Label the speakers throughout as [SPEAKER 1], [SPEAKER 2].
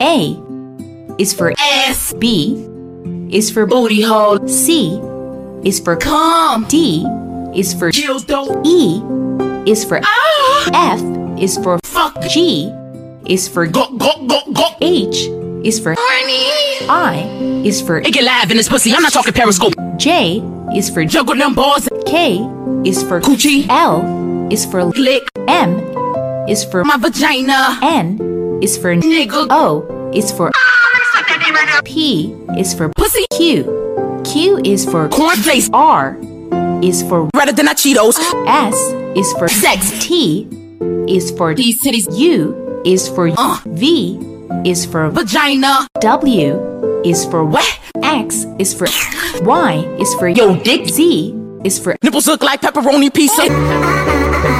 [SPEAKER 1] A is for
[SPEAKER 2] ass,
[SPEAKER 1] B is for
[SPEAKER 2] booty hole,
[SPEAKER 1] C is for
[SPEAKER 2] come,
[SPEAKER 1] D is for
[SPEAKER 2] dildo,
[SPEAKER 1] E is for
[SPEAKER 2] ah,
[SPEAKER 1] F is for
[SPEAKER 2] fuck,
[SPEAKER 1] G is for
[SPEAKER 2] go, go, go, go,
[SPEAKER 1] H is for
[SPEAKER 2] horny.
[SPEAKER 1] I is for
[SPEAKER 2] It get live in this pussy. I'm not talking periscope.
[SPEAKER 1] J is for J,
[SPEAKER 2] Juggle them balls,
[SPEAKER 1] K is for
[SPEAKER 2] coochie,
[SPEAKER 1] L is for
[SPEAKER 2] lick
[SPEAKER 1] M is for
[SPEAKER 2] my vagina,
[SPEAKER 1] N is for
[SPEAKER 2] nigga, Ah,
[SPEAKER 1] O is for P is for
[SPEAKER 2] pussy,
[SPEAKER 1] Q Q is for
[SPEAKER 2] cornflakes,
[SPEAKER 1] R is for
[SPEAKER 2] rather than I Cheetos.
[SPEAKER 1] S is for
[SPEAKER 2] Sex.
[SPEAKER 1] T is for
[SPEAKER 2] These titties,
[SPEAKER 1] U is for
[SPEAKER 2] Uh.
[SPEAKER 1] V is for
[SPEAKER 2] vagina,
[SPEAKER 1] W is for
[SPEAKER 2] what?
[SPEAKER 1] X is for Y is for
[SPEAKER 2] Yo, dick.
[SPEAKER 1] Z is for
[SPEAKER 2] Nipples look like pepperoni pizza.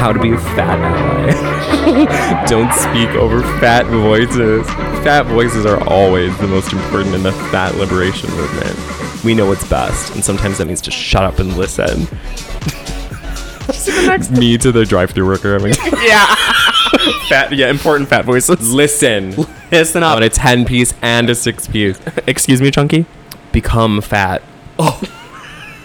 [SPEAKER 3] How to be a fat ally. Don't speak over fat voices. Fat voices are always the most important in the fat liberation movement. We know what's best, and sometimes that means to shut up and listen. Me to the drive-through worker. I'm like, yeah. fat, yeah, important fat voices. Listen. Listen up. On a 10 piece and a 6 piece. Excuse me, Chunky? Become fat.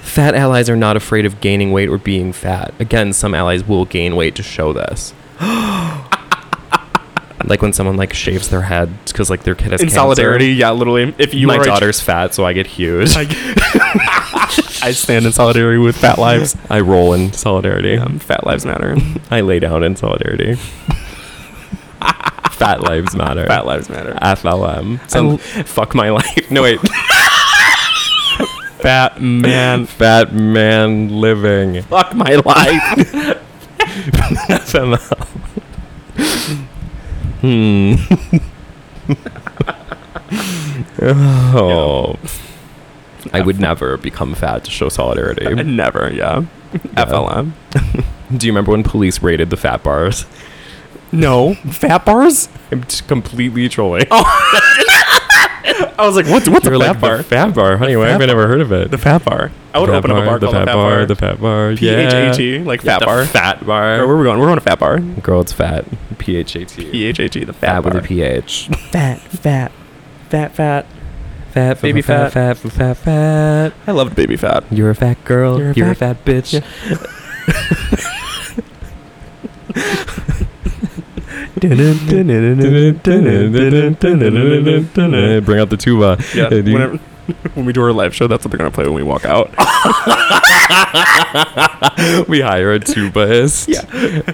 [SPEAKER 3] Fat allies are not afraid of gaining weight or being fat. Again, some allies will gain weight to show this. like when someone like shaves their head because like their kid has
[SPEAKER 4] in
[SPEAKER 3] cancer.
[SPEAKER 4] solidarity. Yeah, literally. If you
[SPEAKER 3] My
[SPEAKER 4] are a-
[SPEAKER 3] daughter's fat, so I get huge. I,
[SPEAKER 4] I stand in solidarity with fat lives.
[SPEAKER 3] roll in solidarity.
[SPEAKER 4] Um, fat lives matter.
[SPEAKER 3] I lay down in solidarity. fat lives matter.
[SPEAKER 4] Fat lives matter.
[SPEAKER 3] FLM. Some- fuck my life. No wait.
[SPEAKER 4] Fat man.
[SPEAKER 3] Fat man living.
[SPEAKER 4] Fuck my life.
[SPEAKER 3] FML. hmm. oh. I would never become fat to show solidarity.
[SPEAKER 4] Never. Yeah. FLM.
[SPEAKER 3] Do you remember when police raided the fat bars?
[SPEAKER 4] No. Fat bars.
[SPEAKER 3] I'm t- completely trolling.
[SPEAKER 4] I was like, what's what's
[SPEAKER 3] You're
[SPEAKER 4] a fat
[SPEAKER 3] Oh. like,
[SPEAKER 4] bar?
[SPEAKER 3] The fat bar. Honey, why
[SPEAKER 4] fat
[SPEAKER 3] have I
[SPEAKER 4] bar.
[SPEAKER 3] never heard of it?
[SPEAKER 4] the fat bar. I would
[SPEAKER 3] Fat
[SPEAKER 4] open up a bar
[SPEAKER 3] the
[SPEAKER 4] called
[SPEAKER 3] fat bar, the
[SPEAKER 4] The
[SPEAKER 3] fat bar.
[SPEAKER 4] P H A T.
[SPEAKER 3] yeah.
[SPEAKER 4] Like
[SPEAKER 3] Yeah,
[SPEAKER 4] fat
[SPEAKER 3] the
[SPEAKER 4] bar.
[SPEAKER 3] Fat
[SPEAKER 4] Where
[SPEAKER 3] bar.
[SPEAKER 4] are we going? We're going to fat bar.
[SPEAKER 3] Girl, it's fat. P H A T.
[SPEAKER 4] P H A T. The fat,
[SPEAKER 3] Fat with
[SPEAKER 4] bar.
[SPEAKER 3] a PH.
[SPEAKER 4] Fat. Fat. Fat. Fat.
[SPEAKER 3] Fat,
[SPEAKER 4] Baby
[SPEAKER 3] fat, fat, fat, fat.
[SPEAKER 4] I loved baby fat.
[SPEAKER 3] You're a fat girl. You're a, fat, bitch. Bring out the tuba.
[SPEAKER 4] Yeah.
[SPEAKER 3] Uh, do you-
[SPEAKER 4] Whenever, when we do our live show, that's what they're gonna play when we walk out.
[SPEAKER 3] we hire a tubaist.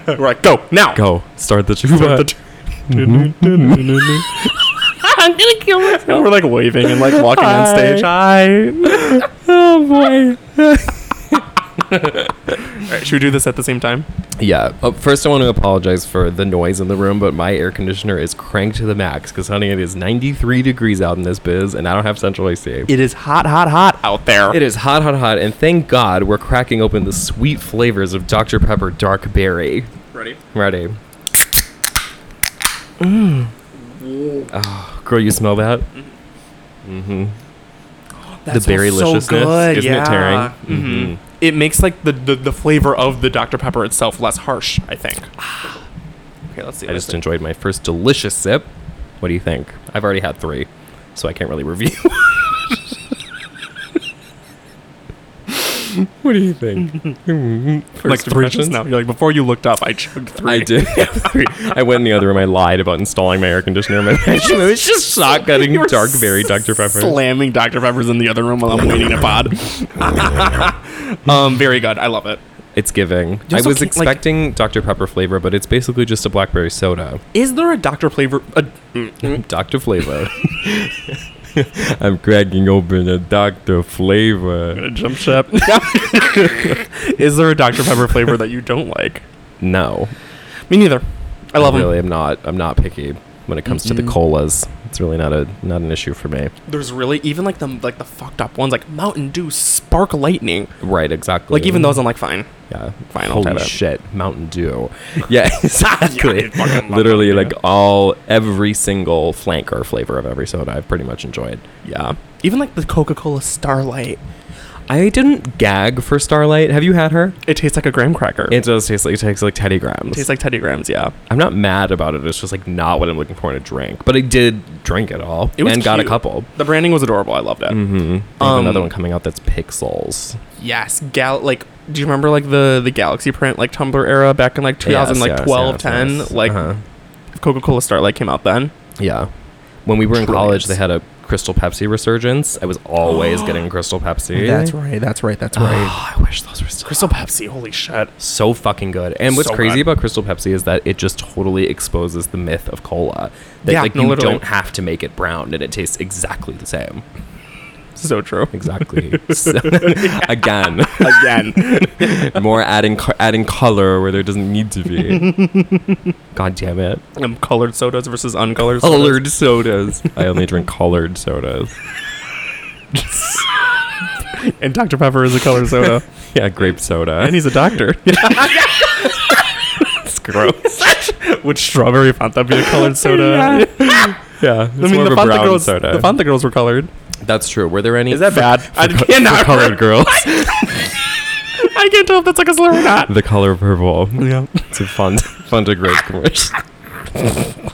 [SPEAKER 4] We're like, go now.
[SPEAKER 3] Go start the tuba.
[SPEAKER 4] Start the tr-
[SPEAKER 3] I'm gonna kill myself.
[SPEAKER 4] And we're like waving and like walking on stage. All
[SPEAKER 3] Hi. oh boy.
[SPEAKER 4] right, should we do this at the same time?
[SPEAKER 3] Yeah. Oh, first, I want to apologize for the noise in the room, but my air conditioner is cranked to the max because, honey, it is 93 degrees out in this biz, and I don't have central AC.
[SPEAKER 4] It is hot, hot, hot out there.
[SPEAKER 3] It is hot, hot, hot, and thank God we're cracking open the sweet flavors of Dr. Pepper Dark Berry.
[SPEAKER 4] Ready?
[SPEAKER 3] Ready? Oh, girl, you smell that? the berry deliciousness,
[SPEAKER 4] smells so good,
[SPEAKER 3] isn't it tearing?
[SPEAKER 4] yeah. Mhm. It makes like the, the the flavor of the Dr Pepper itself less harsh. I think. Ah. Okay, let's see.
[SPEAKER 3] I just enjoyed my first delicious sip. What do you think? I've already had three, so I can't really review. what do you think? first
[SPEAKER 4] like three just
[SPEAKER 3] impressions?
[SPEAKER 4] now. You're like before you looked up, I chugged three.
[SPEAKER 3] I did. have three. I went in the other room. I lied about installing my air conditioner in my bedroom. It was just
[SPEAKER 4] You were
[SPEAKER 3] shotgunning dark berry
[SPEAKER 4] s-
[SPEAKER 3] Dr. Pepper.
[SPEAKER 4] Slamming Dr Peppers in the other room while I'm waiting to pod. um, very good. I love it.
[SPEAKER 3] It's giving.
[SPEAKER 4] You
[SPEAKER 3] I
[SPEAKER 4] also
[SPEAKER 3] was
[SPEAKER 4] can't, like-
[SPEAKER 3] expecting Dr. Pepper flavor, but it's basically just a blackberry soda.
[SPEAKER 4] Is there a Dr. Flavor? A, Mm-hmm.
[SPEAKER 3] Dr. Flavor. I'm cracking open a Dr. Flavor.
[SPEAKER 4] jump ship. Is there a Dr. Pepper flavor that you don't like?
[SPEAKER 3] No,
[SPEAKER 4] Me neither. I love
[SPEAKER 3] I Mm.
[SPEAKER 4] them.
[SPEAKER 3] really am not. I'm not picky when it comes to the colas. It's really not a not an issue for me.
[SPEAKER 4] There's really even like the like the fucked up ones like Mountain Dew Spark Lightning.
[SPEAKER 3] Right, exactly.
[SPEAKER 4] Like even those I'm like fine.
[SPEAKER 3] yeah,
[SPEAKER 4] Fine, I'll
[SPEAKER 3] Holy
[SPEAKER 4] have it.
[SPEAKER 3] shit, Mountain Dew. Yeah, exactly.
[SPEAKER 4] I fucking love
[SPEAKER 3] Literally,
[SPEAKER 4] Mountain
[SPEAKER 3] like all every single flanker flavor of every soda, I've pretty much enjoyed. Yeah,
[SPEAKER 4] Even like the Coca Cola Starlight.
[SPEAKER 3] I didn't gag for Starlight. Have you had her?
[SPEAKER 4] It tastes like a graham cracker.
[SPEAKER 3] It does taste like it tastes like Teddy Grahams.
[SPEAKER 4] tastes like Teddy Grahams. Yeah.
[SPEAKER 3] I'm not mad about it. It's just like not what I'm looking for in a drink. But I did drink it all
[SPEAKER 4] It was
[SPEAKER 3] and got a
[SPEAKER 4] cute.
[SPEAKER 3] couple. Mm-hmm.
[SPEAKER 4] The branding was adorable. I loved it.
[SPEAKER 3] They have another
[SPEAKER 4] Um,
[SPEAKER 3] one coming out that's Pixels.
[SPEAKER 4] Yes, gal. Like, do you remember like the the Galaxy print like Tumblr era back in like 2000, like 12, 10? Like
[SPEAKER 3] Uh-huh.
[SPEAKER 4] Coca Cola Starlight came out then.
[SPEAKER 3] yeah. When we were in college,
[SPEAKER 4] Trillions.
[SPEAKER 3] they had a Crystal Pepsi resurgence. I was always getting Crystal Pepsi. Ah,
[SPEAKER 4] right. That's right. That's right.
[SPEAKER 3] I wish those were still
[SPEAKER 4] Crystal Pepsi. Holy shit.
[SPEAKER 3] so fucking good. And what's
[SPEAKER 4] So
[SPEAKER 3] crazy
[SPEAKER 4] good.
[SPEAKER 3] about Crystal Pepsi is that it just totally exposes the myth of cola. That
[SPEAKER 4] Yeah,
[SPEAKER 3] like
[SPEAKER 4] no,
[SPEAKER 3] you
[SPEAKER 4] literally.
[SPEAKER 3] don't have to make it brown and it tastes exactly the same.
[SPEAKER 4] So true.
[SPEAKER 3] Exactly. So- again.
[SPEAKER 4] Again.
[SPEAKER 3] more adding co- adding color where there doesn't need to be. God damn it!
[SPEAKER 4] um, colored sodas versus uncolored. sodas.
[SPEAKER 3] Colored sodas. I only drink colored sodas.
[SPEAKER 4] And Dr Pepper is a colored soda.
[SPEAKER 3] Yeah, grape soda.
[SPEAKER 4] and he's a doctor. it's gross. Would strawberry Fanta be a colored soda?
[SPEAKER 3] yeah, it's
[SPEAKER 4] I mean,
[SPEAKER 3] more
[SPEAKER 4] the
[SPEAKER 3] of a
[SPEAKER 4] Fanta
[SPEAKER 3] brown
[SPEAKER 4] girls.
[SPEAKER 3] soda.
[SPEAKER 4] The Fanta girls were colored.
[SPEAKER 3] That's true. Were there any?
[SPEAKER 4] Is that
[SPEAKER 3] for-
[SPEAKER 4] bad?
[SPEAKER 3] For,
[SPEAKER 4] I
[SPEAKER 3] co-
[SPEAKER 4] cannot-
[SPEAKER 3] for colored girls.
[SPEAKER 4] I can't tell if that's like a slur or not.
[SPEAKER 3] the color purple.
[SPEAKER 4] Yeah.
[SPEAKER 3] It's a fun, fun to grape commercial.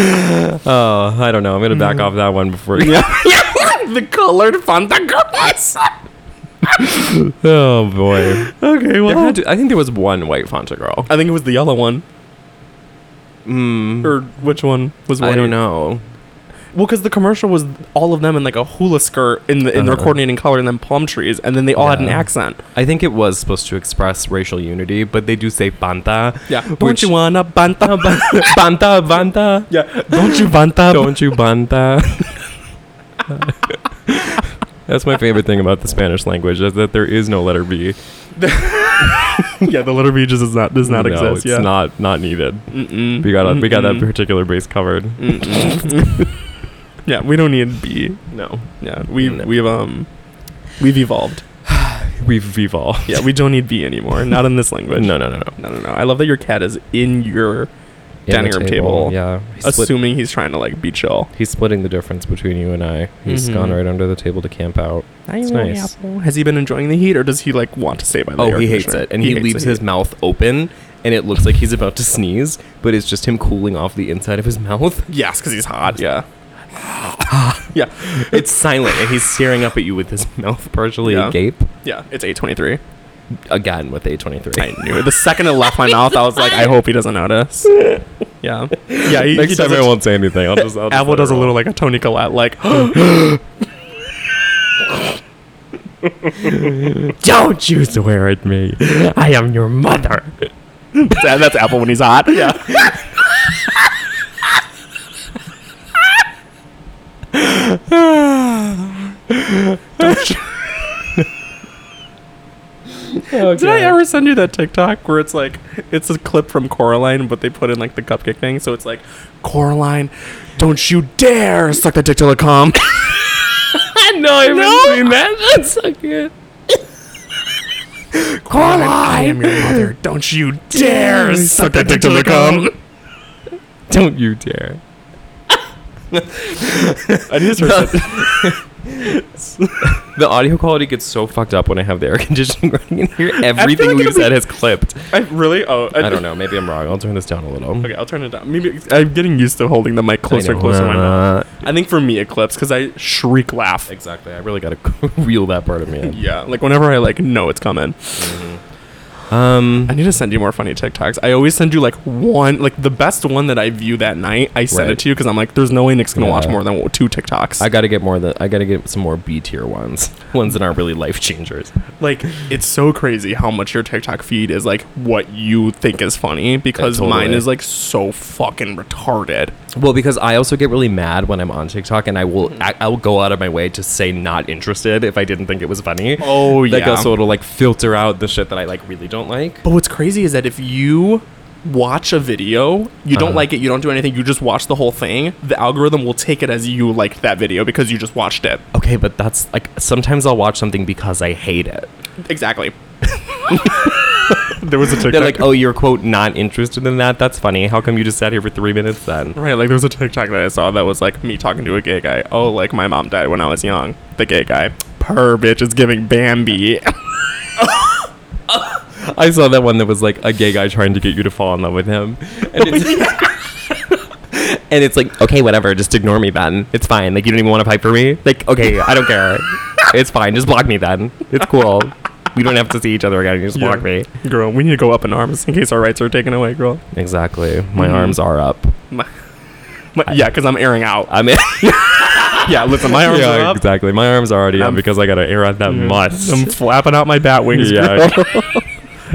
[SPEAKER 3] Oh, I don't know. I'm gonna back
[SPEAKER 4] Mm.
[SPEAKER 3] off that one before.
[SPEAKER 4] the colored Fanta girls.
[SPEAKER 3] Oh boy.
[SPEAKER 4] Okay,
[SPEAKER 3] There
[SPEAKER 4] well,
[SPEAKER 3] had to- I think there was one white Fanta girl.
[SPEAKER 4] I think it was the yellow one. Mm. Or which one was white?
[SPEAKER 3] Hmm. I don't know.
[SPEAKER 4] Well, because the commercial was all of them in like a hula skirt in the in their
[SPEAKER 3] Uh-huh.
[SPEAKER 4] coordinating color, and then palm trees, and then they all had an
[SPEAKER 3] Yeah.
[SPEAKER 4] accent.
[SPEAKER 3] I think it was supposed to express racial unity, but they do say Panta.
[SPEAKER 4] Don't
[SPEAKER 3] Which,
[SPEAKER 4] you wanna banta? ban-
[SPEAKER 3] Panta, Banta.
[SPEAKER 4] yeah. Don't you banta?
[SPEAKER 3] Don't you Banta? That's my favorite thing about the Spanish language is that there is no letter B.
[SPEAKER 4] yeah, the letter B just does not does not
[SPEAKER 3] no,
[SPEAKER 4] exist.
[SPEAKER 3] It's
[SPEAKER 4] yeah.
[SPEAKER 3] not not needed. We got a, we got that particular base covered.
[SPEAKER 4] Yeah, we don't need B.
[SPEAKER 3] No,
[SPEAKER 4] Yeah, we
[SPEAKER 3] No.
[SPEAKER 4] we've um we've evolved.
[SPEAKER 3] we've evolved.
[SPEAKER 4] Yeah, we don't need B anymore. Not in this language.
[SPEAKER 3] No, no, no, no.
[SPEAKER 4] no, no, no. I love that your cat is in your dining room table.
[SPEAKER 3] Yeah. He's, split-
[SPEAKER 4] assuming he's trying to like be chill.
[SPEAKER 3] he's splitting the difference between you and I. He's
[SPEAKER 4] Mhm.
[SPEAKER 3] gone right under the table to camp out. It's nice.
[SPEAKER 4] Has he been enjoying the heat, or does he like want to stay by the
[SPEAKER 3] Oh,
[SPEAKER 4] air
[SPEAKER 3] he hates
[SPEAKER 4] conditioner?
[SPEAKER 3] it, and he,
[SPEAKER 4] hates
[SPEAKER 3] leaves
[SPEAKER 4] the
[SPEAKER 3] his
[SPEAKER 4] heat.
[SPEAKER 3] mouth open, and it looks like he's about to sneeze, but it's just him cooling off the inside of his mouth.
[SPEAKER 4] Yes, because he's hot. Yeah. yeah,
[SPEAKER 3] It's silent, and he's staring up at you with his mouth partially
[SPEAKER 4] Yeah.
[SPEAKER 3] agape.
[SPEAKER 4] yeah. It's eight twenty-three.
[SPEAKER 3] Again with A23.
[SPEAKER 4] I knew it. The second it left my mouth, I was like, I hope he doesn't notice. Yeah, yeah. He, he does it-
[SPEAKER 3] won't say anything. I'll just. I'll
[SPEAKER 4] Apple does a little like a Tony Collette, like
[SPEAKER 3] Don't you swear at me! I am your mother.
[SPEAKER 4] That- that's Apple when he's hot. Yeah. Did I ever send you that TikTok where it's like it's a clip from Coraline, but they put in like the cupcake thing, so it's like Coraline, don't you dare suck that dick till it come.
[SPEAKER 3] no, I haven't seen that. That's so good.
[SPEAKER 4] I am your mother. Don't you dare suck that dick till it come.
[SPEAKER 3] Don't you dare!
[SPEAKER 4] I need to start
[SPEAKER 3] The audio quality gets so fucked up when I have the air conditioning running in here. Everything
[SPEAKER 4] like
[SPEAKER 3] we've
[SPEAKER 4] it'll be-
[SPEAKER 3] said has clipped.
[SPEAKER 4] I really? Oh,
[SPEAKER 3] I don't know. Maybe I'm wrong. I'll turn this down a little.
[SPEAKER 4] Okay, I'll turn it down. Maybe I'm getting used to holding the mic closer and closer to my mouth.
[SPEAKER 3] Uh,
[SPEAKER 4] I think for me it clips because I shriek laugh.
[SPEAKER 3] Exactly. I really got to reel that part of me in.
[SPEAKER 4] Yeah, like whenever I like know it's coming.
[SPEAKER 3] Um,
[SPEAKER 4] I need to send you more funny TikToks. I always send you like one, like the best one that I view that night. I send
[SPEAKER 3] Right.
[SPEAKER 4] it to you because I'm like, there's no way Nick's gonna watch
[SPEAKER 3] Yeah.
[SPEAKER 4] more than two TikToks.
[SPEAKER 3] I gotta get more of the. I gotta get some more B tier ones, ones that aren't really life changers.
[SPEAKER 4] like it's so crazy how much your TikTok feed is like what you think is funny because
[SPEAKER 3] Yeah, totally.
[SPEAKER 4] mine is like so fucking retarded.
[SPEAKER 3] Well, because I also get really mad when I'm on TikTok, and I will
[SPEAKER 4] Mm-hmm.
[SPEAKER 3] I, I will go out of my way to say not interested if I didn't think it was funny.
[SPEAKER 4] Oh,
[SPEAKER 3] like,
[SPEAKER 4] yeah.
[SPEAKER 3] uh, So it'll like filter out the shit that I like really don't like.
[SPEAKER 4] But what's crazy is that if you watch a video, you don't
[SPEAKER 3] Uh-huh.
[SPEAKER 4] like it, you don't do anything, you just watch the whole thing, the algorithm will take it as you liked that video because you just watched it.
[SPEAKER 3] Okay, but that's like sometimes I'll watch something because I hate it.
[SPEAKER 4] Exactly. there was a TikTok.
[SPEAKER 3] They're like, oh, you're quote not interested in that. That's funny. How come you just sat here for three minutes then?
[SPEAKER 4] Right, like there was a TikTok that I saw that was like me talking to a gay guy. Oh, like my mom died when I was young. The gay guy. Per bitch is giving Bambi.
[SPEAKER 3] I saw that one that was like a gay guy trying to get you to fall in love with him, and it's, and it's like, okay, whatever, just ignore me then. It's fine. Like you don't even want to fight for me. Like okay, I don't care. It's fine. Just block me then. It's cool. We don't have to see each other again. You just block me.
[SPEAKER 4] Girl, we need to go up in arms in case our rights are taken away, girl.
[SPEAKER 3] Exactly. My
[SPEAKER 4] Mhm.
[SPEAKER 3] arms are up.
[SPEAKER 4] My, my, yeah, because I'm airing out.
[SPEAKER 3] I mean,
[SPEAKER 4] yeah, listen, my arms
[SPEAKER 3] yeah,
[SPEAKER 4] are up.
[SPEAKER 3] exactly. My arms are already up
[SPEAKER 4] I'm-
[SPEAKER 3] because I gotta air out that must.
[SPEAKER 4] I'm flapping out my bat wings.
[SPEAKER 3] Yeah.
[SPEAKER 4] girl.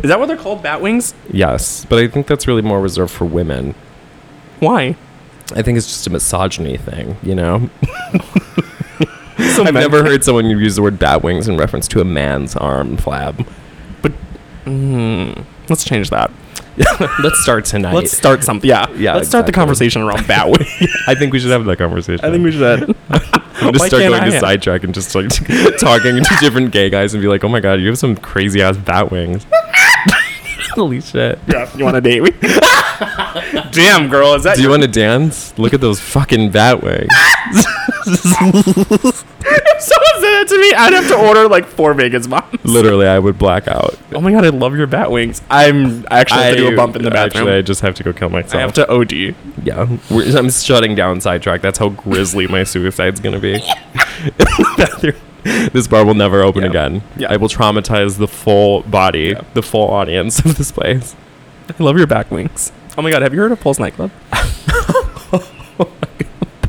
[SPEAKER 4] Is that what they're called? Bat wings?
[SPEAKER 3] Yes, but I think that's really more reserved for women.
[SPEAKER 4] Why?
[SPEAKER 3] I think it's just a misogyny thing, you know?
[SPEAKER 4] So
[SPEAKER 3] I've
[SPEAKER 4] men-
[SPEAKER 3] never heard someone use the word bat wings in reference to a man's arm flab.
[SPEAKER 4] Mm, let's change that.
[SPEAKER 3] Let's start tonight.
[SPEAKER 4] Let's start something. Yeah.
[SPEAKER 3] Yeah,
[SPEAKER 4] Let's start the
[SPEAKER 3] exactly.
[SPEAKER 4] conversation around bat wings.
[SPEAKER 3] I think we should have that conversation.
[SPEAKER 4] should. Oh,
[SPEAKER 3] I'm just
[SPEAKER 4] Why
[SPEAKER 3] start
[SPEAKER 4] can't
[SPEAKER 3] going
[SPEAKER 4] I
[SPEAKER 3] to
[SPEAKER 4] have-
[SPEAKER 3] sidetrack and just like talking to different gay guys and be like, oh my god, you have some crazy ass bat wings. Holy shit.
[SPEAKER 4] Yeah, you want to date me? Damn, girl, is that
[SPEAKER 3] Do you want to dance? Look at those fucking bat wings.
[SPEAKER 4] someone said that to me? I'd have to order like four Vegas bombs.
[SPEAKER 3] Literally, I would black out.
[SPEAKER 4] Oh my god, I love your bat wings. I'm I actually have to do a bump in the bathroom.
[SPEAKER 3] Actually, I just have to go kill myself.
[SPEAKER 4] I have to OD.
[SPEAKER 3] Yeah, we're, I'm shutting down sidetrack. That's how grisly my suicide's gonna be. Bathroom. this bar will never open
[SPEAKER 4] Yeah.
[SPEAKER 3] again.
[SPEAKER 4] Yeah.
[SPEAKER 3] I will traumatize the full body,
[SPEAKER 4] Yeah.
[SPEAKER 3] the full audience of this place.
[SPEAKER 4] I love your back wings. Oh my god, have you heard of Pulse nightclub?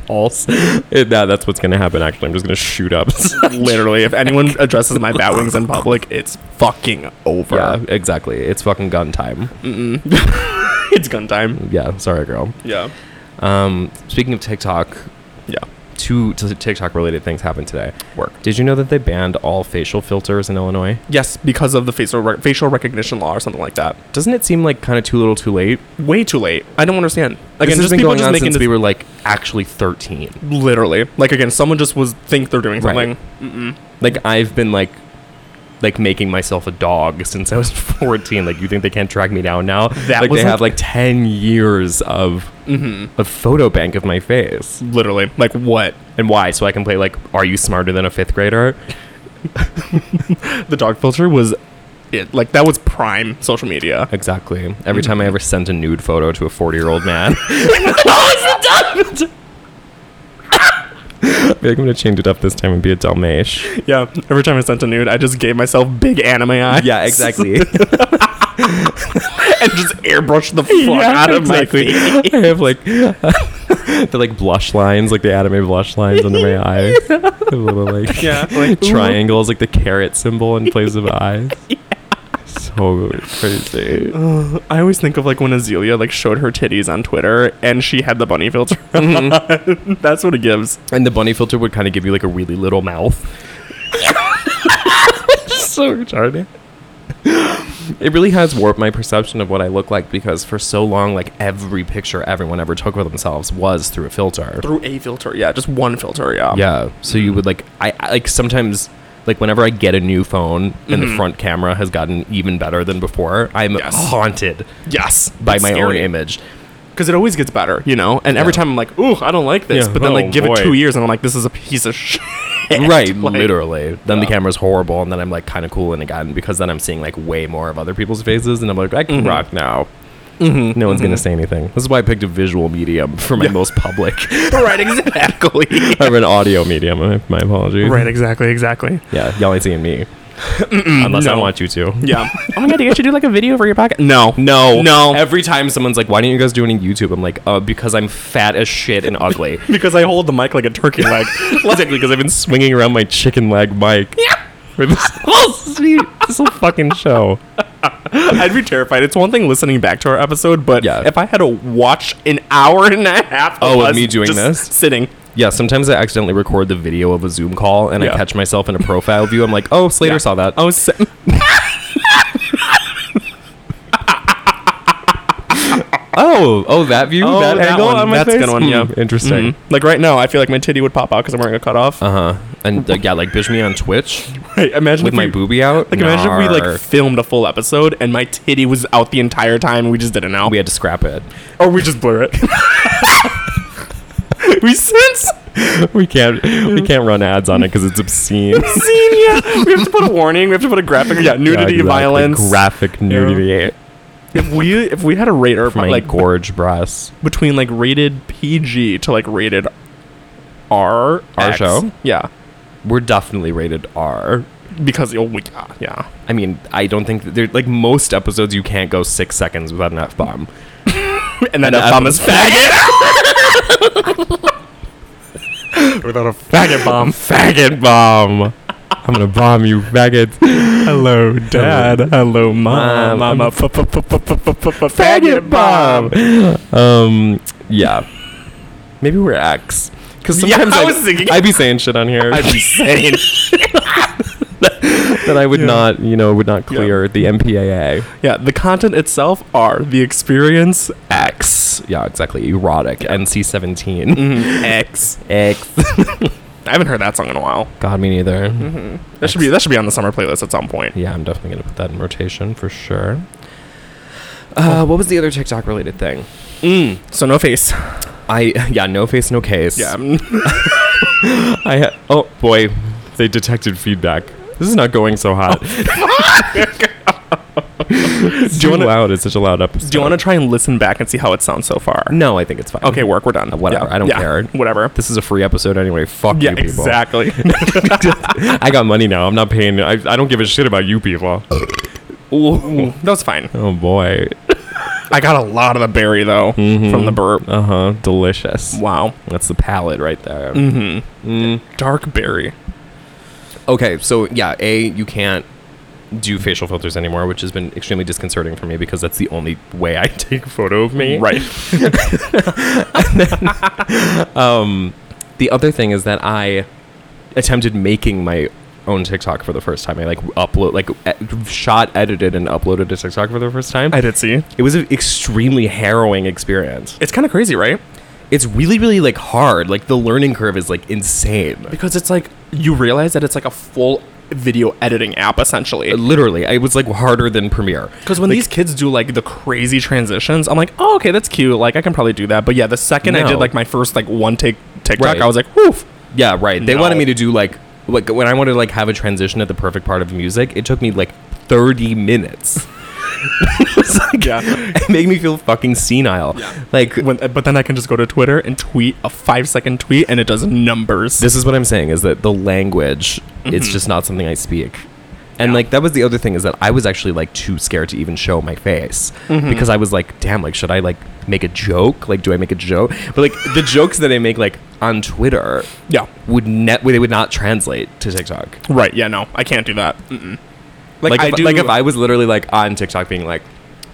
[SPEAKER 3] Pulse. It, that, that's what's gonna happen. Actually, I'm just gonna shoot up.
[SPEAKER 4] Literally, if anyone addresses my bat wings in public, it's fucking over.
[SPEAKER 3] yeah, exactly. It's fucking gun time.
[SPEAKER 4] Mm-hmm. It's gun time.
[SPEAKER 3] Yeah, sorry, girl.
[SPEAKER 4] Yeah.
[SPEAKER 3] Um, speaking of TikTok,
[SPEAKER 4] Yeah.
[SPEAKER 3] two TikTok related things happened today.
[SPEAKER 4] Work.
[SPEAKER 3] Did you know that they banned all facial filters in Illinois?
[SPEAKER 4] Yes, because of the facial rec- facial recognition law or something like that.
[SPEAKER 3] Doesn't it seem like kind of too little, too late?
[SPEAKER 4] Way too late. I don't understand.
[SPEAKER 3] Again, this
[SPEAKER 4] Again,
[SPEAKER 3] has
[SPEAKER 4] just
[SPEAKER 3] been
[SPEAKER 4] people
[SPEAKER 3] going
[SPEAKER 4] just
[SPEAKER 3] on
[SPEAKER 4] making
[SPEAKER 3] since
[SPEAKER 4] this
[SPEAKER 3] we were like actually 13.
[SPEAKER 4] literally like again, someone just was think they're doing
[SPEAKER 3] Right.
[SPEAKER 4] something.
[SPEAKER 3] Like I've been like like making myself a dog since I was 14. Like you think they can't track me down now?
[SPEAKER 4] That Mm-hmm.
[SPEAKER 3] like
[SPEAKER 4] was,
[SPEAKER 3] they
[SPEAKER 4] like-
[SPEAKER 3] have like 10 years of a photo bank of my face.
[SPEAKER 4] Literally, like what?
[SPEAKER 3] And why? So I can play like Are You Smarter Than a Fifth Grader?
[SPEAKER 4] the dog filter was it like that was prime social media
[SPEAKER 3] Exactly. Every time
[SPEAKER 4] Mm-hmm.
[SPEAKER 3] I ever sent a nude photo to a 40 year old man, I feel like I'm gonna change it up this time and be a Dalmatian.
[SPEAKER 4] yeah every time i sent a nude i just gave myself big anime eyes
[SPEAKER 3] Yeah, exactly.
[SPEAKER 4] and just airbrushed the fuck out of my face
[SPEAKER 3] I have like the like blush lines, like the anime blush lines under my eyes. The little like
[SPEAKER 4] yeah like
[SPEAKER 3] triangles, like the carrot symbol in place of eyes. So crazy.
[SPEAKER 4] i always think of like when azealia like showed her titties on twitter and she had the bunny filter on. that's what it gives
[SPEAKER 3] And the bunny filter would kind of give you like a really little mouth. so retarded. It really has warped my perception of what I look like because for so long, like every picture everyone ever took of themselves was through a filter.
[SPEAKER 4] through a filter yeah just one filter yeah
[SPEAKER 3] Yeah. So you would like I, I like sometimes like whenever I get a new phone and the front camera has gotten even better than before, I'm
[SPEAKER 4] Mm-hmm. Yes.
[SPEAKER 3] haunted
[SPEAKER 4] yes
[SPEAKER 3] by my own image.
[SPEAKER 4] because it always gets better you know and every
[SPEAKER 3] Yeah.
[SPEAKER 4] time i'm like ooh i don't like this
[SPEAKER 3] Yeah.
[SPEAKER 4] but then like
[SPEAKER 3] Oh,
[SPEAKER 4] give
[SPEAKER 3] boy.
[SPEAKER 4] it two years and i'm like this is a piece of shit
[SPEAKER 3] right,
[SPEAKER 4] Like-
[SPEAKER 3] literally. Then the
[SPEAKER 4] Yeah.
[SPEAKER 3] camera's horrible and then I'm like kind of cool in it again because then I'm seeing like way more of other people's faces and I'm like I can
[SPEAKER 4] Mm-hmm.
[SPEAKER 3] rock now. No one's gonna say anything. This is why I picked a visual medium for my most public.
[SPEAKER 4] right exactly
[SPEAKER 3] I'm an audio medium. My, my apologies.
[SPEAKER 4] Right, exactly, exactly.
[SPEAKER 3] Yeah, y'all ain't seeing me. unless I
[SPEAKER 4] no.
[SPEAKER 3] want you to.
[SPEAKER 4] Yeah.
[SPEAKER 3] Oh my god, you guys should do like a video for your podcast.
[SPEAKER 4] No.
[SPEAKER 3] No,
[SPEAKER 4] No.
[SPEAKER 3] Every time someone's like, "Why don't you guys do any YouTube?" I'm like, "Uh, because I'm fat as shit and ugly."
[SPEAKER 4] Because I hold the mic like a turkey leg.
[SPEAKER 3] exactly, because I've been swinging around my chicken leg mic. Yeah. For this whole, se- this whole fucking show.
[SPEAKER 4] I'd be terrified. It's one thing listening back to our episode, but
[SPEAKER 3] Yeah.
[SPEAKER 4] if I had to watch an hour and a half of
[SPEAKER 3] Oh, of
[SPEAKER 4] us
[SPEAKER 3] me doing
[SPEAKER 4] just
[SPEAKER 3] this?
[SPEAKER 4] sitting.
[SPEAKER 3] Yeah, sometimes I accidentally record the video of a Zoom call and
[SPEAKER 4] Yeah.
[SPEAKER 3] I catch myself in a profile view. I'm like, oh, Slater
[SPEAKER 4] Yeah.
[SPEAKER 3] saw that.
[SPEAKER 4] I was si-
[SPEAKER 3] oh, oh, that view,
[SPEAKER 4] Oh,
[SPEAKER 3] that, angle
[SPEAKER 4] one.
[SPEAKER 3] on my
[SPEAKER 4] That's
[SPEAKER 3] face.
[SPEAKER 4] a good one.
[SPEAKER 3] Hmm,
[SPEAKER 4] Yeah,
[SPEAKER 3] interesting.
[SPEAKER 4] Mhm. Like right now, I feel like my titty would pop out because I'm wearing a cutoff.
[SPEAKER 3] Uh huh. And uh, yeah, like bitch me on Twitch
[SPEAKER 4] Right, imagine
[SPEAKER 3] with
[SPEAKER 4] if
[SPEAKER 3] my
[SPEAKER 4] we-
[SPEAKER 3] boobie out.
[SPEAKER 4] Like imagine if we
[SPEAKER 3] Nar.
[SPEAKER 4] like filmed a full episode and my titty was out the entire time and we just didn't know.
[SPEAKER 3] we had to scrap it.
[SPEAKER 4] or we just blur it. we since
[SPEAKER 3] We can't. We can't run ads on it because it's obscene.
[SPEAKER 4] seen yeah. We have to put a warning. We have to put a graphic. Yeah, nudity,
[SPEAKER 3] Yeah, exactly.
[SPEAKER 4] violence.
[SPEAKER 3] graphic nudity.
[SPEAKER 4] if we if we had a rate or
[SPEAKER 3] My
[SPEAKER 4] like
[SPEAKER 3] gorge breasts.
[SPEAKER 4] between like rated PG to like rated R
[SPEAKER 3] Our
[SPEAKER 4] X.
[SPEAKER 3] show?
[SPEAKER 4] Yeah,
[SPEAKER 3] We're definitely rated R.
[SPEAKER 4] because oh we yeah, yeah.
[SPEAKER 3] I mean, I don't think that there like most episodes you can't go six seconds without an F bomb.
[SPEAKER 4] and then
[SPEAKER 3] An
[SPEAKER 4] a bomb is
[SPEAKER 3] F-
[SPEAKER 4] faggot.
[SPEAKER 3] Without a faggot bomb. Faggot bomb. I'm gonna bomb you, faggot.
[SPEAKER 4] Hello, Dad. Hello, Mom.
[SPEAKER 3] Mom. I'm-
[SPEAKER 4] Mom. Faggot bomb.
[SPEAKER 3] Um, yeah. Maybe we're X. Because
[SPEAKER 4] Yeah,
[SPEAKER 3] sometimes
[SPEAKER 4] I
[SPEAKER 3] I'd-
[SPEAKER 4] was thinking-
[SPEAKER 3] I'd be saying shit on here
[SPEAKER 4] I'd be saying.
[SPEAKER 3] that I would not, you know, would not clear the MPAA.
[SPEAKER 4] Yeah, the content itself are the experience
[SPEAKER 3] X. Yeah, Mm-hmm. exactly. Erotic. NC-17.
[SPEAKER 4] X.
[SPEAKER 3] X.
[SPEAKER 4] I haven't heard that song in a while.
[SPEAKER 3] God, me neither.
[SPEAKER 4] That should be that should be on the summer playlist at some point.
[SPEAKER 3] Yeah, I'm definitely gonna put that in rotation for sure. Uh, what was the other TikTok related thing? Mm,
[SPEAKER 4] So no face.
[SPEAKER 3] I yeah, no face, no case.
[SPEAKER 4] Yeah.
[SPEAKER 3] I ha- oh boy, they detected feedback. This is not going so hot. Oh, do you want
[SPEAKER 4] wanna-
[SPEAKER 3] loud? It's such a loud episode.
[SPEAKER 4] Do you want to try and listen back and see how it sounds so far?
[SPEAKER 3] No, I think it's fine.
[SPEAKER 4] Okay, work. We're done.
[SPEAKER 3] Uh, whatever, I don't care.
[SPEAKER 4] Whatever.
[SPEAKER 3] This is a free episode anyway. Fuck
[SPEAKER 4] Yeah,
[SPEAKER 3] you people.
[SPEAKER 4] exactly.
[SPEAKER 3] I got money now. I'm not paying. I, I don't give a shit about you people.
[SPEAKER 4] Ooh, that was fine.
[SPEAKER 3] Oh boy.
[SPEAKER 4] I got a lot of the berry though from the burp.
[SPEAKER 3] Uh huh. Delicious. Mm.
[SPEAKER 4] Wow,
[SPEAKER 3] That's the palate right there.
[SPEAKER 4] dark berry.
[SPEAKER 3] Okay, so yeah, A, you can't do facial filters anymore, which has been extremely disconcerting for me because that's the only way I take a photo of me.
[SPEAKER 4] Right.
[SPEAKER 3] The other thing is that I attempted making my own TikTok for the first time. I like upload, like e- shot, edited, and uploaded a TikTok for the first time.
[SPEAKER 4] I did see.
[SPEAKER 3] it was an extremely harrowing experience.
[SPEAKER 4] It's kind of crazy, right?
[SPEAKER 3] It's really, really like hard. Like the learning curve is like insane.
[SPEAKER 4] Because it's like you realize that it's like a full video editing app essentially.
[SPEAKER 3] Literally, I was like harder than Premiere.
[SPEAKER 4] Because when these kids do like the crazy transitions, I'm like, oh, okay, that's cute. Like, I can probably do that. But yeah, the second I
[SPEAKER 3] No.
[SPEAKER 4] did like my first like one take TikTok,
[SPEAKER 3] Right.
[SPEAKER 4] I was like, woof.
[SPEAKER 3] Yeah, right. They
[SPEAKER 4] No.
[SPEAKER 3] wanted me to do like like when I wanted to like have a transition at the perfect part of music, it took me like 30 minutes. it's like
[SPEAKER 4] Yeah.
[SPEAKER 3] it made me feel fucking senile. Like
[SPEAKER 4] When, but then I can just go to Twitter and tweet a five second tweet and it does numbers.
[SPEAKER 3] this is what I'm saying is that the language it's just not something I speak. And like that was the other thing is that I was actually like too scared to even show my face because I was like, damn, like should I like make a joke? Like do I make a joke? But like the jokes that I make like on Twitter
[SPEAKER 4] yeah.
[SPEAKER 3] would net they would not translate to TikTok.
[SPEAKER 4] Right. Yeah. No, I can't do that. Mm-mm. Like,
[SPEAKER 3] like,
[SPEAKER 4] I
[SPEAKER 3] if,
[SPEAKER 4] do.
[SPEAKER 3] like if I was literally like on TikTok being like,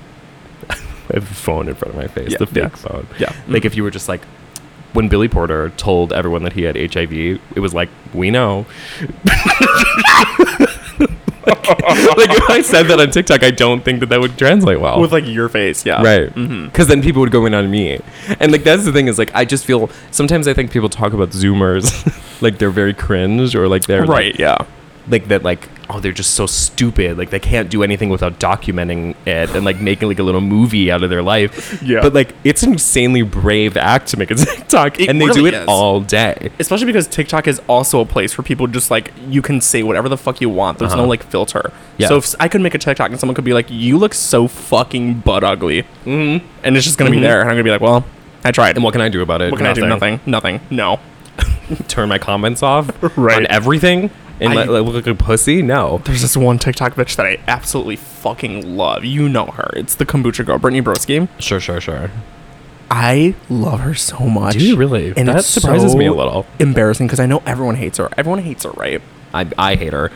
[SPEAKER 3] I have a phone in front of my face,
[SPEAKER 4] Yeah,
[SPEAKER 3] the fake
[SPEAKER 4] yeah.
[SPEAKER 3] phone.
[SPEAKER 4] Yeah.
[SPEAKER 3] Like if you were just like, when Billy Porter told everyone that he had HIV, it was like, we know. like, like, if I said that on TikTok, I don't think that that would translate well.
[SPEAKER 4] with uh, mm-hmm. like your face, yeah. Mm.
[SPEAKER 3] Right. Because then people would go in on me. And like that's the thing is like I just feel sometimes I think people talk about Zoomers like they're very cringe or like they're like,
[SPEAKER 4] Right. Yeah.
[SPEAKER 3] like that like oh they're just so stupid like they can't do anything without documenting it and like making like a little movie out of their life
[SPEAKER 4] Yeah.
[SPEAKER 3] but like it's an insanely brave act to make a tiktok
[SPEAKER 4] It
[SPEAKER 3] and they do
[SPEAKER 4] really
[SPEAKER 3] it
[SPEAKER 4] is.
[SPEAKER 3] all day
[SPEAKER 4] Especially because TikTok is also a place for people just like you can say whatever the fuck you want. There's no
[SPEAKER 3] Uh-huh.
[SPEAKER 4] like filter.
[SPEAKER 3] Yeah.
[SPEAKER 4] So if s- I could make a TikTok and someone could be like, "You look so fucking butt ugly," mm-hmm. and it's just gonna be there, and I'm gonna be like, "Well, I tried."
[SPEAKER 3] and what can i do about it
[SPEAKER 4] What can I do? Nothing. Nothing. No.
[SPEAKER 3] turn my comments off
[SPEAKER 4] Right.
[SPEAKER 3] on everything and
[SPEAKER 4] I-
[SPEAKER 3] like, like, look like a pussy? No.
[SPEAKER 4] There's this one TikTok bitch that I absolutely fucking love. You know her. It's the kombucha girl, Brittany Broski.
[SPEAKER 3] Sure, sure, sure.
[SPEAKER 4] I love her so much.
[SPEAKER 3] Do you really?
[SPEAKER 4] And
[SPEAKER 3] That
[SPEAKER 4] it's
[SPEAKER 3] surprises
[SPEAKER 4] so
[SPEAKER 3] me a little.
[SPEAKER 4] Embarrassing because I know everyone hates her. Everyone hates her, right?
[SPEAKER 3] I, I hate her.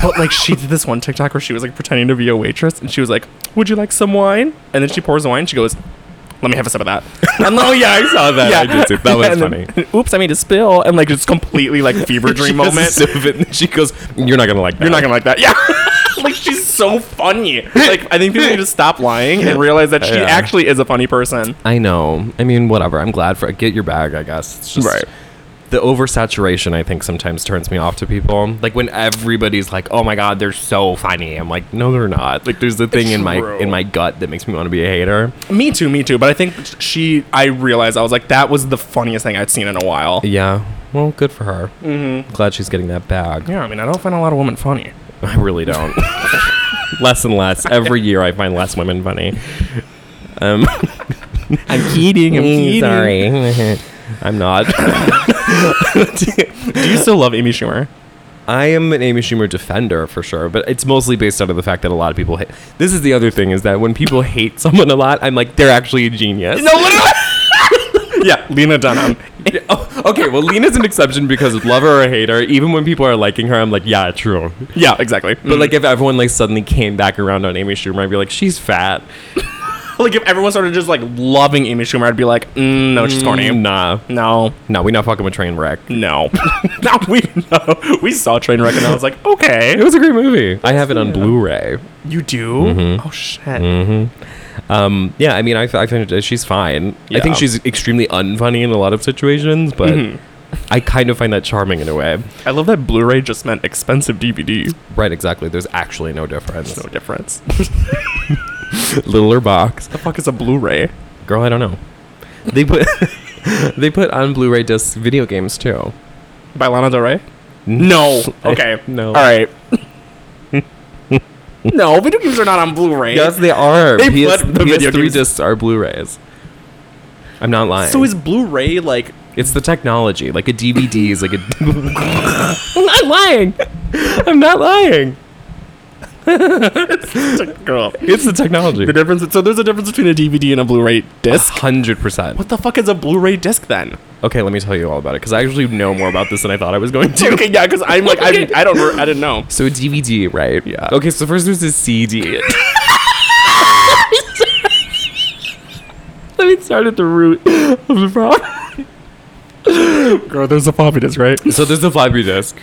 [SPEAKER 4] But like she did this one TikTok where she was like pretending to be a waitress and she was like, "Would you like some wine?" And then she pours the wine. And she goes, "Let me have a sip of that." And like,
[SPEAKER 3] oh yeah, I saw that. I did see that. was
[SPEAKER 4] And
[SPEAKER 3] funny.
[SPEAKER 4] then, Oops, I made a spill. And like it's completely like fever dream
[SPEAKER 3] She has a
[SPEAKER 4] moment.
[SPEAKER 3] sip of it, and she goes, "You're not gonna like that.
[SPEAKER 4] You're not gonna like that. Yeah. like she's so funny. Like I think people need to stop lying and realize that she
[SPEAKER 3] Yeah.
[SPEAKER 4] actually is a funny person.
[SPEAKER 3] I know. I mean, whatever. I'm glad for it. Get your bag, I guess. It's just
[SPEAKER 4] Right.
[SPEAKER 3] the oversaturation I think sometimes turns me off to people. Like when everybody's like, "Oh my god, they're so funny." I'm like, "No, they're not." Like there's the thing in my
[SPEAKER 4] True.
[SPEAKER 3] in my gut that makes me want to be a hater.
[SPEAKER 4] Me too, me too. But I think she I realized I was like that was the funniest thing I'd seen in a while.
[SPEAKER 3] Yeah. Well, good for her. Mm-hmm. Glad she's getting that bag.
[SPEAKER 4] Yeah, I mean I don't find a lot of women funny.
[SPEAKER 3] I really don't. less and less. Every year I find less women funny. Um, I'm kidding.
[SPEAKER 4] I'm kidding.
[SPEAKER 3] Sorry. I'm not.
[SPEAKER 4] Do you still love Amy Schumer?
[SPEAKER 3] I am an Amy Schumer defender for sure, but it's mostly based out of the fact that a lot of people hate. This is the other thing is that when people hate someone a lot, I'm like, they're actually a genius.
[SPEAKER 4] yeah, Lena Dunham.
[SPEAKER 3] Oh, okay, well, Lena's an exception because love her or hate her, even when people are liking her, I'm like, yeah, true.
[SPEAKER 4] Yeah, exactly.
[SPEAKER 3] But like, if everyone like suddenly came back around on Amy Schumer, I'd be like, she's fat.
[SPEAKER 4] like if everyone started just like loving Amy Schumer, I'd be like, mm, no, she's corny.
[SPEAKER 3] Nah,
[SPEAKER 4] No,
[SPEAKER 3] no, we not fucking with train wreck.
[SPEAKER 4] no, no. We no. We saw Trainwreck, and I was like, okay,
[SPEAKER 3] It was a great movie. I have it on Blu-ray.
[SPEAKER 4] You do? Oh shit!
[SPEAKER 3] Um, yeah, I mean, I, I think that she's fine. I
[SPEAKER 4] Yeah.
[SPEAKER 3] think she's extremely unfunny in a lot of situations, but I kind of find that charming in a way.
[SPEAKER 4] I love that Blu-ray just meant expensive DVD.
[SPEAKER 3] Right, exactly. There's actually no difference.
[SPEAKER 4] There's no
[SPEAKER 3] Littler
[SPEAKER 4] difference.
[SPEAKER 3] box.
[SPEAKER 4] the fuck is a Blu-ray?
[SPEAKER 3] Girl, I don't know. They put they put on Blu-ray discs video games too.
[SPEAKER 4] By Lana Del Rey? No. Okay.
[SPEAKER 3] No.
[SPEAKER 4] All right. no, video games are not on Blu-ray.
[SPEAKER 3] Yes, they are.
[SPEAKER 4] They
[SPEAKER 3] PS,
[SPEAKER 4] put the video
[SPEAKER 3] PS3
[SPEAKER 4] games-
[SPEAKER 3] discs are Blu-rays. I'm not lying.
[SPEAKER 4] So is Blu-ray like?
[SPEAKER 3] It's the technology. Like a DVD is like a. I'm not lying. I'm not lying.
[SPEAKER 4] Girl.
[SPEAKER 3] It's the technology.
[SPEAKER 4] The difference. So there's a difference between a DVD and a Blu-ray disc.
[SPEAKER 3] Hundred percent.
[SPEAKER 4] What the fuck is a Blu-ray disc then?
[SPEAKER 3] Okay, let me tell you all about it because I actually know more about this than I thought I was going to.
[SPEAKER 4] okay, yeah, because I'm like I, I don't re- I didn't know.
[SPEAKER 3] So DVD, right?
[SPEAKER 4] Yeah.
[SPEAKER 3] Okay, so first there's a CD. Let me start at the root of the problem.
[SPEAKER 4] Girl, there's a floppy disk, right?
[SPEAKER 3] So there's the floppy disk.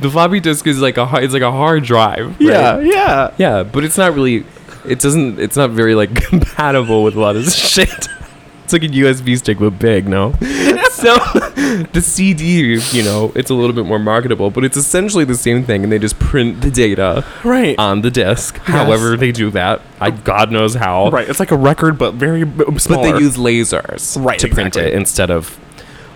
[SPEAKER 3] The floppy disk is like a har- it's like a hard drive. right?
[SPEAKER 4] Yeah, yeah.
[SPEAKER 3] Yeah, but it's not really. It doesn't. It's not very like compatible with a lot of shit. It's like a USB stick but big, no? so the CD, you know, it's a little bit more marketable, but it's essentially the same thing, and they just print the data
[SPEAKER 4] Right.
[SPEAKER 3] on the disc. However, they do that. I God knows how.
[SPEAKER 4] Right. It's like a record, but very b-
[SPEAKER 3] But
[SPEAKER 4] smaller.
[SPEAKER 3] they use lasers
[SPEAKER 4] Right,
[SPEAKER 3] to print
[SPEAKER 4] exactly.
[SPEAKER 3] it instead of.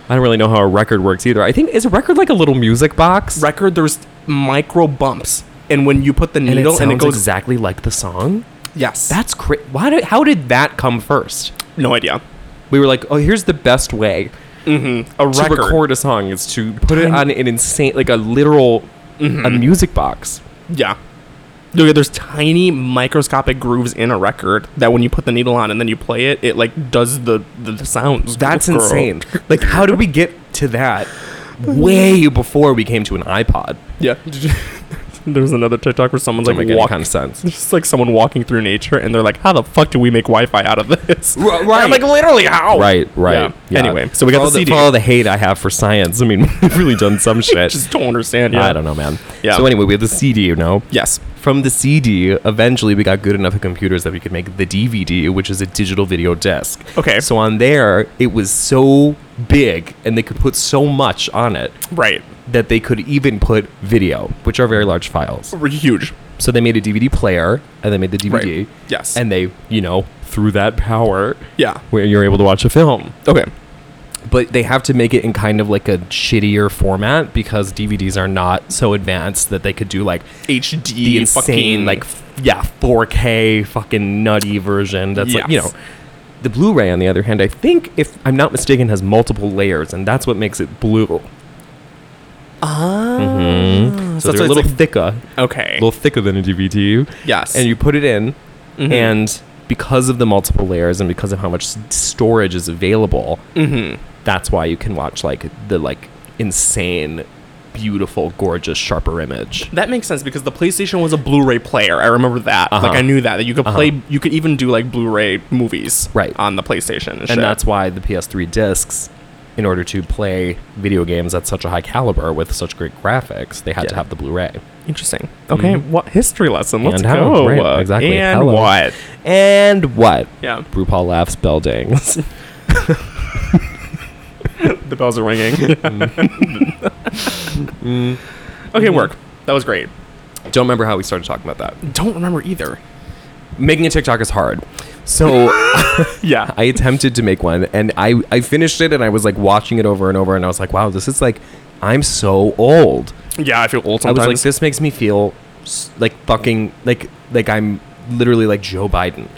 [SPEAKER 3] I don't really know how a record works either. I think is a record like a little music box.
[SPEAKER 4] record there's micro bumps and when you put the
[SPEAKER 3] And it
[SPEAKER 4] needle
[SPEAKER 3] sounds
[SPEAKER 4] and it goes
[SPEAKER 3] exactly like the song.
[SPEAKER 4] yes
[SPEAKER 3] That's cra- why did, how did that come first?
[SPEAKER 4] no idea
[SPEAKER 3] We were like, oh, here's the best way
[SPEAKER 4] Mm-hmm. a
[SPEAKER 3] to
[SPEAKER 4] record
[SPEAKER 3] record a song is to put it on an insane, like a literal, a
[SPEAKER 4] Mm-hmm.
[SPEAKER 3] music box.
[SPEAKER 4] yeah Dude, there's tiny microscopic grooves in a record that when you put the needle on and then you play it it like does the the, the sounds
[SPEAKER 3] That's
[SPEAKER 4] Girl.
[SPEAKER 3] insane. Like, how did we get to that way before we came to an iPod?
[SPEAKER 4] yeah there's another tiktok where someone's
[SPEAKER 3] Doesn't
[SPEAKER 4] like
[SPEAKER 3] make any
[SPEAKER 4] walk
[SPEAKER 3] kind of sense.
[SPEAKER 4] just like someone walking through nature and they're like how the fuck do we make wi-fi out of this
[SPEAKER 3] Ri-
[SPEAKER 4] And
[SPEAKER 3] right.
[SPEAKER 4] i'm like literally how
[SPEAKER 3] Right, right.
[SPEAKER 4] Yeah. anyway so we
[SPEAKER 3] Oh. For
[SPEAKER 4] got
[SPEAKER 3] all
[SPEAKER 4] the cd
[SPEAKER 3] for all the hate I have for science, I mean, we've really done some shit.
[SPEAKER 4] just don't understand yeah
[SPEAKER 3] I don't know, man.
[SPEAKER 4] Yeah.
[SPEAKER 3] So anyway, we had the CD, you know.
[SPEAKER 4] yes
[SPEAKER 3] From the CD, eventually we got good enough at computers that we could make the DVD, which is a digital video disc.
[SPEAKER 4] Okay.
[SPEAKER 3] So on there, it was so big and they could put so much on it
[SPEAKER 4] right
[SPEAKER 3] that they could even put video, which are very large files.
[SPEAKER 4] we're huge
[SPEAKER 3] So they made a DVD player and they made the DVD.
[SPEAKER 4] Right. Yes.
[SPEAKER 3] And they, you know, through that power,
[SPEAKER 4] yeah
[SPEAKER 3] where you're able to watch a film.
[SPEAKER 4] okay
[SPEAKER 3] But they have to make it in kind of like a shittier format because DVDs are not so advanced that they could do like
[SPEAKER 4] HD
[SPEAKER 3] the insane
[SPEAKER 4] fucking
[SPEAKER 3] like f- yeah 4K fucking nutty version that's like you
[SPEAKER 4] Yes.
[SPEAKER 3] know the Blu-ray on the other hand I think if I'm not mistaken has multiple layers and that's what makes it blue So
[SPEAKER 4] that's
[SPEAKER 3] they're a
[SPEAKER 4] why it's
[SPEAKER 3] little
[SPEAKER 4] like-
[SPEAKER 3] thicker,
[SPEAKER 4] Okay.
[SPEAKER 3] a little thicker than a DVT.
[SPEAKER 4] Yes.
[SPEAKER 3] And you put it in, Mm-hmm. and because of the multiple layers and because of how much s- storage is available, Mm-hmm. that's why you can watch like the like insane, beautiful, gorgeous, sharper image.
[SPEAKER 4] That makes sense because the PlayStation was a Blu-ray player. I remember that.
[SPEAKER 3] Uh-huh.
[SPEAKER 4] Like I knew that that you could play, you could even do like Blu-ray movies
[SPEAKER 3] Right.
[SPEAKER 4] on the PlayStation, and, shit.
[SPEAKER 3] And that's why the PS3 discs, in order to play video games at such a high caliber with such great graphics, they had to
[SPEAKER 4] Yeah.
[SPEAKER 3] have the Blu-ray.
[SPEAKER 4] interesting. Okay, what history lesson? Let's
[SPEAKER 3] Mhm. And how,
[SPEAKER 4] go.
[SPEAKER 3] right, exactly.
[SPEAKER 4] And
[SPEAKER 3] Hello.
[SPEAKER 4] what?
[SPEAKER 3] And what?
[SPEAKER 4] Yeah,
[SPEAKER 3] RuPaul laughs bell dings.
[SPEAKER 4] the bells are ringing.
[SPEAKER 3] Mm. Mm-hmm.
[SPEAKER 4] Okay, work. That was great.
[SPEAKER 3] Don't remember how we started talking about that.
[SPEAKER 4] Don't remember either.
[SPEAKER 3] Making a TikTok is hard. So
[SPEAKER 4] Yeah.
[SPEAKER 3] I attempted to make one and I, I finished it and I was like watching it over and over and I was like, wow, this is like, I'm so old.
[SPEAKER 4] yeah, I feel old
[SPEAKER 3] I
[SPEAKER 4] sometimes.
[SPEAKER 3] was like, this makes me feel s- like fucking, like, like I'm literally like Joe Biden.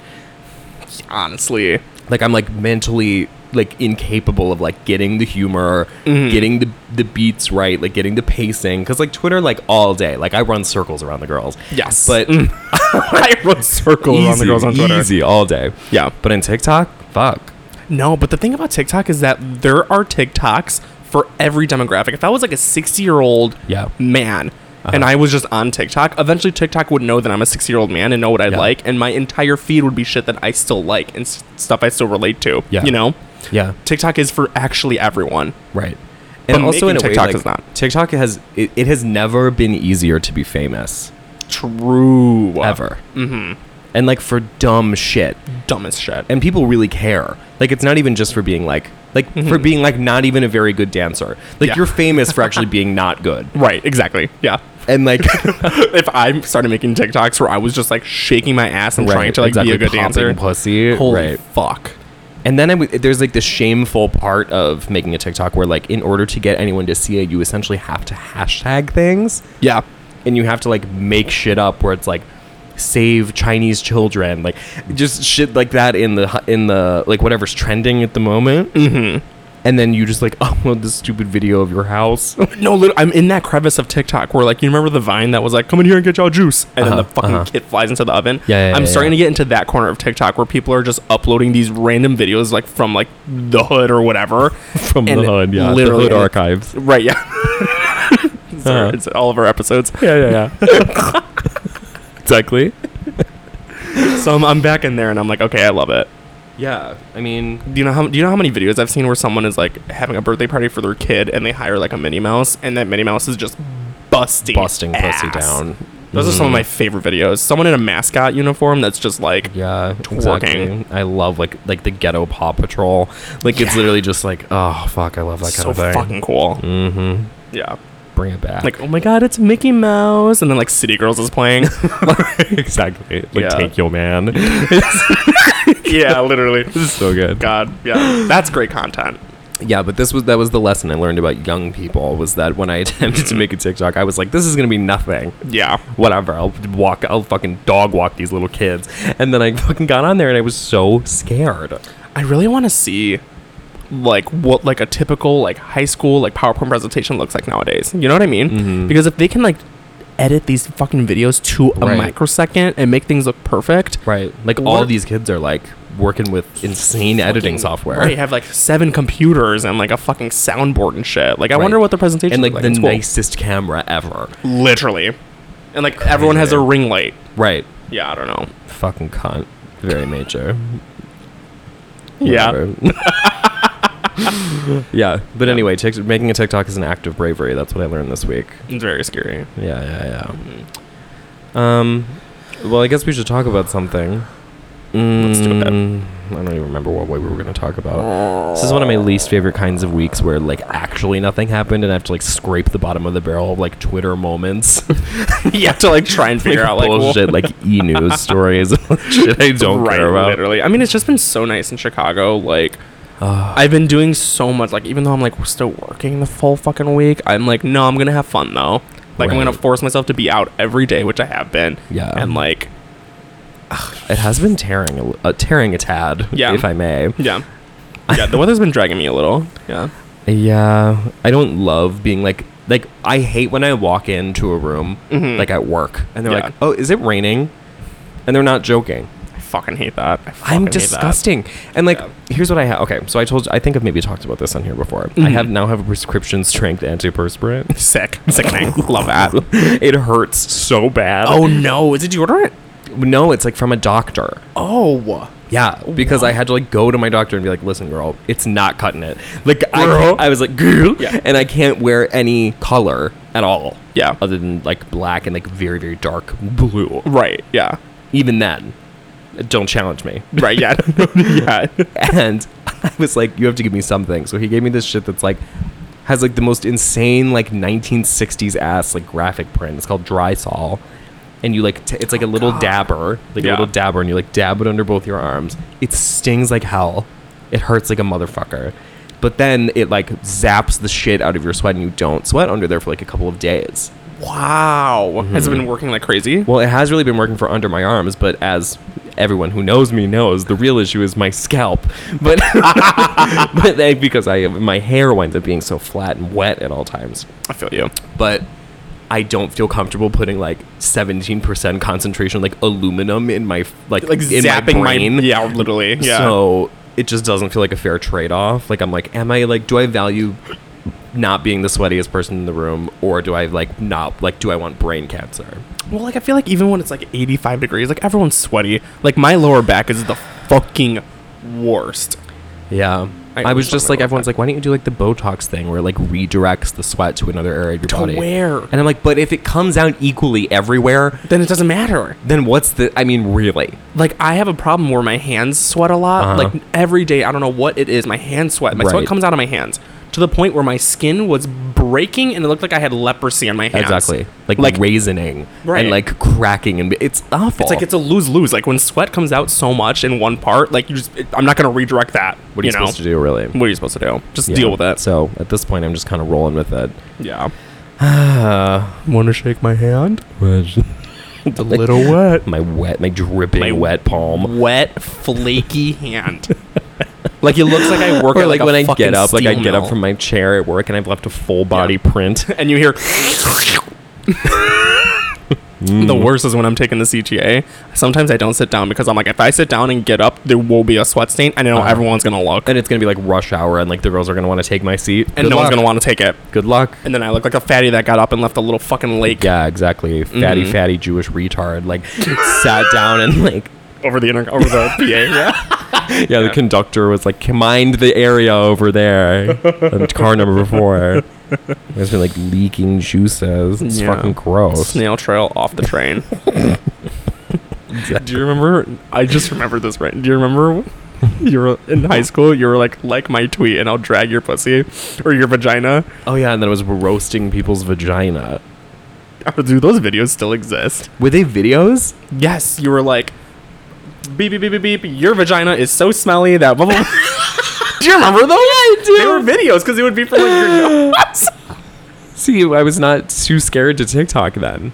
[SPEAKER 4] honestly.
[SPEAKER 3] like I'm like mentally like incapable of like getting the humor,
[SPEAKER 4] Mm-hmm.
[SPEAKER 3] getting the the beats right, like getting the pacing cuz like Twitter like all day. Like I run circles around the girls.
[SPEAKER 4] Yes.
[SPEAKER 3] But
[SPEAKER 4] I run circles
[SPEAKER 3] easy,
[SPEAKER 4] around the girls on Twitter.
[SPEAKER 3] easy all day.
[SPEAKER 4] Yeah.
[SPEAKER 3] But in TikTok, fuck.
[SPEAKER 4] No, but the thing about TikTok is that there are TikToks for every demographic. If I was like a 60 year old
[SPEAKER 3] Yeah. Uh-huh.
[SPEAKER 4] man and I was just on TikTok, eventually TikTok would know that I'm a 60 year old man and know what I
[SPEAKER 3] Yeah.
[SPEAKER 4] like, and my entire feed would be shit that I still like and s- stuff I still relate to.
[SPEAKER 3] Yeah.
[SPEAKER 4] You know?
[SPEAKER 3] Yeah.
[SPEAKER 4] TikTok is for actually everyone.
[SPEAKER 3] Right.
[SPEAKER 4] But
[SPEAKER 3] And also
[SPEAKER 4] making
[SPEAKER 3] in a way,
[SPEAKER 4] TikTok
[SPEAKER 3] like,
[SPEAKER 4] is not.
[SPEAKER 3] TikTok has it, it has never been easier to be famous
[SPEAKER 4] True.
[SPEAKER 3] ever. Mhm.
[SPEAKER 4] Mm-hmm.
[SPEAKER 3] And like for dumb shit.
[SPEAKER 4] Dumbest shit.
[SPEAKER 3] and people really care. Like it's not even just for being like like for being like not even a very good dancer. Like
[SPEAKER 4] Mm-hmm. Yeah.
[SPEAKER 3] you're famous for actually being not good.
[SPEAKER 4] right, exactly. Yeah.
[SPEAKER 3] And like
[SPEAKER 4] if I started making TikToks where I was just like shaking my ass and trying to like
[SPEAKER 3] exactly,
[SPEAKER 4] be a good
[SPEAKER 3] popping
[SPEAKER 4] dancer,
[SPEAKER 3] pussy,
[SPEAKER 4] holy
[SPEAKER 3] right?
[SPEAKER 4] fuck.
[SPEAKER 3] And then I w- there's like the shameful part of making a TikTok where like in order to get anyone to see it, you essentially have to hashtag things
[SPEAKER 4] Yeah.
[SPEAKER 3] and you have to like make shit up where it's like save Chinese children, like just shit like that in the hu- in the like whatever's trending at the moment. Mm-hmm. And then you just like upload this stupid video of your house.
[SPEAKER 4] No, lit- I'm in that crevice of TikTok where, like, you remember the vine that was like, "Come in here and get y'all juice," and then the
[SPEAKER 3] Uh-huh,
[SPEAKER 4] fucking
[SPEAKER 3] uh-huh.
[SPEAKER 4] kid flies into the oven.
[SPEAKER 3] Yeah, yeah,
[SPEAKER 4] I'm
[SPEAKER 3] yeah,
[SPEAKER 4] starting
[SPEAKER 3] yeah.
[SPEAKER 4] to get into that corner of TikTok where people are just uploading these random videos, like from like the hood or whatever,
[SPEAKER 3] from
[SPEAKER 4] And
[SPEAKER 3] the hood, yeah,
[SPEAKER 4] literally-
[SPEAKER 3] the hood archives.
[SPEAKER 4] right? Yeah. it's, our-
[SPEAKER 3] Uh-huh.
[SPEAKER 4] it's all of our episodes.
[SPEAKER 3] Yeah, yeah, yeah. exactly.
[SPEAKER 4] So I'm, I'm back in there, and I'm like, okay, I love it.
[SPEAKER 3] Yeah, I mean,
[SPEAKER 4] Do you know how do you know how many videos I've seen where someone is like having a birthday party for their kid, and they hire like a Minnie Mouse, and that Minnie Mouse is just busting
[SPEAKER 3] busting pussy
[SPEAKER 4] ass.
[SPEAKER 3] down. Mm.
[SPEAKER 4] Those are some of my favorite videos. Someone in a mascot uniform that's just like
[SPEAKER 3] Yeah,
[SPEAKER 4] Twerking.
[SPEAKER 3] exactly. I love like like the ghetto Paw Patrol. Like it's literally just like, oh fuck, I love that
[SPEAKER 4] so
[SPEAKER 3] kind of thing.
[SPEAKER 4] fucking cool. Mm-hmm. Yeah.
[SPEAKER 3] Bring it back.
[SPEAKER 4] Like, oh my god, it's Mickey Mouse. And then like City Girls is playing.
[SPEAKER 3] exactly. Like
[SPEAKER 4] Yeah.
[SPEAKER 3] take your man. it's
[SPEAKER 4] yeah, literally.
[SPEAKER 3] so good.
[SPEAKER 4] God, yeah. That's great content.
[SPEAKER 3] Yeah, but this was that was the lesson I learned about young people was that when I attempted to make a TikTok, I was like, this is gonna be nothing.
[SPEAKER 4] Yeah.
[SPEAKER 3] whatever. I'll walk. I'll fucking dog walk these little kids. And then I fucking got on there, and I was so scared.
[SPEAKER 4] I really want to see like what like a typical like high school like PowerPoint presentation looks like nowadays. You know what I mean?
[SPEAKER 3] Mm-hmm.
[SPEAKER 4] Because if they can like edit these fucking videos to a
[SPEAKER 3] Right.
[SPEAKER 4] microsecond and make things look perfect.
[SPEAKER 3] Right. Like all
[SPEAKER 4] What-
[SPEAKER 3] these kids are like working with insane editing software.
[SPEAKER 4] Right, have like seven computers and like a fucking soundboard and shit. Like, I wonder
[SPEAKER 3] Right.
[SPEAKER 4] what the presentation
[SPEAKER 3] And like the
[SPEAKER 4] in school.
[SPEAKER 3] nicest camera ever.
[SPEAKER 4] literally, and like everyone has a
[SPEAKER 3] Crazy.
[SPEAKER 4] ring light.
[SPEAKER 3] Right.
[SPEAKER 4] Yeah, I don't know.
[SPEAKER 3] Fucking cunt. Very major.
[SPEAKER 4] Yeah.
[SPEAKER 3] Whatever. yeah. But anyway, tic- making a TikTok is an act of bravery. That's what I learned this week.
[SPEAKER 4] It's very scary.
[SPEAKER 3] Yeah, yeah, yeah. Um, well, I guess we should talk about something.
[SPEAKER 4] Let's do it.
[SPEAKER 3] Mm, I don't even remember what way we were going to talk about. This is one of my least favorite kinds of weeks where like actually nothing happened and I have to like scrape the bottom of the barrel of like Twitter moments,
[SPEAKER 4] you have to like try and figure out like what-
[SPEAKER 3] bullshit like e news stories, shit I don't
[SPEAKER 4] right,
[SPEAKER 3] care about.
[SPEAKER 4] literally. I mean, it's just been so nice in Chicago. Like, I've been doing so much. Like, even though I'm like we're still working the full fucking week, I'm like, no, I'm gonna have fun though. Like, I'm gonna
[SPEAKER 3] Right.
[SPEAKER 4] force myself to be out every day, which I have been.
[SPEAKER 3] Yeah.
[SPEAKER 4] and like,
[SPEAKER 3] It has been tearing a, li- uh, tearing a tad,
[SPEAKER 4] Yeah.
[SPEAKER 3] if I may.
[SPEAKER 4] yeah, yeah. The weather's been dragging me a little. Yeah.
[SPEAKER 3] Yeah, I don't love being like like I hate when I walk into a room like at work and they're
[SPEAKER 4] Mm-hmm. Yeah.
[SPEAKER 3] like, "Oh, is it raining?" and they're not joking.
[SPEAKER 4] I fucking hate that. I fucking
[SPEAKER 3] I'm
[SPEAKER 4] hate that.
[SPEAKER 3] disgusting. And like,
[SPEAKER 4] Yeah.
[SPEAKER 3] here's what I have. Okay, so I told you. I think I've maybe talked about this on here before. I have now have a prescription strength antiperspirant.
[SPEAKER 4] Mm-hmm. Sick. Sickening. Love that.
[SPEAKER 3] it hurts so bad.
[SPEAKER 4] Oh no! Did you order it?
[SPEAKER 3] no, it's like from a doctor.
[SPEAKER 4] Oh.
[SPEAKER 3] Yeah, because I had to like go to my doctor and be like, "Listen, girl, it's not cutting it." Like
[SPEAKER 4] Girl.
[SPEAKER 3] I, I was like, "Girl,"
[SPEAKER 4] Yeah.
[SPEAKER 3] and I can't wear any color at all.
[SPEAKER 4] Yeah.
[SPEAKER 3] other than like black and like very very dark blue.
[SPEAKER 4] Right. Yeah.
[SPEAKER 3] Even then, don't challenge me.
[SPEAKER 4] Right. Yeah. yeah.
[SPEAKER 3] And I was like, "You have to give me something." So he gave me this shit that's like has like the most insane like 1960s ass like graphic print. It's called Dry Sol. And you like, t- it's like a little dabber, like
[SPEAKER 4] Yeah.
[SPEAKER 3] a little dabber, and you like dab it under both your arms. It stings like hell. It hurts like a motherfucker. But then it like zaps the shit out of your sweat, and you don't sweat under there for like a couple of days.
[SPEAKER 4] Wow. Has
[SPEAKER 3] Mm-hmm.
[SPEAKER 4] it been working like crazy?
[SPEAKER 3] Well, it has really been working for under my arms, but as everyone who knows me knows, the real issue is my scalp. But, but like, because I my hair winds up being so flat and wet at all times.
[SPEAKER 4] I feel you.
[SPEAKER 3] But I don't feel comfortable putting like 17% concentration like aluminum in my like,
[SPEAKER 4] Like
[SPEAKER 3] in
[SPEAKER 4] zapping
[SPEAKER 3] my
[SPEAKER 4] my,
[SPEAKER 3] brain.
[SPEAKER 4] yeah, literally. Yeah.
[SPEAKER 3] So it just doesn't feel like a fair trade off. Like I'm like, am I like, do I value not being the sweatiest person in the room, or do I like not like, do I want brain cancer?
[SPEAKER 4] well, like I feel like even when it's like 85 degrees, like everyone's sweaty. Like my lower back is the fucking worst.
[SPEAKER 3] Yeah.
[SPEAKER 4] I
[SPEAKER 3] I, was
[SPEAKER 4] always
[SPEAKER 3] just
[SPEAKER 4] thought
[SPEAKER 3] like,
[SPEAKER 4] about
[SPEAKER 3] everyone's like, why don't you do like the Botox thing where it like redirects the sweat to another area of your body?
[SPEAKER 4] where?
[SPEAKER 3] And I'm like, but if it comes out equally everywhere,
[SPEAKER 4] Then it doesn't matter.
[SPEAKER 3] then what's the, I mean, really?
[SPEAKER 4] Like I have a problem where my hands sweat a lot.
[SPEAKER 3] Uh-huh.
[SPEAKER 4] Like every day, I don't know what it is. My hands sweat. My sweat
[SPEAKER 3] Right.
[SPEAKER 4] comes out of my hands to the point where my skin was breaking and it looked like I had leprosy on my hands.
[SPEAKER 3] Exactly. Like,
[SPEAKER 4] Like-
[SPEAKER 3] raisining
[SPEAKER 4] Right.
[SPEAKER 3] and like cracking. And it's awful.
[SPEAKER 4] It's like it's a lose lose. Like when sweat comes out so much in one part, like you just, it, I'm not gonna redirect that.
[SPEAKER 3] what are you, supposed to do, really?
[SPEAKER 4] What are you supposed to do? Just
[SPEAKER 3] Yeah.
[SPEAKER 4] deal with it.
[SPEAKER 3] So at this point, I'm just kind of rolling with it.
[SPEAKER 4] Yeah.
[SPEAKER 3] Uh,
[SPEAKER 4] Want to shake my hand?
[SPEAKER 3] a little wet. My wet, my dripping
[SPEAKER 4] My
[SPEAKER 3] wet palm.
[SPEAKER 4] Wet, flaky hand. like it looks like I work
[SPEAKER 3] Or
[SPEAKER 4] at
[SPEAKER 3] like,
[SPEAKER 4] like, a
[SPEAKER 3] when I
[SPEAKER 4] fucking
[SPEAKER 3] get up, like I
[SPEAKER 4] steel
[SPEAKER 3] get up
[SPEAKER 4] mill.
[SPEAKER 3] from my chair at work and I've left a full body print.
[SPEAKER 4] and you hear the worst is when i'm taking the cga sometimes i don't sit down because i'm like if i sit down and get up there will be a sweat stain and i know
[SPEAKER 3] Uh-huh.
[SPEAKER 4] everyone's gonna look and,
[SPEAKER 3] and it's gonna be like rush hour, and like the girls are gonna want to take my seat,
[SPEAKER 4] no one's gonna want to take it
[SPEAKER 3] Good luck.
[SPEAKER 4] and then i look like a fatty that got up and left a little fucking lake
[SPEAKER 3] Yeah, exactly. Fatty, fatty Jewish retard, like sat down and like.
[SPEAKER 4] over the inter- over the pa yeah
[SPEAKER 3] Yeah, the conductor was like, "Mind the area over there." and car number four. It's been like leaking juices. It's
[SPEAKER 4] Yeah.
[SPEAKER 3] fucking gross.
[SPEAKER 4] snail trail off the train do you remember i just remembered this right do you remember you were in high school you were like like my tweet and i'll drag your pussy or your vagina
[SPEAKER 3] Oh yeah, and then it was roasting people's vagina.
[SPEAKER 4] do those videos still exist
[SPEAKER 3] Were they videos?
[SPEAKER 4] Yes, you were like, beep beep beep beep beep. Your vagina is so smelly that. Blah, blah, blah. do you remember those? Yeah, I do. They were videos because it would be for like your nose.
[SPEAKER 3] See, I was not too scared to TikTok then.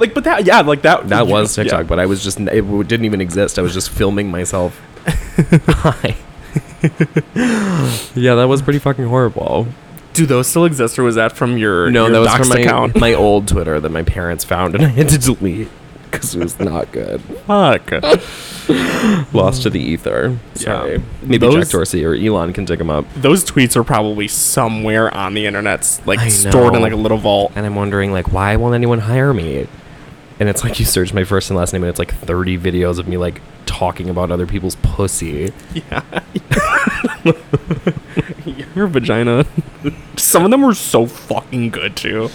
[SPEAKER 4] like, but that yeah, like that.
[SPEAKER 3] That was TikTok,
[SPEAKER 4] Yeah.
[SPEAKER 3] but I was just it w- didn't even exist. I was just filming myself. Hi. yeah, that was pretty fucking horrible.
[SPEAKER 4] Do those still exist, or was that from your
[SPEAKER 3] No,
[SPEAKER 4] your
[SPEAKER 3] that was
[SPEAKER 4] doxed
[SPEAKER 3] from my,
[SPEAKER 4] account?
[SPEAKER 3] my old Twitter that my parents found and I had to delete because it was not good.
[SPEAKER 4] Fuck.
[SPEAKER 3] Lost to the ether. Sorry.
[SPEAKER 4] Yeah.
[SPEAKER 3] Maybe
[SPEAKER 4] Those-
[SPEAKER 3] Jack Dorsey or Elon can dig them up.
[SPEAKER 4] those tweets are probably somewhere on the internet, like
[SPEAKER 3] I
[SPEAKER 4] stored
[SPEAKER 3] know.
[SPEAKER 4] in like a little vault.
[SPEAKER 3] And I'm wondering like why won't anyone hire me? And it's like you search my first and last name and it's like 30 videos of me like talking about other people's pussy.
[SPEAKER 4] Yeah. your vagina. Some of them were so fucking good too.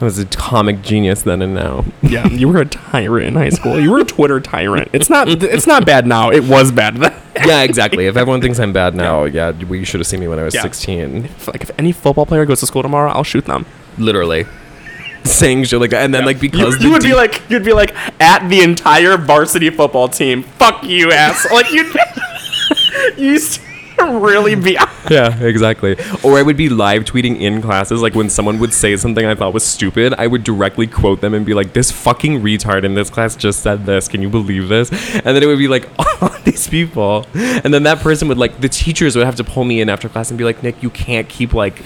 [SPEAKER 3] I was a comic genius then and now.
[SPEAKER 4] Yeah, you were a tyrant in high school. You were a Twitter tyrant. It's not. It's not bad now. It was bad then.
[SPEAKER 3] yeah, exactly. If everyone thinks I'm bad now, yeah, we should have seen me when I was
[SPEAKER 4] Yeah.
[SPEAKER 3] 16.
[SPEAKER 4] like if any football player goes to school tomorrow, I'll shoot them.
[SPEAKER 3] Literally. Saying shit like that. And then, like, because
[SPEAKER 4] You, you
[SPEAKER 3] the
[SPEAKER 4] would
[SPEAKER 3] D-
[SPEAKER 4] be like, you'd be like, at the entire varsity football team. Fuck you, ass. Like you, you used to really be.
[SPEAKER 3] Yeah, exactly. Or I would be live tweeting in classes. Like, when someone would say something I thought was stupid, I would directly quote them and be like, this fucking retard in this class just said this. Can you believe this? And then it would be like, all these people. And then that person would, like, the teachers would have to pull me in after class and be like, Nick, you can't keep, like,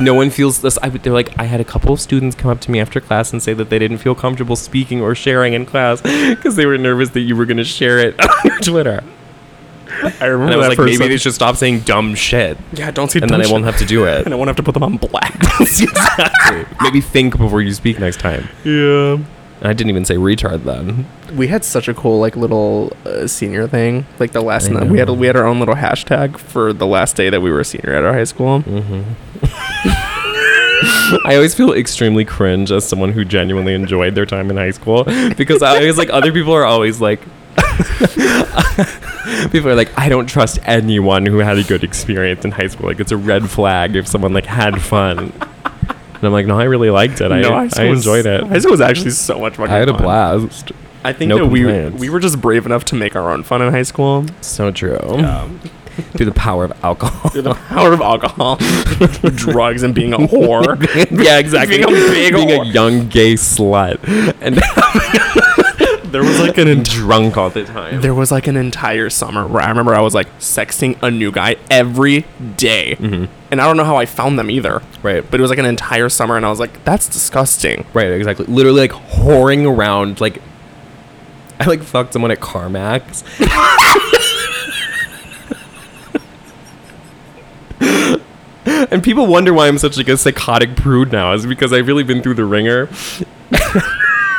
[SPEAKER 3] no one feels this. I, would- they're like, I had a couple of students come up to me after class and say that they didn't feel comfortable speaking or sharing in class because they were nervous that you were going to share it on your Twitter.
[SPEAKER 4] I remember
[SPEAKER 3] And I was
[SPEAKER 4] that
[SPEAKER 3] like,
[SPEAKER 4] person.
[SPEAKER 3] maybe they should stop saying dumb shit,
[SPEAKER 4] yeah, don't see.
[SPEAKER 3] and then I won't have to do it.
[SPEAKER 4] And I won't have to put them on black.
[SPEAKER 3] exactly. Maybe think before you speak next time.
[SPEAKER 4] yeah.
[SPEAKER 3] And I didn't even say retard then.
[SPEAKER 4] We had such a cool like little uh, senior thing. Like the last
[SPEAKER 3] I
[SPEAKER 4] night, we had
[SPEAKER 3] know.
[SPEAKER 4] we had our own little hashtag for the last day that we were a senior at our high school.
[SPEAKER 3] Mm-hmm. I always feel extremely cringe as someone who genuinely enjoyed their time in high school because I always like other people are always like people are like I don't trust anyone who had a good experience in high school. Like it's a red flag if someone like had fun. And I'm like, no, I really liked it.
[SPEAKER 4] No,
[SPEAKER 3] I,
[SPEAKER 4] high school
[SPEAKER 3] I
[SPEAKER 4] was-
[SPEAKER 3] enjoyed it.
[SPEAKER 4] High school was actually so much fucking
[SPEAKER 3] I had a
[SPEAKER 4] fun.
[SPEAKER 3] blast.
[SPEAKER 4] I think
[SPEAKER 3] No
[SPEAKER 4] that
[SPEAKER 3] complaints.
[SPEAKER 4] we we were just brave enough to make our own fun in high school.
[SPEAKER 3] So true. Through the power of alcohol.
[SPEAKER 4] Through the power of alcohol, drugs, and being a whore.
[SPEAKER 3] yeah, exactly.
[SPEAKER 4] Being a big
[SPEAKER 3] Being a
[SPEAKER 4] whore.
[SPEAKER 3] young gay slut. And
[SPEAKER 4] There was like an
[SPEAKER 3] and drunk all the time.
[SPEAKER 4] there was like an entire summer where I remember I was like sexting a new guy every day. and I don't know how I found them either.
[SPEAKER 3] Mm-hmm. Right.
[SPEAKER 4] but it was like an entire summer, and I was like, that's disgusting.
[SPEAKER 3] Right, exactly. Literally like whoring around like I like fucked someone at CarMax. and people wonder why I'm such like a psychotic prude now is because I've really been through the ringer.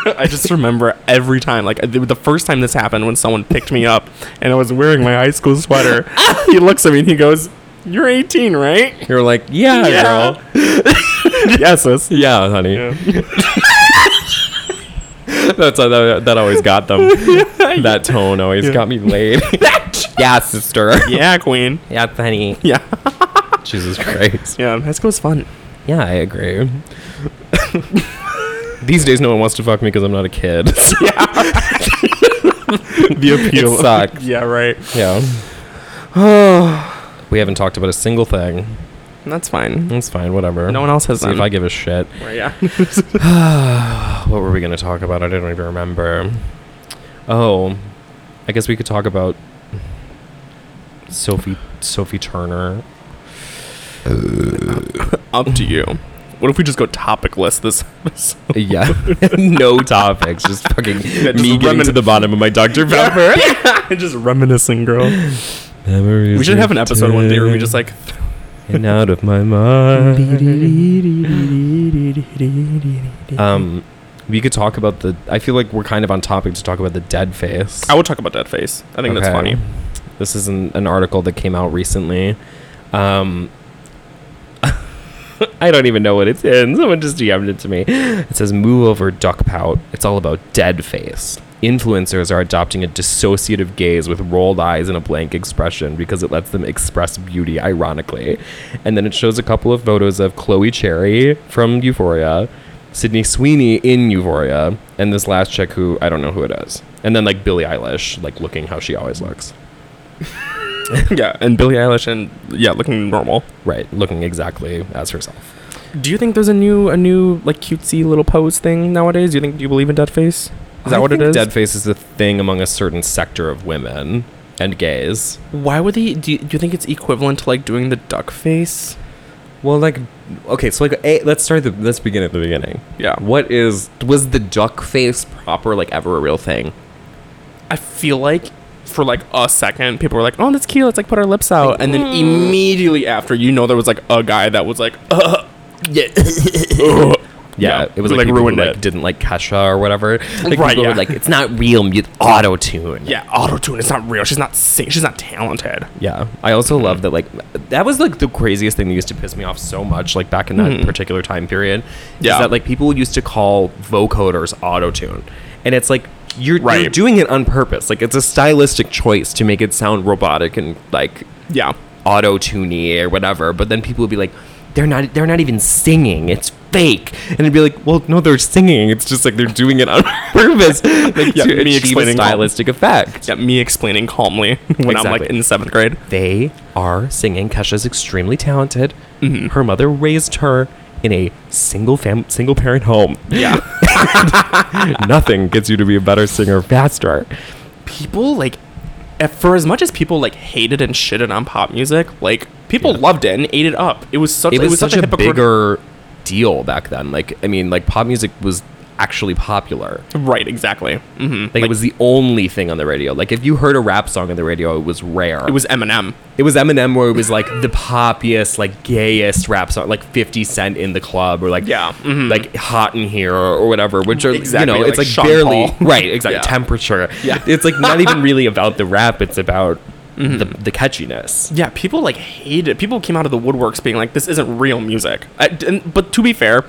[SPEAKER 4] I just remember every time, like the, the first time this happened when someone picked me up and I was wearing my high school sweater. he looks at me and he goes, "You're 18, right?"
[SPEAKER 3] You're like, yeah,
[SPEAKER 4] Yeah.
[SPEAKER 3] girl.
[SPEAKER 4] yes, sis.
[SPEAKER 3] Yeah, honey. That's that, that always got them. That tone always got me laid. yeah, sister.
[SPEAKER 4] Yeah, queen.
[SPEAKER 3] yeah, honey.
[SPEAKER 4] Yeah,
[SPEAKER 3] Jesus Christ.
[SPEAKER 4] yeah. High school was fun.
[SPEAKER 3] Yeah, I agree. These days, no one wants to fuck me because I'm not a kid.
[SPEAKER 4] The appeal.
[SPEAKER 3] It sucked.
[SPEAKER 4] yeah, right.
[SPEAKER 3] yeah. we haven't talked about a single thing.
[SPEAKER 4] That's fine.
[SPEAKER 3] That's fine, whatever.
[SPEAKER 4] No one else has
[SPEAKER 3] See if
[SPEAKER 4] them.
[SPEAKER 3] I give a shit. Oh,
[SPEAKER 4] Right, yeah.
[SPEAKER 3] What were we going to talk about? I don't even remember. Oh, I guess we could talk about Sophie Sophie Turner.
[SPEAKER 4] Up to you. What if we just go topicless this episode?
[SPEAKER 3] Yeah, no topics, just fucking
[SPEAKER 4] just
[SPEAKER 3] me getting
[SPEAKER 4] remin-
[SPEAKER 3] to the bottom of my Dr Pepper.
[SPEAKER 4] just reminiscing, girl. We should have an episode one day where we just like.
[SPEAKER 3] and out of my mind. Um, we could talk about the. I feel like we're kind of on topic to talk about the dead face.
[SPEAKER 4] I would talk about that face. I think that's
[SPEAKER 3] Okay.
[SPEAKER 4] funny.
[SPEAKER 3] This is an, an article that came out recently. Um, I don't even know what it's in. Someone just DM'd it to me. It says, Move over, duck pout. It's all about dead face. Influencers are adopting a dissociative gaze with rolled eyes and a blank expression because it lets them express beauty, ironically. And then it shows a couple of photos of Chloe Cherry from Euphoria, Sydney Sweeney in Euphoria, and this last chick who I don't know who it is. And then like Billie Eilish, like looking how she always looks.
[SPEAKER 4] yeah, and Billie Eilish and yeah, looking normal.
[SPEAKER 3] Right, looking exactly as herself.
[SPEAKER 4] Do you think there's a new a new like cutesy little pose thing nowadays? Do you think do you believe in dead face? Is that
[SPEAKER 3] I
[SPEAKER 4] what it
[SPEAKER 3] think
[SPEAKER 4] is?
[SPEAKER 3] Dead face is a thing among a certain sector of women and gays.
[SPEAKER 4] Why would they? Do you, do you think it's equivalent to like doing the duck face?
[SPEAKER 3] Well, like, okay, so like, a, let's start the let's begin at the beginning.
[SPEAKER 4] Yeah.
[SPEAKER 3] What is was the duck face proper like ever a real thing?
[SPEAKER 4] I feel like for like a second, people were like, "Oh, that's cute. Let's like put our lips out," and then immediately after, you know, there was like a guy that was like, "Uh, yeah." Ugh.
[SPEAKER 3] Yeah, it was like, people who,
[SPEAKER 4] ruined
[SPEAKER 3] like
[SPEAKER 4] it.
[SPEAKER 3] didn't like Kesha or whatever. Like
[SPEAKER 4] Right,
[SPEAKER 3] people were
[SPEAKER 4] yeah.
[SPEAKER 3] like it's not real mute auto tune.
[SPEAKER 4] yeah, auto tune. It's not real. She's not sing. She's not talented.
[SPEAKER 3] Yeah. I also love that like that was like the craziest thing that used to piss me off so much like back in that particular time period.
[SPEAKER 4] Yeah.
[SPEAKER 3] Is that like people used to call vocoders autotune. And it's like you're, you're
[SPEAKER 4] Right.
[SPEAKER 3] doing it on purpose. Like it's a stylistic choice to make it sound robotic and like
[SPEAKER 4] Yeah,
[SPEAKER 3] auto tuney or whatever. But then people would be like, they're not they're not even singing. It's fake. And it'd be like, well, no, they're singing. It's just like they're doing it on purpose. Like
[SPEAKER 4] Yeah,
[SPEAKER 3] to
[SPEAKER 4] me
[SPEAKER 3] achieve a
[SPEAKER 4] explaining all-
[SPEAKER 3] stylistic effect.
[SPEAKER 4] yeah. Me explaining calmly when I'm
[SPEAKER 3] Exactly.
[SPEAKER 4] like in seventh grade.
[SPEAKER 3] they are singing. Kesha's extremely talented. Her mother raised her in a single fam- single parent home.
[SPEAKER 4] Yeah.
[SPEAKER 3] Nothing gets you to be a better singer faster.
[SPEAKER 4] eh, people like at- for as much as people like hated and shitted on pop music like People loved it and ate it up. It was such.
[SPEAKER 3] it was,
[SPEAKER 4] such, a, hypocrit-
[SPEAKER 3] bigger deal back then. Like, I mean, like pop music was actually popular.
[SPEAKER 4] Right. Exactly. hmm
[SPEAKER 3] Like, it was the only thing on the radio. Like, if you heard a rap song on the radio, it was rare.
[SPEAKER 4] It was Eminem.
[SPEAKER 3] it was Eminem where it was like the poppiest, like gayest rap song, like Fifty Cent in the club, or like
[SPEAKER 4] Yeah, mhm.
[SPEAKER 3] like Hot in Here or, or whatever. Which are
[SPEAKER 4] Exactly,
[SPEAKER 3] you know, it's
[SPEAKER 4] like
[SPEAKER 3] mm-hmm. like,
[SPEAKER 4] Sean
[SPEAKER 3] barely
[SPEAKER 4] Paul.
[SPEAKER 3] right, exactly
[SPEAKER 4] Yeah.
[SPEAKER 3] temperature.
[SPEAKER 4] Yeah.
[SPEAKER 3] it's like not even really about the rap. It's about the, the catchiness.
[SPEAKER 4] Yeah, people like hated it. People came out of the woodworks being like, this isn't real music. I, and, but to be fair,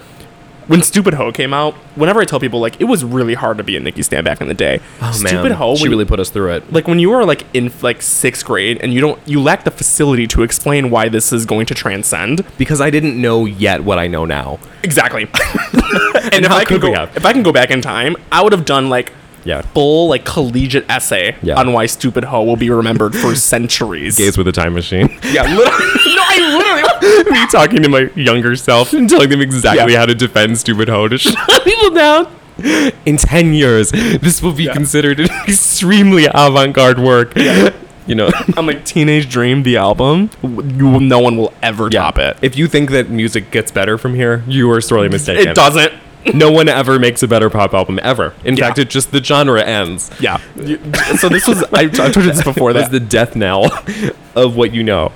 [SPEAKER 4] when Stupid Ho came out, whenever I tell people, like, it was really hard to be a Nicki Stan back in the day. Stupid Ho,
[SPEAKER 3] Oh, she
[SPEAKER 4] when-
[SPEAKER 3] really put us through it.
[SPEAKER 4] like when you were like in like sixth grade and you don't you lack the facility to explain why this is going to transcend
[SPEAKER 3] because I didn't know yet what I know now.
[SPEAKER 4] exactly and, if
[SPEAKER 3] how
[SPEAKER 4] i could
[SPEAKER 3] could we
[SPEAKER 4] go
[SPEAKER 3] have?
[SPEAKER 4] if i can go back in time i would have done like
[SPEAKER 3] Yeah.
[SPEAKER 4] full like collegiate essay
[SPEAKER 3] Yeah.
[SPEAKER 4] on why stupid ho will be remembered for centuries
[SPEAKER 3] Gaze with a time machine.
[SPEAKER 4] yeah literally no i literally
[SPEAKER 3] Me talking to my younger self and telling them exactly how to defend stupid ho to shut people down. In ten years, this will be considered an extremely avant-garde work. You know,
[SPEAKER 4] i'm like teenage dream the album w- you will, no one will ever top it
[SPEAKER 3] If you think that music gets better from here, you are sorely mistaken.
[SPEAKER 4] it doesn't
[SPEAKER 3] No one
[SPEAKER 4] e-,
[SPEAKER 3] ever makes a better pop album ever. In
[SPEAKER 4] Yeah.
[SPEAKER 3] fact, it just the genre ends.
[SPEAKER 4] yeah You- so this was I, i've told you this before
[SPEAKER 3] That's
[SPEAKER 4] that
[SPEAKER 3] the death knell of what you know.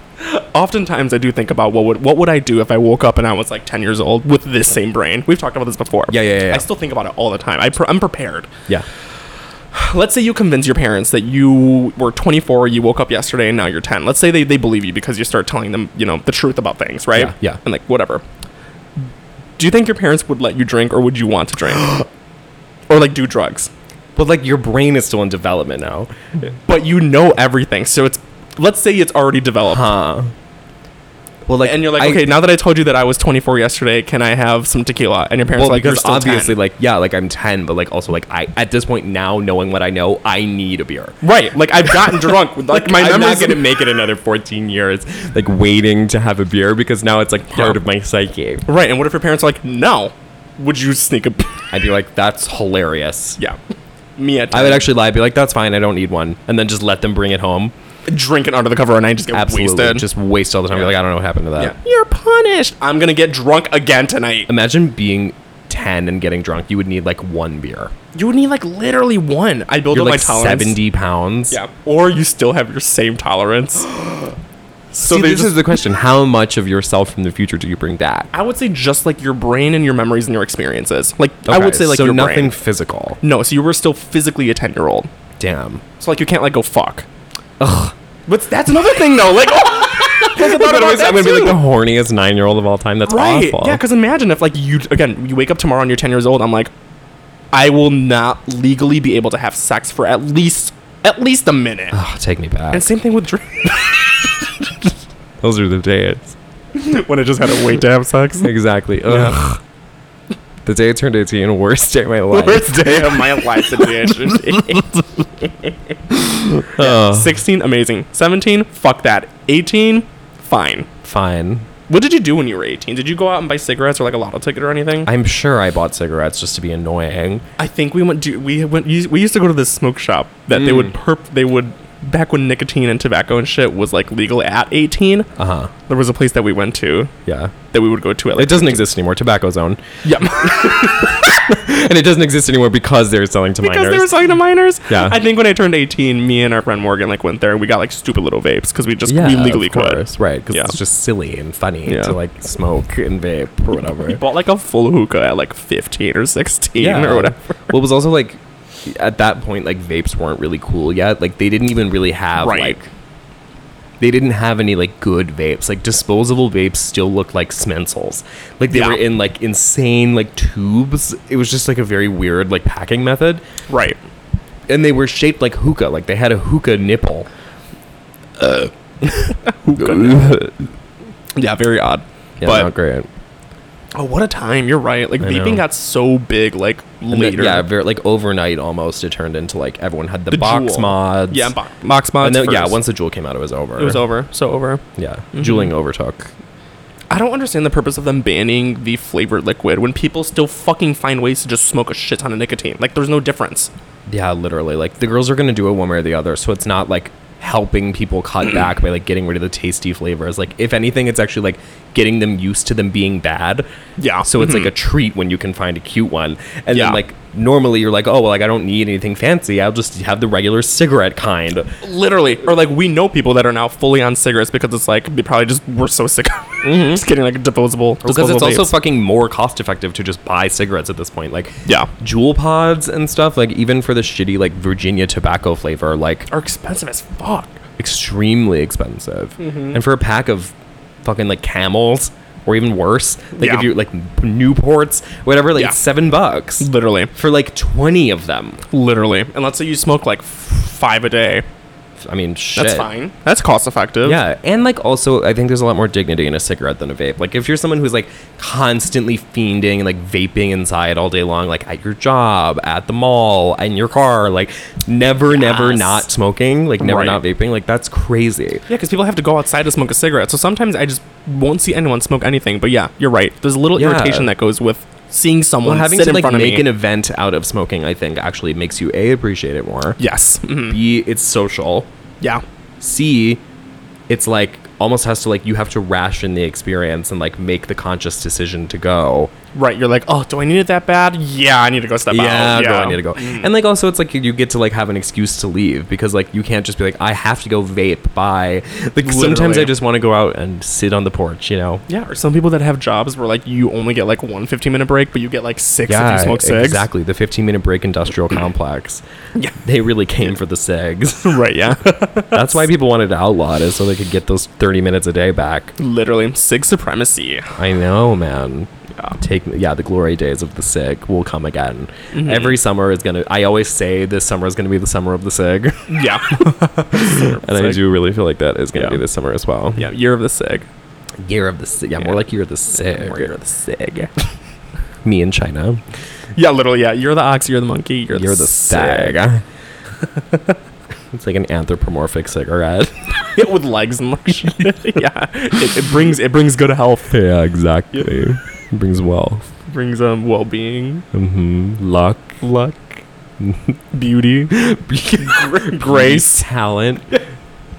[SPEAKER 4] oftentimes I do think about what would what would I do if I woke up and I was like ten years old with this same brain. We've talked about this before.
[SPEAKER 3] Yeah, yeah, yeah, yeah.
[SPEAKER 4] I still think about it all the time. I pre- I'm prepared.
[SPEAKER 3] Yeah.
[SPEAKER 4] Let's say you convince your parents that you were 24, you woke up yesterday, and now you're 10. Let's say they, they believe you because you start telling them you know the truth about things, right?
[SPEAKER 3] Yeah, yeah.
[SPEAKER 4] And like whatever. Do you think your parents would let you drink, or would you want to drink, or like do drugs?
[SPEAKER 3] But like your brain is still in development now.
[SPEAKER 4] But you know everything, so it's let's say it's already developed.
[SPEAKER 3] Huh. Uh, Well, like,
[SPEAKER 4] and you're like,
[SPEAKER 3] I-
[SPEAKER 4] okay, now that I told you that I was 24 yesterday, can I have some tequila? And your parents
[SPEAKER 3] well,
[SPEAKER 4] are like,
[SPEAKER 3] because
[SPEAKER 4] you're still
[SPEAKER 3] obviously,
[SPEAKER 4] 10."
[SPEAKER 3] like, yeah, like I'm 10, but like also, like, I at this point now, knowing what I know, I need a beer.
[SPEAKER 4] right? Like I've gotten drunk. With, like my
[SPEAKER 3] I'm
[SPEAKER 4] memories.
[SPEAKER 3] not gonna make it another 14 years, like waiting to have a beer because now it's like part of my psyche.
[SPEAKER 4] right. And what if your parents are like, no? Would you sneak a?
[SPEAKER 3] I'd be like, that's hilarious.
[SPEAKER 4] yeah, me at
[SPEAKER 3] I would actually lie, I'd be like, that's fine, I don't need one, and then just let them bring it home.
[SPEAKER 4] drink it under the cover, and I just get
[SPEAKER 3] Absolutely,
[SPEAKER 4] wasted.
[SPEAKER 3] just uh, waste all the time. Be
[SPEAKER 4] Yeah.
[SPEAKER 3] like, I don't know what happened to that.
[SPEAKER 4] yeah. you're punished. I'm gonna get drunk again tonight.
[SPEAKER 3] Imagine being 10 and getting drunk. You would need like one beer.
[SPEAKER 4] You would need like literally one. I build
[SPEAKER 3] You're
[SPEAKER 4] up
[SPEAKER 3] like
[SPEAKER 4] my tolerance.
[SPEAKER 3] 70 pounds.
[SPEAKER 4] Yeah, or you still have your same tolerance. so
[SPEAKER 3] See,
[SPEAKER 4] they
[SPEAKER 3] this
[SPEAKER 4] just
[SPEAKER 3] is the question. How much of yourself from the future do you bring back?
[SPEAKER 4] I would say just like your brain and your memories and your experiences. Like I
[SPEAKER 3] Okay,
[SPEAKER 4] would say like
[SPEAKER 3] so
[SPEAKER 4] your
[SPEAKER 3] nothing
[SPEAKER 4] brain.
[SPEAKER 3] physical.
[SPEAKER 4] No, so you were still physically a ten year old.
[SPEAKER 3] Damn.
[SPEAKER 4] So like you can't like go fuck. Ugh. But that's another thing though. Like, oh,
[SPEAKER 3] I'm gonna
[SPEAKER 4] about that
[SPEAKER 3] be like
[SPEAKER 4] too.
[SPEAKER 3] the horniest nine year old of all time. That's
[SPEAKER 4] right?
[SPEAKER 3] awful.
[SPEAKER 4] Yeah, because imagine if like you again you wake up tomorrow and you're ten years old. I'm like, I will not legally be able to have sex for at least at least a minute.
[SPEAKER 3] Ugh, take me back.
[SPEAKER 4] And same thing with drink.
[SPEAKER 3] Those are the days.
[SPEAKER 4] when I just had to wait to have sex.
[SPEAKER 3] Exactly. Ugh. The day I turned 18, worst day of my life.
[SPEAKER 4] Worst day of my life situation.
[SPEAKER 3] Ugh.
[SPEAKER 4] 16, amazing. 17, fuck that. 18, fine.
[SPEAKER 3] Fine.
[SPEAKER 4] What did you do when you were 18? Did you go out and buy cigarettes or like a lotto ticket or anything?
[SPEAKER 3] I'm sure I bought cigarettes just to be annoying.
[SPEAKER 4] I think we went. Do, we went. us- We used to go to this smoke shop that they
[SPEAKER 3] Mm.
[SPEAKER 4] would perp. They would back when nicotine and tobacco and shit was like legal at eighteen.
[SPEAKER 3] Uh huh.
[SPEAKER 4] There was a place that we went to
[SPEAKER 3] Yeah.
[SPEAKER 4] that we would go to at. Like,
[SPEAKER 3] It doesn't exist anymore. Tobacco zone.
[SPEAKER 4] yeah,
[SPEAKER 3] And it doesn't exist anymore because they're selling to
[SPEAKER 4] because
[SPEAKER 3] minors.
[SPEAKER 4] they were selling to minors.
[SPEAKER 3] Yeah.
[SPEAKER 4] I think when I turned eighteen, me and our friend Morgan like went there and we got like stupid little vapes because we just
[SPEAKER 3] yeah,
[SPEAKER 4] we legally
[SPEAKER 3] of
[SPEAKER 4] could.
[SPEAKER 3] course, right? Because
[SPEAKER 4] Yeah.
[SPEAKER 3] it's just silly and funny
[SPEAKER 4] Yeah.
[SPEAKER 3] to like smoke and vape or
[SPEAKER 4] We
[SPEAKER 3] whatever.
[SPEAKER 4] bought like a full hookah at like fifteen or sixteen or whatever.
[SPEAKER 3] Well, it was also like at that point, like vapes weren't really cool yet. Like they didn't even really have
[SPEAKER 4] Right.
[SPEAKER 3] like they didn't have any like good vapes. Like disposable vapes still looked like smentals. Like they
[SPEAKER 4] Yeah.
[SPEAKER 3] were in like insane like tubes. It was just like a very weird like packing method,
[SPEAKER 4] Right.
[SPEAKER 3] and they were shaped like hookah. Like they had a hookah nipple.
[SPEAKER 4] Yeah. Very odd.
[SPEAKER 3] Yeah,
[SPEAKER 4] but
[SPEAKER 3] not great.
[SPEAKER 4] oh, what a time! You're right. Like vaping
[SPEAKER 3] know.
[SPEAKER 4] got so big like
[SPEAKER 3] And then-
[SPEAKER 4] later.
[SPEAKER 3] yeah, very, like overnight almost. It turned into like everyone had the,
[SPEAKER 4] The
[SPEAKER 3] box
[SPEAKER 4] Juul.
[SPEAKER 3] mods.
[SPEAKER 4] Yeah, bo- box mods.
[SPEAKER 3] and then, yeah,
[SPEAKER 4] first.
[SPEAKER 3] once the jewel came out, it was over.
[SPEAKER 4] it was over, Mm-hmm. so over.
[SPEAKER 3] Yeah, juuling overtook.
[SPEAKER 4] I don't understand the purpose of them banning the flavored liquid when people still fucking find ways to just smoke a shit ton of nicotine. Like, there's no difference.
[SPEAKER 3] Yeah, literally. Like the girls are gonna do it one way or the other, so it's not like helping people cut back by like getting rid of the tasty flavors. Like if anything, it's actually like getting them used to them being bad.
[SPEAKER 4] Yeah. Mm-hmm.
[SPEAKER 3] So it's like a treat when you can find a cute one. And
[SPEAKER 4] Yeah.
[SPEAKER 3] then like normally you're like, oh well, like I don't need anything fancy. I'll just have the regular cigarette kind.
[SPEAKER 4] Literally, or like we know people that are now fully on cigarettes because it's like they probably just we're so sick. just getting like disposable.
[SPEAKER 3] Mm-hmm. Because it's
[SPEAKER 4] disposable
[SPEAKER 3] also
[SPEAKER 4] vapes.
[SPEAKER 3] fucking more cost effective to just buy cigarettes at this point. Like
[SPEAKER 4] Yeah.
[SPEAKER 3] Jewel pods and stuff, like even for the shitty like Virginia tobacco flavor, like
[SPEAKER 4] are expensive as fuck.
[SPEAKER 3] extremely expensive.
[SPEAKER 4] Mm-hmm.
[SPEAKER 3] And for a pack of fucking like camels or even worse, like
[SPEAKER 4] Yeah.
[SPEAKER 3] if you like Newports, whatever, like
[SPEAKER 4] Yeah.
[SPEAKER 3] it's seven bucks
[SPEAKER 4] Literally,
[SPEAKER 3] for like 20 of them.
[SPEAKER 4] literally. And let's say you smoke like f- five a day.
[SPEAKER 3] I mean, shit.
[SPEAKER 4] That's fine. That's cost effective.
[SPEAKER 3] Yeah, and like also, I think there's a lot more dignity in a cigarette than a vape. Like if you're someone who's like constantly fiending and like vaping inside all day long, like at your job, at the mall, in your car, like never, never
[SPEAKER 4] Yes.
[SPEAKER 3] not smoking, like never
[SPEAKER 4] Right.
[SPEAKER 3] not vaping, like that's crazy.
[SPEAKER 4] Yeah, because people have to go outside to smoke a cigarette. So sometimes I just won't see anyone smoke anything. But yeah, you're right. There's a little
[SPEAKER 3] Yeah.
[SPEAKER 4] irritation that goes with seeing someone
[SPEAKER 3] Well, having
[SPEAKER 4] sit
[SPEAKER 3] to
[SPEAKER 4] in
[SPEAKER 3] like
[SPEAKER 4] front of
[SPEAKER 3] make
[SPEAKER 4] me.
[SPEAKER 3] an event out of smoking, I think actually makes you a appreciate it more.
[SPEAKER 4] yes. Mhm.
[SPEAKER 3] B, it's social.
[SPEAKER 4] Yeah.
[SPEAKER 3] C, it's like almost has to like you have to ration the experience and like make the conscious decision to go.
[SPEAKER 4] Right. You're like, oh, do I need it that bad? Yeah, I need to go step
[SPEAKER 3] yeah, Mm.
[SPEAKER 4] out.
[SPEAKER 3] girl, I need to go. And like also, it's like you get to like have an excuse to leave because like you can't just be like, I have to go vape. Bye. Like sometimes
[SPEAKER 4] Literally.
[SPEAKER 3] I just want to go out and sit on the porch, you know.
[SPEAKER 4] Yeah, or some people that have jobs where like you only get like one 15 minute break, but you get like six if you smoke six.
[SPEAKER 3] exactly. The 15 minute break industrial complex.
[SPEAKER 4] Yeah.
[SPEAKER 3] They really came for the segs.
[SPEAKER 4] Right, yeah.
[SPEAKER 3] That's why people wanted to outlaw it, is so they could get those 30 minutes a day back.
[SPEAKER 4] Literally, sig supremacy.
[SPEAKER 3] I know, man. Take yeah, the glory days of the SIG will come again. Every summer is gonna. I always say this summer is gonna be the summer of the SIG,
[SPEAKER 4] Yeah.
[SPEAKER 3] and I
[SPEAKER 4] Sig.
[SPEAKER 3] do really feel like that is gonna
[SPEAKER 4] Yeah.
[SPEAKER 3] be this summer as well.
[SPEAKER 4] yeah, year of the sig.
[SPEAKER 3] Year of the SIG. Yeah, more
[SPEAKER 4] Yeah.
[SPEAKER 3] like year of the SIG.
[SPEAKER 4] More year of the
[SPEAKER 3] SIG. Me in China.
[SPEAKER 4] Yeah, literally, yeah. You're the ox, you're the monkey, you're,
[SPEAKER 3] You're the
[SPEAKER 4] sig.
[SPEAKER 3] SIG. it's like an anthropomorphic cigarette.
[SPEAKER 4] With legs and like shit. yeah. It, it brings it brings good health.
[SPEAKER 3] yeah, exactly. Brings wealth,
[SPEAKER 4] It brings um well being,
[SPEAKER 3] mm-hmm. luck,
[SPEAKER 4] luck, beauty, grace.
[SPEAKER 3] talent,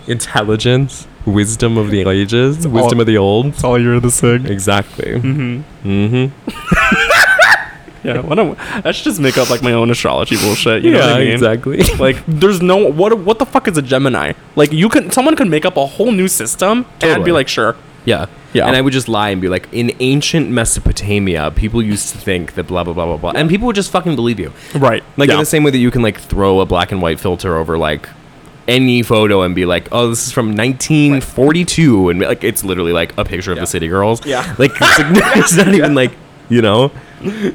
[SPEAKER 3] intelligence, wisdom of the ages, wisdom
[SPEAKER 4] all-
[SPEAKER 3] of the old.
[SPEAKER 4] It's all year of the sig.
[SPEAKER 3] Exactly.
[SPEAKER 4] Mm-hmm.
[SPEAKER 3] Mm-hmm.
[SPEAKER 4] Yeah, why don't I should just make up like my own astrology bullshit. You know what I mean?
[SPEAKER 3] exactly.
[SPEAKER 4] Like, there's no what. What the fuck is a Gemini? Like, you can someone could make up a whole new system, and I'd be
[SPEAKER 3] Totally.
[SPEAKER 4] like, sure.
[SPEAKER 3] yeah.
[SPEAKER 4] Yeah.
[SPEAKER 3] And I would just lie and be like, in ancient Mesopotamia, people used to think that blah blah blah blah blah, and people would just fucking believe you.
[SPEAKER 4] Right.
[SPEAKER 3] Like
[SPEAKER 4] yeah.
[SPEAKER 3] in the same way that you can like throw a black and white filter over like any photo and be like, oh, this is from 1942, and like it's literally like a picture of the City Girls.
[SPEAKER 4] Yeah.
[SPEAKER 3] Like it's, like, it's not even like you know.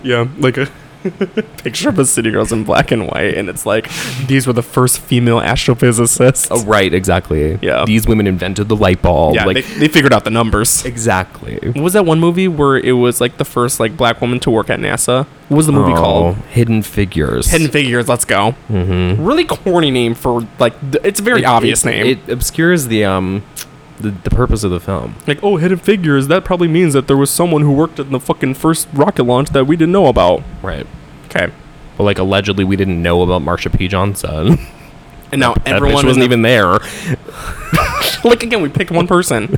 [SPEAKER 4] yeah, like a picture of a city girls in black and white, and it's like these were the first female astrophysicists.
[SPEAKER 3] Oh, right. Exactly.
[SPEAKER 4] Yeah.
[SPEAKER 3] These women invented the light bulb.
[SPEAKER 4] yeah,
[SPEAKER 3] Like
[SPEAKER 4] they, they figured out the numbers.
[SPEAKER 3] exactly.
[SPEAKER 4] What was that one movie where it was like the first like black woman to work at NASA? What was the movie
[SPEAKER 3] Oh,
[SPEAKER 4] called?
[SPEAKER 3] Hidden Figures.
[SPEAKER 4] Hidden Figures. Let's go. Mm-hmm. Really corny name for like th- it's a very
[SPEAKER 3] It-
[SPEAKER 4] obvious
[SPEAKER 3] it-
[SPEAKER 4] name.
[SPEAKER 3] It obscures the um the, the purpose of the film.
[SPEAKER 4] Like, oh, hidden figures, that probably means that there was someone who worked in the fucking first rocket launch that we didn't know about.
[SPEAKER 3] Right.
[SPEAKER 4] Okay.
[SPEAKER 3] But like allegedly we didn't know about Marsha P. Johnson.
[SPEAKER 4] And now
[SPEAKER 3] That
[SPEAKER 4] everyone
[SPEAKER 3] bitch wasn't
[SPEAKER 4] in
[SPEAKER 3] even there.
[SPEAKER 4] the- like again, we picked one person.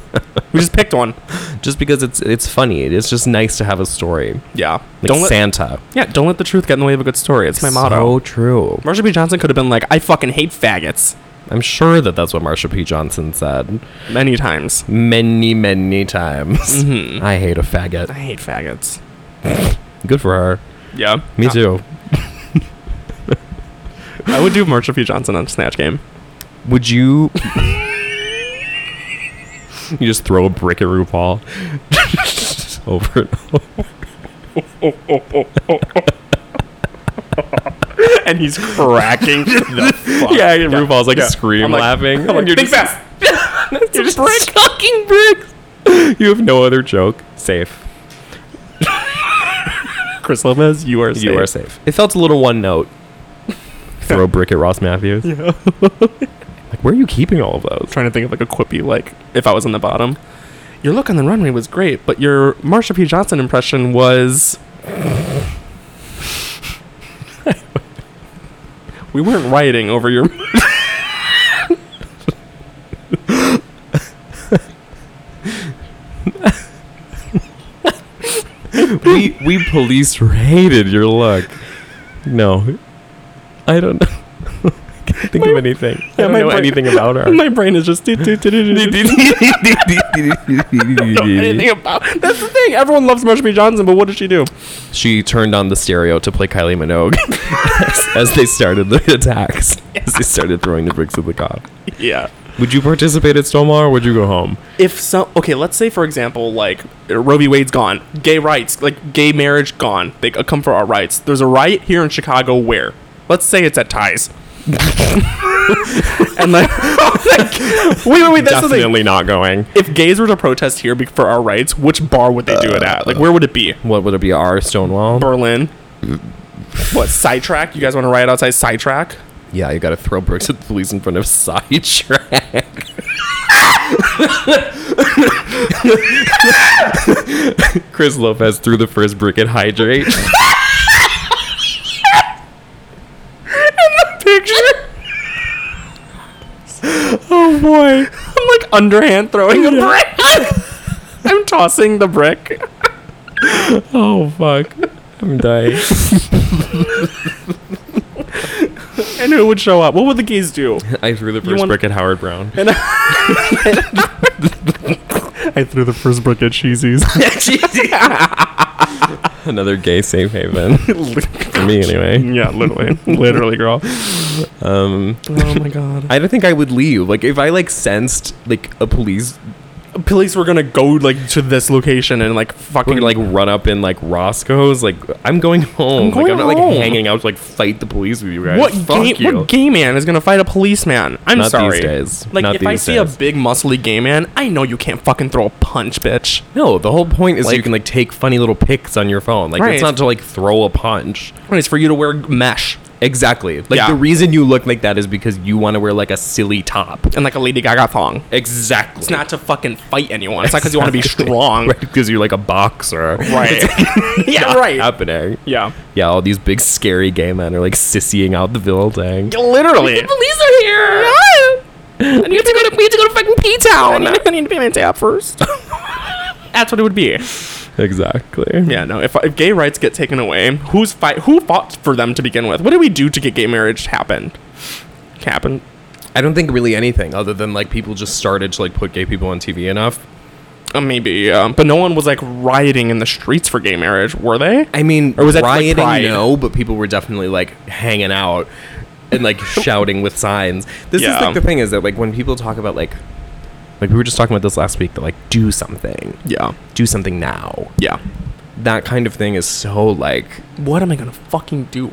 [SPEAKER 4] we just picked one.
[SPEAKER 3] Just because it's it's funny. It's just nice to have a story.
[SPEAKER 4] Yeah.
[SPEAKER 3] Like
[SPEAKER 4] don't let
[SPEAKER 3] Santa.
[SPEAKER 4] Yeah, don't let the truth get in the way of a good story. It's my
[SPEAKER 3] So
[SPEAKER 4] motto.
[SPEAKER 3] true.
[SPEAKER 4] Marsha B. Johnson could have been like, I fucking hate faggots
[SPEAKER 3] I'm sure that that's what Marsha P. Johnson said
[SPEAKER 4] many times.
[SPEAKER 3] many, many times.
[SPEAKER 4] Mm-hmm.
[SPEAKER 3] I hate a faggot.
[SPEAKER 4] I hate faggots.
[SPEAKER 3] Good for her.
[SPEAKER 4] Yeah.
[SPEAKER 3] Me
[SPEAKER 4] I-
[SPEAKER 3] too.
[SPEAKER 4] I would do Marsha B. Johnson on Snatch Game.
[SPEAKER 3] Would you? you just throw a brick at RuPaul over and over.
[SPEAKER 4] And he's cracking the fuck.
[SPEAKER 3] Yeah, and RuPaul's like
[SPEAKER 4] yeah.
[SPEAKER 3] scream
[SPEAKER 4] I'm like-
[SPEAKER 3] laughing.
[SPEAKER 4] I'm like,
[SPEAKER 3] and you're
[SPEAKER 4] think
[SPEAKER 3] just,
[SPEAKER 4] fast.
[SPEAKER 3] you're just fucking bricks. You have no other joke. Safe.
[SPEAKER 4] Chris Lopez, you are
[SPEAKER 3] You are safe. It felt a little one note. throw a brick at Ross Matthews. Yeah. like, where are you keeping all of those?
[SPEAKER 4] trying to think of like a quippy like if I was in the bottom. Your look on the runway was great, but your Marsha P. Johnson impression was. we weren't rioting over your.
[SPEAKER 3] we we police raided your luck. No, I don't know. I can't think of anything. I don't
[SPEAKER 4] my
[SPEAKER 3] know
[SPEAKER 4] brain-
[SPEAKER 3] anything about her.
[SPEAKER 4] My brain is just. anything about. That's the thing. Everyone loves Marsha B. Johnson, but what did she do?
[SPEAKER 3] she turned on the stereo to play Kylie Minogue as, as they started the attacks. As they started throwing the bricks at the cop.
[SPEAKER 4] Yeah.
[SPEAKER 3] Would you participate at Stomar or would you go home?
[SPEAKER 4] If so, okay, let's say for example, like Roe v. Wade's gone, gay rights, like gay marriage gone. They come for our rights. There's a riot here in Chicago. Where? Let's say it's at Ties. and like, wait, wait, wait. That's the thing.
[SPEAKER 3] Definitely not going.
[SPEAKER 4] If gays were to protest here be- for our rights, which bar would they do it at? Like, where would it be?
[SPEAKER 3] What would it be? Our Stonewall?
[SPEAKER 4] Berlin. What sidetrack? You guys want to riot outside sidetrack?
[SPEAKER 3] Yeah, you gotta throw bricks at the police in front of sidetrack. Chris Lopez threw the first brick at Hydrate.
[SPEAKER 4] Picture. oh boy! I'm like underhand throwing a brick. I'm tossing the brick.
[SPEAKER 3] oh fuck. I'm dying.
[SPEAKER 4] And who would show up? What would the gays do?
[SPEAKER 3] I threw the first
[SPEAKER 4] wanna-
[SPEAKER 3] brick at Howard Brown.
[SPEAKER 4] I threw the first brick at Cheesy's.
[SPEAKER 3] Another gay safe haven. For me anyway.
[SPEAKER 4] yeah, literally, literally, girl.
[SPEAKER 3] Um
[SPEAKER 4] Oh my god!
[SPEAKER 3] I don't think I would leave. Like if I like sensed like a police
[SPEAKER 4] Police were gonna go like to this location and like fucking
[SPEAKER 3] fucking like run up in like Roscoe's, like I'm going home.
[SPEAKER 4] I'm going
[SPEAKER 3] like I'm not
[SPEAKER 4] home.
[SPEAKER 3] like hanging out to like fight the police with you guys.
[SPEAKER 4] What
[SPEAKER 3] Fuck
[SPEAKER 4] gay,
[SPEAKER 3] you.
[SPEAKER 4] what gay man is gonna fight a policeman? I'm
[SPEAKER 3] Not these
[SPEAKER 4] sorry.
[SPEAKER 3] days.
[SPEAKER 4] Like
[SPEAKER 3] Not
[SPEAKER 4] if I
[SPEAKER 3] these
[SPEAKER 4] see a
[SPEAKER 3] days.
[SPEAKER 4] big muscly gay man, I know you can't fucking throw a punch, bitch.
[SPEAKER 3] No, the whole point is
[SPEAKER 4] Like-
[SPEAKER 3] you can like take funny little pics on your phone. Like
[SPEAKER 4] Right.
[SPEAKER 3] it's not to like throw a punch.
[SPEAKER 4] It's for you to wear mesh
[SPEAKER 3] Exactly. Like
[SPEAKER 4] Yeah.
[SPEAKER 3] the reason you look like that is because you want to wear like a silly top.
[SPEAKER 4] and like a Lady Gaga thong.
[SPEAKER 3] Exactly.
[SPEAKER 4] It's not to fucking fight anyone. It's not because you want to be strong.
[SPEAKER 3] because you're like a boxer.
[SPEAKER 4] yeah.
[SPEAKER 3] Not
[SPEAKER 4] Right.
[SPEAKER 3] Happening.
[SPEAKER 4] yeah.
[SPEAKER 3] Yeah, all these big scary gay men are like sissying out the building.
[SPEAKER 4] Literally.
[SPEAKER 2] Police are here. I need to go to. We need to go to fucking P
[SPEAKER 4] I
[SPEAKER 2] Town.
[SPEAKER 4] need, I need to pay my tab first. That's what it would be.
[SPEAKER 3] Exactly.
[SPEAKER 4] Yeah, no. If, if gay rights get taken away, who's fight? Who fought for them to begin with? What did we do to get gay marriage to happen? Happen?
[SPEAKER 3] I don't think really anything other than like people just started to like put gay people on TV enough.
[SPEAKER 4] Uh, maybe, um, but no one was like rioting in the streets for gay marriage, were they?
[SPEAKER 3] I mean,
[SPEAKER 4] Or was that, like,
[SPEAKER 3] rioting?
[SPEAKER 4] pride?
[SPEAKER 3] no, but people were definitely like hanging out and like shouting with signs. This is
[SPEAKER 4] Yeah.
[SPEAKER 3] like the thing is that like when people talk about like like we were just talking about this last week that like do something,
[SPEAKER 4] Yeah,
[SPEAKER 3] do something now.
[SPEAKER 4] yeah.
[SPEAKER 3] That kind of thing is so like
[SPEAKER 4] What am I gonna fucking do?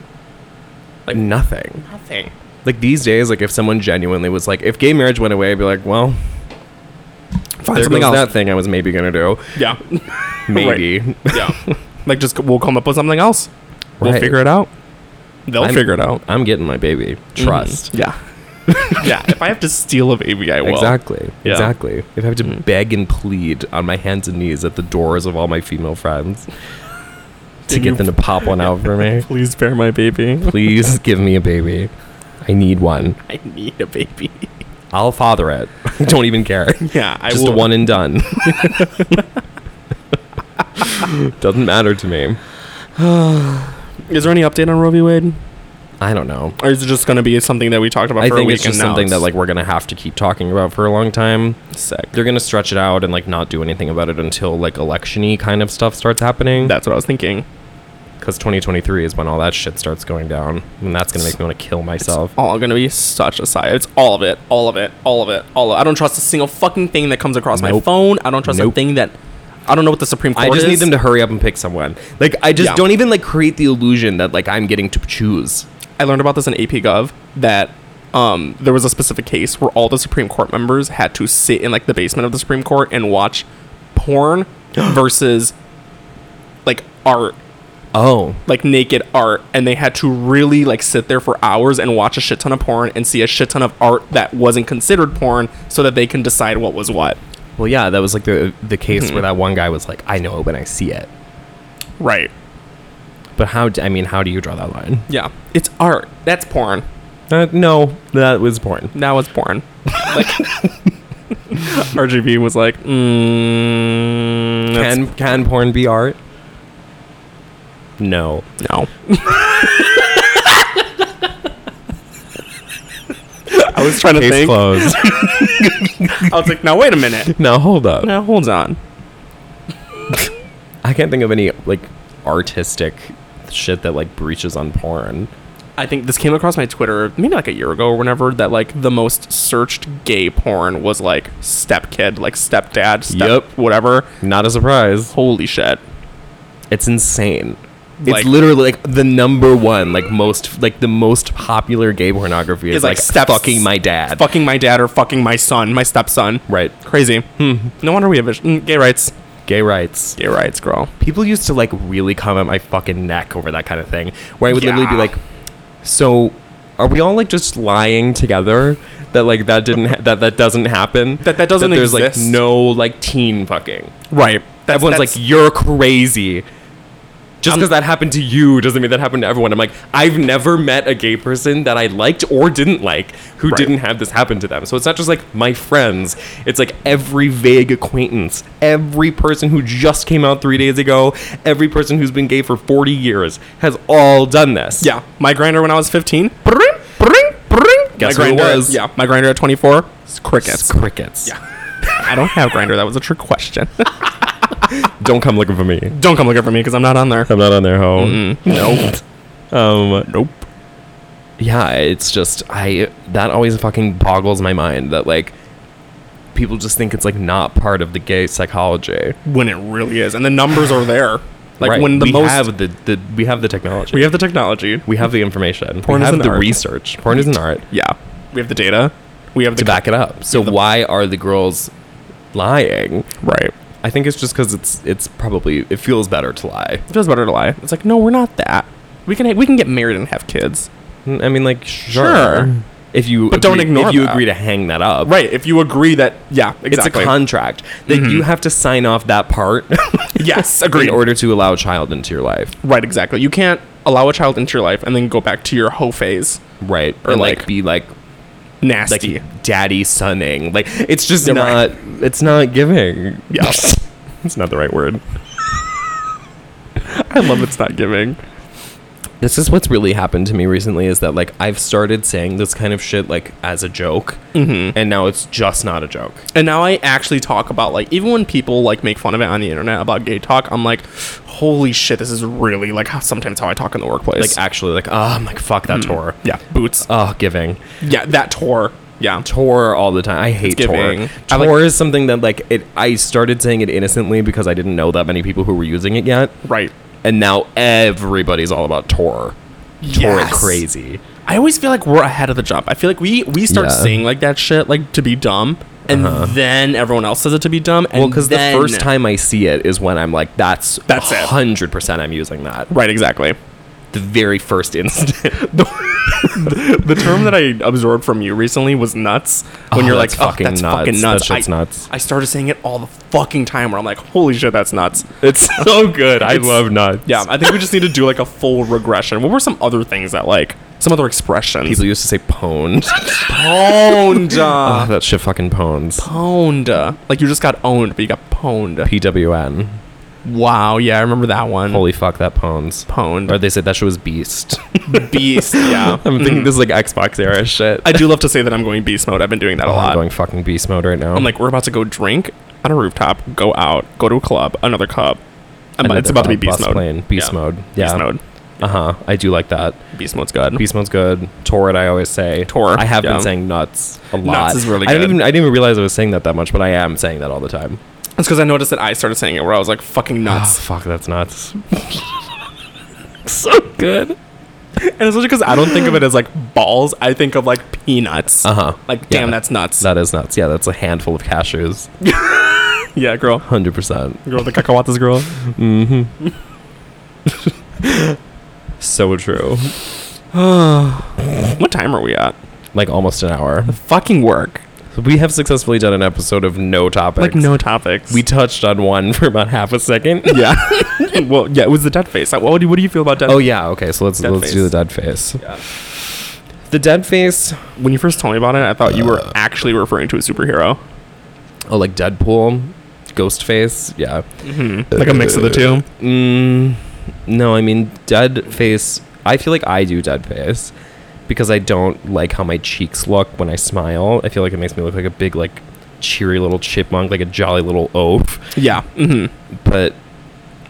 [SPEAKER 3] like nothing.
[SPEAKER 4] Nothing.
[SPEAKER 3] Like these days, like if someone genuinely was like, if gay marriage went away, I'd be like, well,
[SPEAKER 4] Find
[SPEAKER 3] there
[SPEAKER 4] something
[SPEAKER 3] goes
[SPEAKER 4] else.
[SPEAKER 3] that thing I was maybe gonna do,
[SPEAKER 4] Yeah,
[SPEAKER 3] maybe.
[SPEAKER 4] yeah. Like just we'll come up with something else. We'll
[SPEAKER 3] Right.
[SPEAKER 4] figure it out. They'll
[SPEAKER 3] I'm-
[SPEAKER 4] figure it out. Mm-hmm. Mm.
[SPEAKER 3] I'm getting my baby. Trust.
[SPEAKER 4] Yeah. yeah. If I have to steal a baby, I will.
[SPEAKER 3] Exactly.
[SPEAKER 4] Yeah. Mm.
[SPEAKER 3] Exactly. If I have to beg and plead on my hands and knees at the doors of all my female friends to
[SPEAKER 4] Can you-
[SPEAKER 3] get them to pop one out for me,
[SPEAKER 4] Please bear my baby.
[SPEAKER 3] please give me a baby. I need one.
[SPEAKER 4] I need a baby.
[SPEAKER 3] I'll father it. I don't even care.
[SPEAKER 4] Yeah, I
[SPEAKER 3] Just
[SPEAKER 4] will.
[SPEAKER 3] a one and done. Doesn't matter to me.
[SPEAKER 4] Is there any update on Roe v. Wade,
[SPEAKER 3] I don't know.
[SPEAKER 4] or is it just going to be something that we talked about
[SPEAKER 3] I
[SPEAKER 4] for a
[SPEAKER 3] think
[SPEAKER 4] week
[SPEAKER 3] it's just
[SPEAKER 4] and now
[SPEAKER 3] something that
[SPEAKER 4] it's-
[SPEAKER 3] like we're gonna have to keep talking about for a long time.
[SPEAKER 4] sick?
[SPEAKER 3] They're gonna stretch it out and like not do anything about it until like election-y kind of stuff starts happening.
[SPEAKER 4] That's what I was thinking.
[SPEAKER 3] because 2023 is when all that shit starts going down, and that's gonna make me want to kill myself.
[SPEAKER 4] All gonna be such a sigh. It's all of it, all of it, all of it, all. Of I don't trust a single fucking thing that comes across my
[SPEAKER 3] Nope.
[SPEAKER 4] phone. I don't trust a
[SPEAKER 3] Nope.
[SPEAKER 4] thing that. I don't know what the Supreme Court
[SPEAKER 3] I just need
[SPEAKER 4] is.
[SPEAKER 3] them to hurry up and pick someone. Like I just
[SPEAKER 4] Yeah.
[SPEAKER 3] don't even like create the illusion that like I'm getting to choose.
[SPEAKER 4] I learned about this in AP Gov that um, there was a specific case where all the Supreme Court members had to sit in like the basement of the Supreme Court and watch porn versus like art,
[SPEAKER 3] Oh,
[SPEAKER 4] like naked art, and they had to really like sit there for hours and watch a shit ton of porn and see a shit ton of art that wasn't considered porn, so that they can decide what was what.
[SPEAKER 3] well, yeah, that was like the the case where that one guy was like, I know it when I see it.
[SPEAKER 4] Right.
[SPEAKER 3] But how? d- I mean, how do you draw that line?
[SPEAKER 4] Yeah. It's art. That's porn.
[SPEAKER 3] Uh, no, that was porn.
[SPEAKER 4] That was porn. Like. RGB was like, mm, that's
[SPEAKER 3] Can can porn be art? No.
[SPEAKER 4] No. I was trying to
[SPEAKER 3] Case
[SPEAKER 4] think.
[SPEAKER 3] closed.
[SPEAKER 4] I was like, now wait a minute.
[SPEAKER 3] now hold up.
[SPEAKER 4] Now hold on.
[SPEAKER 3] I can't think of any like artistic shit that like breaches on porn.
[SPEAKER 4] I think this came across my Twitter maybe like a year ago or whenever that like the most searched gay porn was like stepkid, like stepdad,
[SPEAKER 3] Yep.
[SPEAKER 4] step whatever.
[SPEAKER 3] Not a surprise.
[SPEAKER 4] Holy shit.
[SPEAKER 3] It's insane.
[SPEAKER 4] Like-
[SPEAKER 3] it's literally like the number one, like most, like the most popular gay pornography is,
[SPEAKER 4] It's
[SPEAKER 3] like,
[SPEAKER 4] like step-
[SPEAKER 3] fucking my dad.
[SPEAKER 4] Fucking my dad or fucking my son, my stepson.
[SPEAKER 3] Right.
[SPEAKER 4] Crazy. Hmm. No wonder we have ish- mm, gay rights.
[SPEAKER 3] Gay rights.
[SPEAKER 4] Gay rights, girl.
[SPEAKER 3] People used to like really come at my fucking neck over that kind of thing, where I would literally be
[SPEAKER 4] Yeah.
[SPEAKER 3] like, "So, are we all like just lying together that like that didn't ha- that that doesn't happen
[SPEAKER 4] That- that doesn't
[SPEAKER 3] there's
[SPEAKER 4] exist?
[SPEAKER 3] like no like teen fucking."
[SPEAKER 4] Right. That's,
[SPEAKER 3] Everyone's
[SPEAKER 4] that's-
[SPEAKER 3] like, "You're crazy." Just
[SPEAKER 4] I'm-
[SPEAKER 3] because that happened to you doesn't mean that happened to everyone. I'm like, I've never met a gay person that I liked or didn't like who
[SPEAKER 4] Right.
[SPEAKER 3] didn't have this happen to them. So it's not just like my friends. It's like every vague acquaintance, every person who just came out three days ago, every person who's been gay for 40 years has all done this.
[SPEAKER 4] yeah. My grinder when I was 15.
[SPEAKER 3] Bring, bring, bring. Guess
[SPEAKER 4] my
[SPEAKER 3] who it
[SPEAKER 4] grinder
[SPEAKER 3] was?
[SPEAKER 4] Yeah. My grinder at 24. It's
[SPEAKER 3] It's
[SPEAKER 4] crickets.
[SPEAKER 3] crickets.
[SPEAKER 4] I don't have grinder. That was a trick question.
[SPEAKER 3] Don't come looking for me.
[SPEAKER 4] don't come looking for me because I'm not on there.
[SPEAKER 3] I'm not on their home.
[SPEAKER 4] No.
[SPEAKER 3] Um,
[SPEAKER 4] Nope.
[SPEAKER 3] yeah, it's just I that always fucking boggles my mind that like people just think it's like not part of the gay psychology.
[SPEAKER 4] when it really is, and the numbers are there. Like
[SPEAKER 3] Right.
[SPEAKER 4] when the
[SPEAKER 3] we
[SPEAKER 4] most
[SPEAKER 3] have the, the we have the technology.
[SPEAKER 4] we have the technology,
[SPEAKER 3] we have the information.
[SPEAKER 4] Porn
[SPEAKER 3] we
[SPEAKER 4] is
[SPEAKER 3] have
[SPEAKER 4] an
[SPEAKER 3] the
[SPEAKER 4] art.
[SPEAKER 3] research. Porn is an art
[SPEAKER 4] yeah, we have the data, we have the
[SPEAKER 3] to back it up. So why are the girls lying?
[SPEAKER 4] right.
[SPEAKER 3] I think it's just because it's it's probably it feels better to lie.
[SPEAKER 4] It feels better to lie. It's like no, we're not that. We can we can get married and have kids.
[SPEAKER 3] I mean, like sure,
[SPEAKER 4] Sure.
[SPEAKER 3] if you
[SPEAKER 4] But don't
[SPEAKER 3] agree-
[SPEAKER 4] ignore
[SPEAKER 3] if you
[SPEAKER 4] that.
[SPEAKER 3] agree to hang that up,
[SPEAKER 4] Right. If you agree that yeah,
[SPEAKER 3] It's a contract that you have to sign off that part
[SPEAKER 4] yes,
[SPEAKER 3] in
[SPEAKER 4] agreed.
[SPEAKER 3] order to allow a child into your life.
[SPEAKER 4] right. Exactly. You can't allow a child into your life and then go back to your hoe phase.
[SPEAKER 3] Right. Or
[SPEAKER 4] Or,
[SPEAKER 3] like,
[SPEAKER 4] like,
[SPEAKER 3] be like like
[SPEAKER 4] Nasty.
[SPEAKER 3] daddy sunning. Like it's just
[SPEAKER 4] Yeah,
[SPEAKER 3] not
[SPEAKER 4] right.
[SPEAKER 3] it's not giving.
[SPEAKER 4] Yeah.
[SPEAKER 3] it's not the right word.
[SPEAKER 4] I love it's not giving.
[SPEAKER 3] This is what's really happened to me recently is that like I've started saying this kind of shit like as a joke and now it's just not a joke.
[SPEAKER 4] And now I actually talk about like even when people like make fun of it on the internet about gay talk, I'm like, holy shit, this is really like how sometimes how I talk in the workplace.
[SPEAKER 3] Like actually like oh I'm like fuck that tour.
[SPEAKER 4] yeah, boots.
[SPEAKER 3] Oh, giving.
[SPEAKER 4] Yeah, that tour. Yeah.
[SPEAKER 3] Tor all the time. I hate Tor.
[SPEAKER 4] giving. I like-
[SPEAKER 3] Tor is something that like it. I started saying it innocently because I didn't know that many people who were using it yet,
[SPEAKER 4] Right.
[SPEAKER 3] and now everybody's all about Tor. Tor is
[SPEAKER 4] Yes.
[SPEAKER 3] crazy.
[SPEAKER 4] I always feel like we're ahead of the jump. I feel like we we start
[SPEAKER 3] Yeah. Uh-huh.
[SPEAKER 4] saying like that shit like to be dumb, and then everyone else says it to be dumb. And
[SPEAKER 3] Well, because the
[SPEAKER 4] then-
[SPEAKER 3] first time I see it is when I'm like, that's
[SPEAKER 4] That's it.
[SPEAKER 3] hundred percent. I'm using that
[SPEAKER 4] right, exactly.
[SPEAKER 3] the very first instant.
[SPEAKER 4] The term that I absorbed from you recently was nuts. When
[SPEAKER 3] Oh,
[SPEAKER 4] you're like,
[SPEAKER 3] that's
[SPEAKER 4] "Oh,
[SPEAKER 3] fucking
[SPEAKER 4] that's
[SPEAKER 3] nuts.
[SPEAKER 4] fucking
[SPEAKER 3] That
[SPEAKER 4] nuts.
[SPEAKER 3] shit's
[SPEAKER 4] I,
[SPEAKER 3] nuts.
[SPEAKER 4] I started saying it all the fucking time. Where I'm like, holy shit, that's nuts.
[SPEAKER 3] it's so good. I
[SPEAKER 4] It's-
[SPEAKER 3] love nuts.
[SPEAKER 4] Yeah, I think we just need to do like a full regression. What were some other things that like some other expressions?
[SPEAKER 3] people used to say pwned.
[SPEAKER 4] pwned.
[SPEAKER 3] oh, that shit fucking pwns.
[SPEAKER 4] pwned. Like you just got owned, but you got pwned.
[SPEAKER 3] PWN.
[SPEAKER 4] Wow, yeah, I remember that one.
[SPEAKER 3] Holy fuck, that pwns.
[SPEAKER 4] pwned.
[SPEAKER 3] Or they said that shit was beast.
[SPEAKER 4] beast. Yeah.
[SPEAKER 3] I'm thinking this is like Xbox era shit. Oh,
[SPEAKER 4] I do love to say that I'm going beast mode. I've been doing that a
[SPEAKER 3] I'm
[SPEAKER 4] lot.
[SPEAKER 3] going fucking beast mode right now.
[SPEAKER 4] I'm like, we're about to go drink on a rooftop, go out, go to a club, another club. I'm-
[SPEAKER 3] Another
[SPEAKER 4] it's about to be
[SPEAKER 3] club,
[SPEAKER 4] beast
[SPEAKER 3] bus
[SPEAKER 4] mode.
[SPEAKER 3] plane, beast mode, yeah.
[SPEAKER 4] Beast mode.
[SPEAKER 3] uh huh. I do like that.
[SPEAKER 4] Beast mode's good.
[SPEAKER 3] Beast mode's good. Torrid, I always say.
[SPEAKER 4] Tor,
[SPEAKER 3] I have
[SPEAKER 4] yeah.
[SPEAKER 3] been saying nuts a lot.
[SPEAKER 4] is really
[SPEAKER 3] I didn't
[SPEAKER 4] good.
[SPEAKER 3] even I didn't even realize I was saying that that much, but I am saying that all the time.
[SPEAKER 4] It's because I noticed that I started saying it where I was like, fucking
[SPEAKER 3] Oh,
[SPEAKER 4] nuts.
[SPEAKER 3] fuck, that's nuts. so good.
[SPEAKER 4] and it's because I don't think of it as like balls. I think of like peanuts.
[SPEAKER 3] Uh-huh.
[SPEAKER 4] Like,
[SPEAKER 3] Yeah.
[SPEAKER 4] damn, that's nuts.
[SPEAKER 3] That is nuts. Yeah, that's a handful of cashews.
[SPEAKER 4] yeah, girl.
[SPEAKER 3] Hundred percent.
[SPEAKER 4] Girl, the cacahuatas girl. Mm-hmm.
[SPEAKER 3] So true.
[SPEAKER 4] what time are we at?
[SPEAKER 3] Like almost an hour.
[SPEAKER 4] Fucking work.
[SPEAKER 3] We have successfully done an episode of no topics.
[SPEAKER 4] Like, no topics.
[SPEAKER 3] We touched on one for about half a second.
[SPEAKER 4] yeah. well, yeah, it was the dead face. Like, What do you, what do you feel about dead
[SPEAKER 3] Oh yeah, okay. So let's
[SPEAKER 4] Dead
[SPEAKER 3] let's
[SPEAKER 4] face.
[SPEAKER 3] do the dead face. The dead face.
[SPEAKER 4] When you first told me about it, I thought you were actually referring to a superhero.
[SPEAKER 3] Oh, like Deadpool, Ghostface. Yeah.
[SPEAKER 4] Like a mix of the two.
[SPEAKER 3] Mm, No, I mean dead face. I feel like I do dead face because I don't like how my cheeks look when I smile. I feel like it makes me look like a big like cheery little chipmunk, like a jolly little oaf.
[SPEAKER 4] Yeah. hmm
[SPEAKER 3] But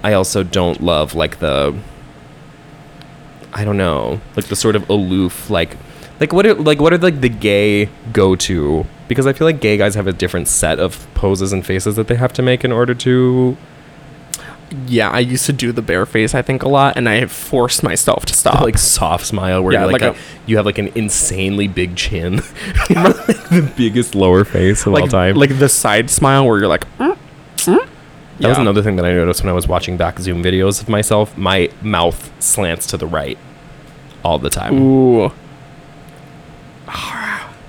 [SPEAKER 3] I also don't love like the I don't know, like the sort of aloof like like what are like what are like the gay go to? Because I feel like gay guys have a different set of poses and faces that they have to make in order to
[SPEAKER 4] Yeah, I used to do the bare face, I think, a lot, and I have forced myself to stop.
[SPEAKER 3] the, like soft smile where
[SPEAKER 4] Yeah,
[SPEAKER 3] you're like,
[SPEAKER 4] like
[SPEAKER 3] a-
[SPEAKER 4] a-
[SPEAKER 3] you have like an insanely big chin, like the biggest lower face of all
[SPEAKER 4] like,
[SPEAKER 3] time.
[SPEAKER 4] like the side smile where you're like, mm, mm.
[SPEAKER 3] that was another thing that I noticed when I was watching back Zoom videos of myself. My mouth slants to the right all the time.
[SPEAKER 4] Ooh.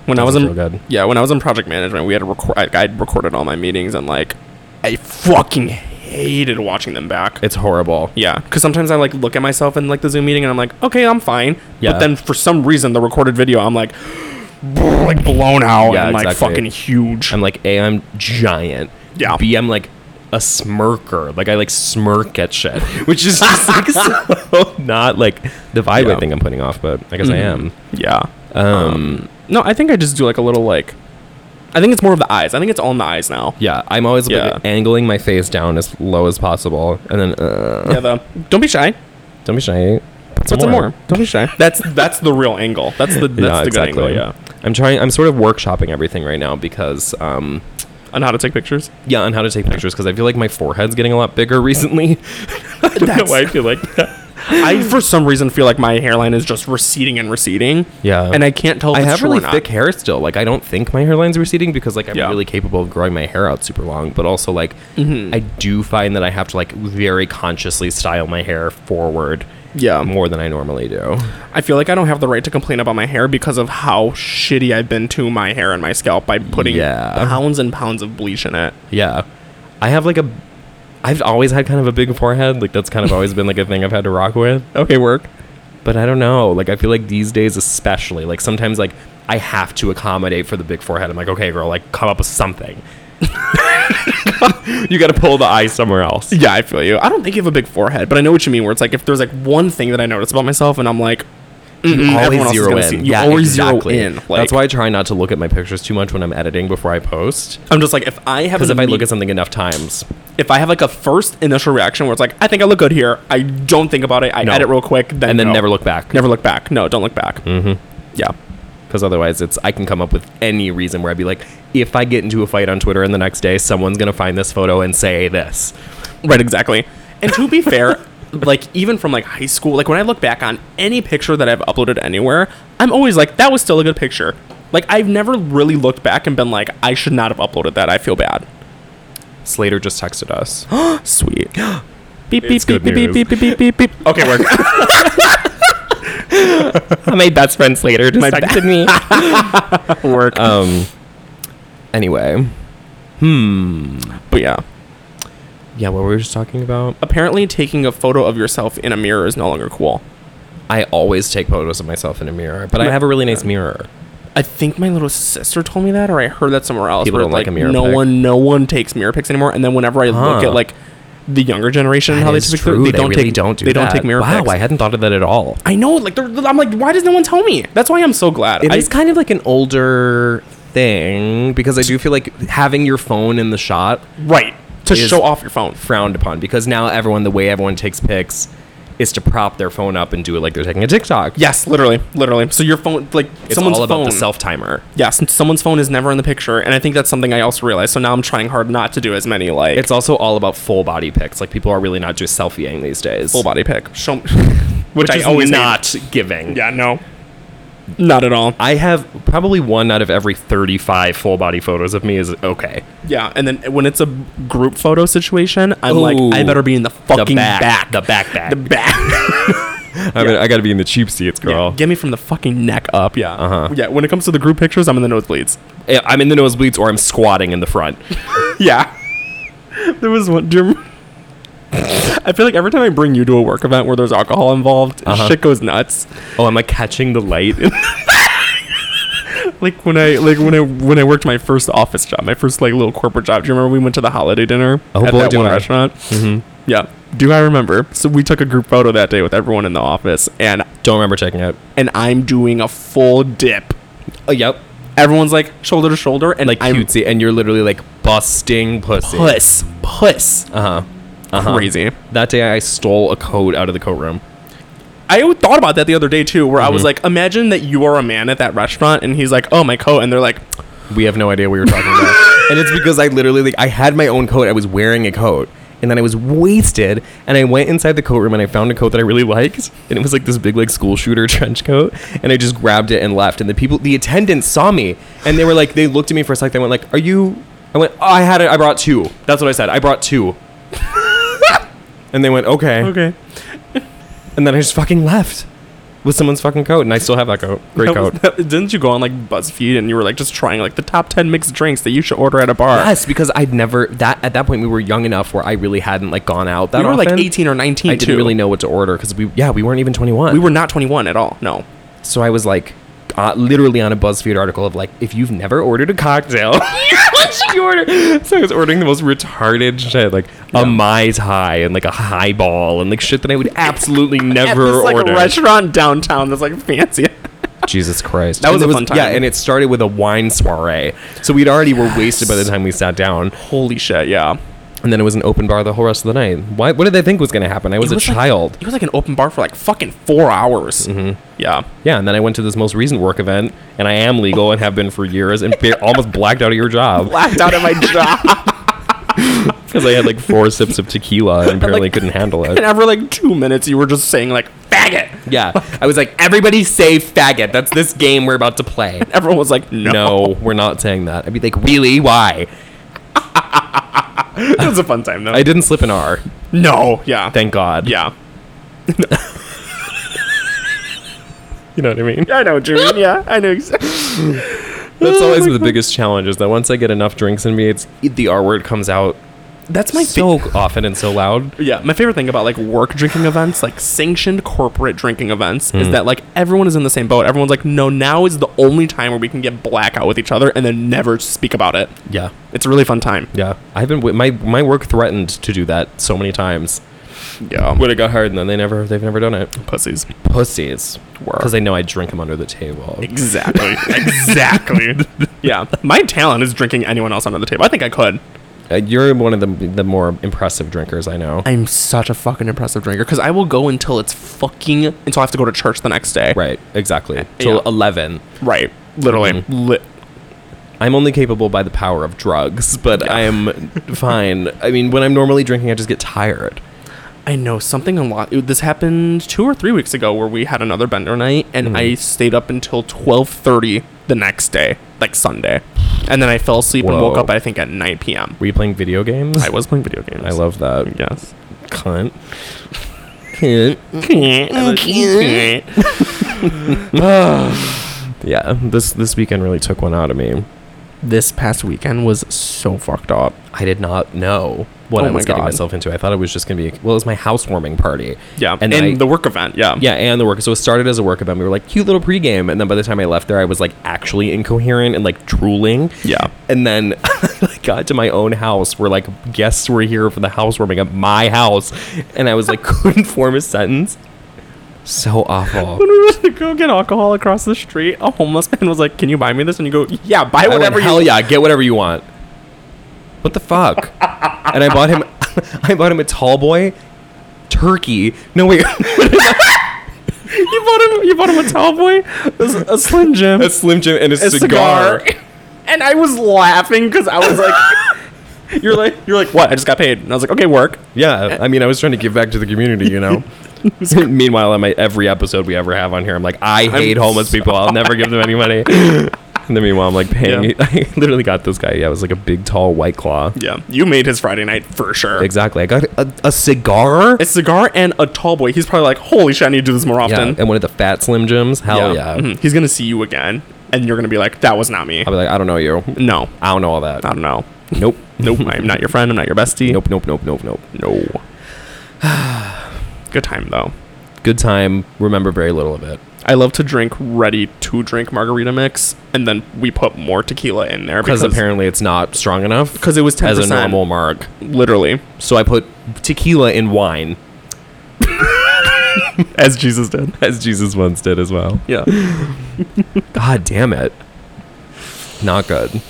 [SPEAKER 4] When I was
[SPEAKER 3] Doesn't
[SPEAKER 4] in
[SPEAKER 3] feel good.
[SPEAKER 4] yeah, when I was in project management, we had to record. I, I'd recorded all my meetings, and like, I fucking hated watching them back.
[SPEAKER 3] It's horrible.
[SPEAKER 4] Yeah, because sometimes I like look at myself in like the Zoom meeting, and I'm like, okay, I'm fine.
[SPEAKER 3] Yeah.
[SPEAKER 4] But then for some reason, the recorded video, I'm like, like blown out
[SPEAKER 3] Yeah,
[SPEAKER 4] and like
[SPEAKER 3] exactly.
[SPEAKER 4] fucking huge.
[SPEAKER 3] I'm like, A, I'm giant.
[SPEAKER 4] Yeah.
[SPEAKER 3] B, I'm like a smirker. Like I like smirk at shit, which is just like so not like the vibe I
[SPEAKER 4] Yeah.
[SPEAKER 3] think I'm putting off, but I guess I am.
[SPEAKER 4] yeah.
[SPEAKER 3] Mm. Um,
[SPEAKER 4] No, I think I just do like a little like. I think it's more of the eyes. I think it's all in the eyes now.
[SPEAKER 3] yeah, I'm always
[SPEAKER 4] Yeah.
[SPEAKER 3] like angling my face down as low as possible, and then uh,
[SPEAKER 4] Yeah. The don't be shy.
[SPEAKER 3] don't be shy. Put
[SPEAKER 4] Put some more. Don't be shy. That's that's the real angle. That's the that's
[SPEAKER 3] yeah,
[SPEAKER 4] the
[SPEAKER 3] exactly.
[SPEAKER 4] good angle.
[SPEAKER 3] I'm trying. I'm sort of workshopping everything right now because, um,
[SPEAKER 4] Yeah. On how to take pictures.
[SPEAKER 3] yeah, on how to take pictures because I feel like my forehead's getting a lot bigger recently. I don't know
[SPEAKER 4] That's-
[SPEAKER 3] why I feel like that.
[SPEAKER 4] I for some reason feel like my hairline is just receding and receding.
[SPEAKER 3] Yeah.
[SPEAKER 4] And I can't tell. If
[SPEAKER 3] I
[SPEAKER 4] it's
[SPEAKER 3] have
[SPEAKER 4] true
[SPEAKER 3] really
[SPEAKER 4] or not.
[SPEAKER 3] thick hair still. Like I don't think my hairline's receding because like I'm
[SPEAKER 4] Yeah.
[SPEAKER 3] really capable of growing my hair out super long, but also like
[SPEAKER 4] Mm-hmm.
[SPEAKER 3] I do find that I have to like very consciously style my hair forward.
[SPEAKER 4] Yeah.
[SPEAKER 3] More than I normally do.
[SPEAKER 4] I feel like I don't have the right to complain about my hair because of how shitty I've been to my hair and my scalp by putting
[SPEAKER 3] Yeah.
[SPEAKER 4] pounds and pounds of bleach in it.
[SPEAKER 3] Yeah. I have like a I've always had kind of a big forehead. Like that's kind of always been like a thing I've had to rock with.
[SPEAKER 4] Okay, work.
[SPEAKER 3] But I don't know. Like I feel like these days especially, like sometimes like I have to accommodate for the big forehead. I'm like, okay, girl, like come up with something. you got to pull the eye somewhere else.
[SPEAKER 4] Yeah, I feel you. I don't think you have a big forehead, but I know what you mean. Where it's like if there's like one thing that I notice about myself, and I'm like, "Mm-mm, everyone
[SPEAKER 3] Always
[SPEAKER 4] else is
[SPEAKER 3] zero
[SPEAKER 4] gonna
[SPEAKER 3] in.
[SPEAKER 4] see-" You always zero in. Like,
[SPEAKER 3] That's why I try not to look at my pictures too much when I'm editing before I post.
[SPEAKER 4] I'm just like if I have
[SPEAKER 3] Because
[SPEAKER 4] an
[SPEAKER 3] if I look
[SPEAKER 4] imme-
[SPEAKER 3] at something enough times,
[SPEAKER 4] if I have like a first initial reaction where it's like, I think I look good here. I don't think about it. I
[SPEAKER 3] No.
[SPEAKER 4] edit real quick, then
[SPEAKER 3] and then
[SPEAKER 4] no.
[SPEAKER 3] never look back.
[SPEAKER 4] never look back. No, don't look back. Mm-hmm. Yeah,
[SPEAKER 3] Because otherwise, it's I can come up with any reason where I'd be like, if I get into a fight on Twitter and the next day, someone's gonna find this photo and say this.
[SPEAKER 4] right. Exactly. And to be fair, like even from like high school, like when I look back on any picture that I've uploaded anywhere, I'm always like, that was still a good picture. Like I've never really looked back and been like, I should not have uploaded that. I feel bad.
[SPEAKER 3] Slater just texted us.
[SPEAKER 4] Sweet. beep
[SPEAKER 3] It's
[SPEAKER 4] beep
[SPEAKER 3] good
[SPEAKER 4] beep, beep beep
[SPEAKER 3] news.
[SPEAKER 4] beep beep beep beep beep.
[SPEAKER 3] Okay, we're. my best friend Slater just
[SPEAKER 4] My
[SPEAKER 3] texted me.
[SPEAKER 4] Work.
[SPEAKER 3] um. Anyway,
[SPEAKER 4] but yeah.
[SPEAKER 3] yeah, what were we just talking about?
[SPEAKER 4] Apparently, taking a photo of yourself in a mirror is no longer cool.
[SPEAKER 3] I always take photos of myself in a mirror, but I have a really nice mirror.
[SPEAKER 4] I think my little sister told me that, or I heard that somewhere else.
[SPEAKER 3] People
[SPEAKER 4] where
[SPEAKER 3] don't like a mirror
[SPEAKER 4] No
[SPEAKER 3] pic.
[SPEAKER 4] one, no one takes mirror pics anymore. And then whenever I look
[SPEAKER 3] Huh.
[SPEAKER 4] at like the younger generation and
[SPEAKER 3] That
[SPEAKER 4] how they
[SPEAKER 3] is
[SPEAKER 4] take pictures, they, don't
[SPEAKER 3] really
[SPEAKER 4] take
[SPEAKER 3] don't do
[SPEAKER 4] they don't
[SPEAKER 3] that.
[SPEAKER 4] take mirror
[SPEAKER 3] wow,
[SPEAKER 4] pics.
[SPEAKER 3] I hadn't thought of that at all.
[SPEAKER 4] I know, like they're, I'm like, why does no one tell me? That's why I'm so glad.
[SPEAKER 3] It is
[SPEAKER 4] I,
[SPEAKER 3] kind of like an older thing because I do feel like having your phone in the shot
[SPEAKER 4] right to
[SPEAKER 3] It is-
[SPEAKER 4] show off your phone.
[SPEAKER 3] frowned upon because now everyone the way everyone takes pics is to prop their phone up and do it like they're taking a TikTok.
[SPEAKER 4] Yes, literally, literally. So your phone, like
[SPEAKER 3] it's
[SPEAKER 4] someone's
[SPEAKER 3] all about
[SPEAKER 4] phone.
[SPEAKER 3] the self timer.
[SPEAKER 4] Yes, someone's phone is never in the picture, and I think that's something I also realized. So now I'm trying hard not to do as many like
[SPEAKER 3] It's also all about full body pics. Like people are really not just selfieing these days.
[SPEAKER 4] full body pic. Show,
[SPEAKER 3] which,
[SPEAKER 4] which I
[SPEAKER 3] is
[SPEAKER 4] always hate.
[SPEAKER 3] not giving.
[SPEAKER 4] Yeah, no, not at all.
[SPEAKER 3] I have probably one out of every 35 full body photos of me is okay.
[SPEAKER 4] Yeah, and then when it's a group photo situation, I'm
[SPEAKER 3] Ooh.
[SPEAKER 4] like, I better be in the fucking
[SPEAKER 3] back.
[SPEAKER 4] back.
[SPEAKER 3] The back back.
[SPEAKER 4] The back.
[SPEAKER 3] I mean, I got to be in the cheap seats,
[SPEAKER 4] yeah, get me from the fucking neck up. Yeah.
[SPEAKER 3] Uh-huh.
[SPEAKER 4] Yeah, when it comes to the group pictures, I'm in the nosebleeds.
[SPEAKER 3] Yeah, I'm in the nosebleeds or I'm squatting in the front.
[SPEAKER 4] Yeah. there was one. Do you remember? I feel like every time I bring you to a work event where there's alcohol involved,
[SPEAKER 3] Uh-huh.
[SPEAKER 4] shit goes nuts.
[SPEAKER 3] Oh, am I catching the light?
[SPEAKER 4] Like when I like when I when I worked my first office job, my first like little corporate job. Do you remember we went to the holiday dinner
[SPEAKER 3] Oh,
[SPEAKER 4] at
[SPEAKER 3] boy,
[SPEAKER 4] that
[SPEAKER 3] do
[SPEAKER 4] one
[SPEAKER 3] I.
[SPEAKER 4] restaurant? Mm-hmm. Yeah. Do I remember? So we took a group photo that day with everyone in the office, and
[SPEAKER 3] Don't remember checking out.
[SPEAKER 4] and I'm doing a full dip.
[SPEAKER 3] Oh, yep.
[SPEAKER 4] Everyone's like shoulder to shoulder, and
[SPEAKER 3] Like
[SPEAKER 4] I'm
[SPEAKER 3] cutesy, and you're literally like busting pussy.
[SPEAKER 4] puss, puss,
[SPEAKER 3] Uh huh.
[SPEAKER 4] crazy.
[SPEAKER 3] That day, I stole a coat out of the coat room.
[SPEAKER 4] I thought about that the other day too, where I
[SPEAKER 3] Mm-hmm.
[SPEAKER 4] was like, imagine that you are a man at that restaurant, and he's like, oh my coat, and they're like,
[SPEAKER 3] We have no idea what you're talking about. and it's because I literally like I had my own coat. I was wearing a coat. And then I was wasted, and I went inside the coat room and I found a coat that I really liked, and it was like this big like school shooter trench coat, and I just grabbed it and left. And the people, the attendants saw me, and they were like, they looked at me for a second. They went like, "Are you?" I went, oh, "I had it. I brought two. That's what I said. I brought two. and they went, "Okay."
[SPEAKER 4] okay,
[SPEAKER 3] And then I just fucking left with someone's fucking coat, and I still have that coat. Great
[SPEAKER 4] That was-
[SPEAKER 3] coat.
[SPEAKER 4] that- didn't you go on like BuzzFeed and you were like just trying like the top ten mixed drinks that you should order at a bar?
[SPEAKER 3] Yes, because I'd never that at that point we were young enough where I really hadn't like gone out that
[SPEAKER 4] we were like
[SPEAKER 3] often.
[SPEAKER 4] eighteen or nineteen.
[SPEAKER 3] I
[SPEAKER 4] too.
[SPEAKER 3] didn't really know what to order because we yeah we weren't even twenty one.
[SPEAKER 4] We were not twenty one at all. No.
[SPEAKER 3] so I was like uh, literally on a BuzzFeed article of like if you've never ordered a cocktail, what should you order? So I was ordering the most retarded shit like a mai tai and like a highball and like shit that I would absolutely never
[SPEAKER 4] at this, like,
[SPEAKER 3] order.
[SPEAKER 4] restaurant downtown that's like fancy.
[SPEAKER 3] Jesus Christ.
[SPEAKER 4] That was
[SPEAKER 3] And
[SPEAKER 4] a
[SPEAKER 3] it
[SPEAKER 4] fun time.
[SPEAKER 3] Yeah, and it started with a wine soiree. So we'd already were wasted by the time we sat down.
[SPEAKER 4] Holy shit! Yeah.
[SPEAKER 3] And then it was an open bar the whole rest of the night. Why, what did they think was going to happen? I was,
[SPEAKER 4] was
[SPEAKER 3] a
[SPEAKER 4] like-
[SPEAKER 3] child.
[SPEAKER 4] It was like an open bar for like fucking four hours. Mm-hmm. Yeah.
[SPEAKER 3] yeah, and then I went to this most recent work event, and I am legal and have been for years, and ba- almost blacked out of your job
[SPEAKER 4] Blacked out of my job.
[SPEAKER 3] because I had like four sips of tequila and apparently
[SPEAKER 4] like-
[SPEAKER 3] couldn't handle
[SPEAKER 4] and
[SPEAKER 3] it.
[SPEAKER 4] after like two minutes, you were just saying like faggot.
[SPEAKER 3] Yeah, I was like, everybody say faggot. That's this game we're about to play.
[SPEAKER 4] Everyone was like, no.
[SPEAKER 3] No, we're not saying that. I'd be like, really? Why?
[SPEAKER 4] it was a fun time though.
[SPEAKER 3] I didn't slip an R.
[SPEAKER 4] no. Yeah.
[SPEAKER 3] Thank God.
[SPEAKER 4] Yeah.
[SPEAKER 3] You know what I mean?
[SPEAKER 4] I know what you mean. Yeah. I know. Exactly.
[SPEAKER 3] That's
[SPEAKER 4] Oh
[SPEAKER 3] always the biggest challenge is that once I get enough drinks in me, it's the R word comes out
[SPEAKER 4] That's my favorite.
[SPEAKER 3] so often and so loud.
[SPEAKER 4] Yeah, my favorite thing about like work drinking events, like sanctioned corporate drinking events,
[SPEAKER 3] Mm.
[SPEAKER 4] is that like everyone is in the same boat. Everyone's like, no, now is the only time where we can get blackout with each other and then never speak about it.
[SPEAKER 3] Yeah.
[SPEAKER 4] It's a really fun time.
[SPEAKER 3] Yeah, I've been wi- my my work threatened to do that so many times.
[SPEAKER 4] Yeah,
[SPEAKER 3] When it got hard, and then they never they've never done it.
[SPEAKER 4] pussies.
[SPEAKER 3] Pussies,
[SPEAKER 4] Were.
[SPEAKER 3] because they know I drink them under the table.
[SPEAKER 4] Exactly. exactly. yeah, my talent is drinking anyone else under the table. I think I could.
[SPEAKER 3] Uh, you're one of the the more impressive drinkers I know.
[SPEAKER 4] I'm such a fucking impressive drinker because I will go until it's fucking until I have to go to church the next day.
[SPEAKER 3] right, exactly. Till
[SPEAKER 4] yeah.
[SPEAKER 3] eleven,
[SPEAKER 4] Right. Literally. Li-
[SPEAKER 3] I'm only capable by the power of drugs, but I am fine. I mean, when I'm normally drinking, I just get tired.
[SPEAKER 4] I know something a lot. it- This happened two or three weeks ago where we had another bender night, and I stayed up until twelve thirty the next day, like Sunday, and then I fell asleep and woke
[SPEAKER 3] Whoa.
[SPEAKER 4] up I think at nine p.m.
[SPEAKER 3] Were you playing video games?
[SPEAKER 4] I was playing video games.
[SPEAKER 3] I love that.
[SPEAKER 4] yes.
[SPEAKER 3] Cunt. Cunt.
[SPEAKER 4] Did
[SPEAKER 3] Yeah, this this weekend really took one out of me.
[SPEAKER 4] this past weekend was so fucked up.
[SPEAKER 3] I did not know what
[SPEAKER 4] Oh
[SPEAKER 3] I was
[SPEAKER 4] my
[SPEAKER 3] getting
[SPEAKER 4] God.
[SPEAKER 3] myself into. I thought it was just going to be well, it was my housewarming party.
[SPEAKER 4] Yeah,
[SPEAKER 3] and
[SPEAKER 4] and,
[SPEAKER 3] then I-
[SPEAKER 4] the work event. Yeah,
[SPEAKER 3] yeah, and the work. So it started as a work event. We were like cute little pregame, and then by the time I left there, I was like actually incoherent and like drooling.
[SPEAKER 4] Yeah.
[SPEAKER 3] and then I got to my own house where like guests were here for the housewarming at my house, and I was like couldn't form a sentence. So awful.
[SPEAKER 4] When we went to go get alcohol across the street, a homeless man was like, "Can you buy me this?" And you go, "Yeah, buy
[SPEAKER 3] I went,
[SPEAKER 4] whatever."
[SPEAKER 3] hell
[SPEAKER 4] you
[SPEAKER 3] yeah, get whatever you want. What the fuck? and I bought him, I bought him a tall boy, turkey. No wait,
[SPEAKER 4] You bought him. You bought him a tall boy, a, a slim jim,
[SPEAKER 3] a Slim Jim and a,
[SPEAKER 4] a cigar.
[SPEAKER 3] cigar.
[SPEAKER 4] And I was laughing because I was like, "You're like, you're like, what? I just got paid." And I was like, "Okay, work."
[SPEAKER 3] Yeah, I mean, I was trying to give back to the community, you know. Meanwhile, on my every episode we ever have on here, I'm like, I hate homeless people. I'll never give them any money. and then meanwhile, I'm like paying.
[SPEAKER 4] Yeah.
[SPEAKER 3] I literally got this guy. Yeah, it was like a big, tall, white claw.
[SPEAKER 4] Yeah, you made his Friday night for sure.
[SPEAKER 3] Exactly. I got a, a cigar.
[SPEAKER 4] A cigar and a tall boy. He's probably like, "Holy shit, I need to do this more
[SPEAKER 3] Yeah,
[SPEAKER 4] often."
[SPEAKER 3] and one of the fat Slim Jims. Hell yeah. Mm-hmm.
[SPEAKER 4] Mhm. He's gonna see you again, and you're gonna be like, "That was not me."
[SPEAKER 3] I'll be like, I don't know you.
[SPEAKER 4] No,
[SPEAKER 3] I don't know all that.
[SPEAKER 4] I don't know.
[SPEAKER 3] Nope.
[SPEAKER 4] Nope, I'm not your friend. I'm not your bestie.
[SPEAKER 3] Nope, nope, nope, nope, nope.
[SPEAKER 4] No. Good time though.
[SPEAKER 3] Good time. Remember very little of it.
[SPEAKER 4] I love to drink ready to drink margarita mix, and then we put more tequila in there
[SPEAKER 3] because apparently it's not strong enough.
[SPEAKER 4] 'Cause it was
[SPEAKER 3] as a
[SPEAKER 4] 10%.
[SPEAKER 3] normal marg.
[SPEAKER 4] literally
[SPEAKER 3] So I put tequila in wine,
[SPEAKER 4] as Jesus did.
[SPEAKER 3] as Jesus once did as well.
[SPEAKER 4] Yeah,
[SPEAKER 3] God damn it, not good.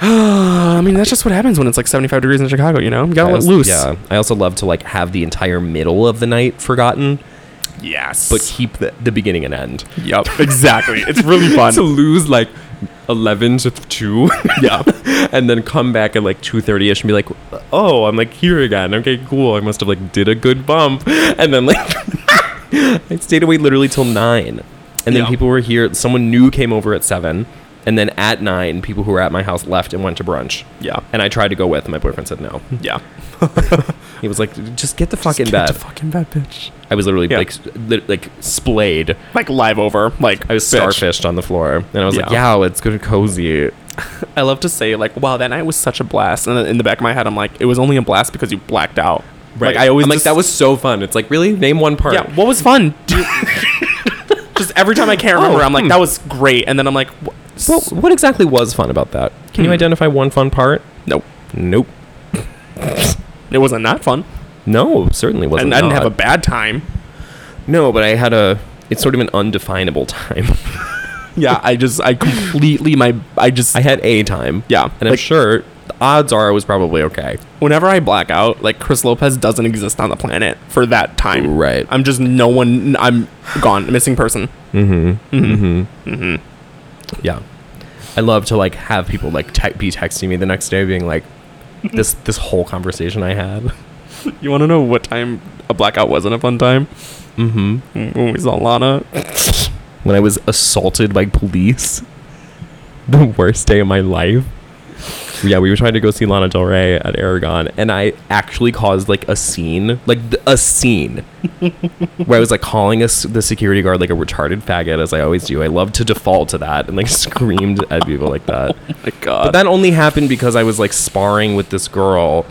[SPEAKER 4] I mean that's just what happens when it's like 75 degrees in Chicago. You know, you gotta
[SPEAKER 3] I
[SPEAKER 4] let
[SPEAKER 3] also-
[SPEAKER 4] loose.
[SPEAKER 3] Yeah, I also love to like have the entire middle of the night forgotten,
[SPEAKER 4] Yes.
[SPEAKER 3] but keep the, the beginning and end.
[SPEAKER 4] yep. Exactly. It's really fun.
[SPEAKER 3] to lose like eleven to two,
[SPEAKER 4] yeah.
[SPEAKER 3] and then come back at like two thirty ish and be like, oh, I'm like here again. Okay, cool. I must have like did a good bump, and then like I stayed away literally till nine, and then
[SPEAKER 4] Yeah.
[SPEAKER 3] people were here. Someone new came over at seven, and then at nine, people who were at my house left and went to brunch.
[SPEAKER 4] Yeah.
[SPEAKER 3] And I tried to go with, and my boyfriend said no.
[SPEAKER 4] Yeah.
[SPEAKER 3] He was like, "Just get the fuck in
[SPEAKER 4] Get
[SPEAKER 3] bed."
[SPEAKER 4] to fucking bed, bitch.
[SPEAKER 3] I was literally
[SPEAKER 4] Yeah.
[SPEAKER 3] like, s- lit like splayed.
[SPEAKER 4] Like live over. Like
[SPEAKER 3] I was starfished on the floor, and I was like,
[SPEAKER 4] Yeah.
[SPEAKER 3] "Yeah, it's good and cozy."
[SPEAKER 4] I love to say like, wow, that night was such a blast. And then in the back of my head, I'm like, it was only a blast because you blacked out.
[SPEAKER 3] Right.
[SPEAKER 4] Like I always
[SPEAKER 3] I'm like,
[SPEAKER 4] just-
[SPEAKER 3] that was so fun. It's like, really? Name one part.
[SPEAKER 4] yeah. What was fun? Do you- just every time I can't remember, I'm like,
[SPEAKER 3] hmm.
[SPEAKER 4] that was great. And then I'm like, what?
[SPEAKER 3] Well, what exactly was fun about that? Can you
[SPEAKER 4] Hmm.
[SPEAKER 3] identify one fun part?
[SPEAKER 4] nope.
[SPEAKER 3] Nope.
[SPEAKER 4] It wasn't not fun.
[SPEAKER 3] No, certainly wasn't.
[SPEAKER 4] and I didn't have
[SPEAKER 3] not.
[SPEAKER 4] a bad time.
[SPEAKER 3] No, but I had a. It's sort of an undefinable time.
[SPEAKER 4] Yeah, I just I completely my I just
[SPEAKER 3] I had a time.
[SPEAKER 4] yeah.
[SPEAKER 3] And I'm
[SPEAKER 4] like,
[SPEAKER 3] sure the odds are I was probably okay.
[SPEAKER 4] whenever I black out, like Chris Lopez doesn't exist on the planet for that time.
[SPEAKER 3] Right.
[SPEAKER 4] I'm just no one. I'm gone. Missing person.
[SPEAKER 3] Yeah. I love to like have people like te- be texting me the next day being like, this this whole conversation I had.
[SPEAKER 4] You want to know what time a blackout wasn't a fun time? Mm-hmm. When we saw Lana.
[SPEAKER 3] when I was assaulted by police. The worst day of my life. Yeah, we were trying to go see Lana Del Rey at Aragon, and I actually caused like a scene, like th- a scene, where I was like calling us the security guard like a retarded faggot, as I always do. I love to default to that and like screamed at people like that.
[SPEAKER 4] My God.
[SPEAKER 3] But that only happened because I was like sparring with this girl.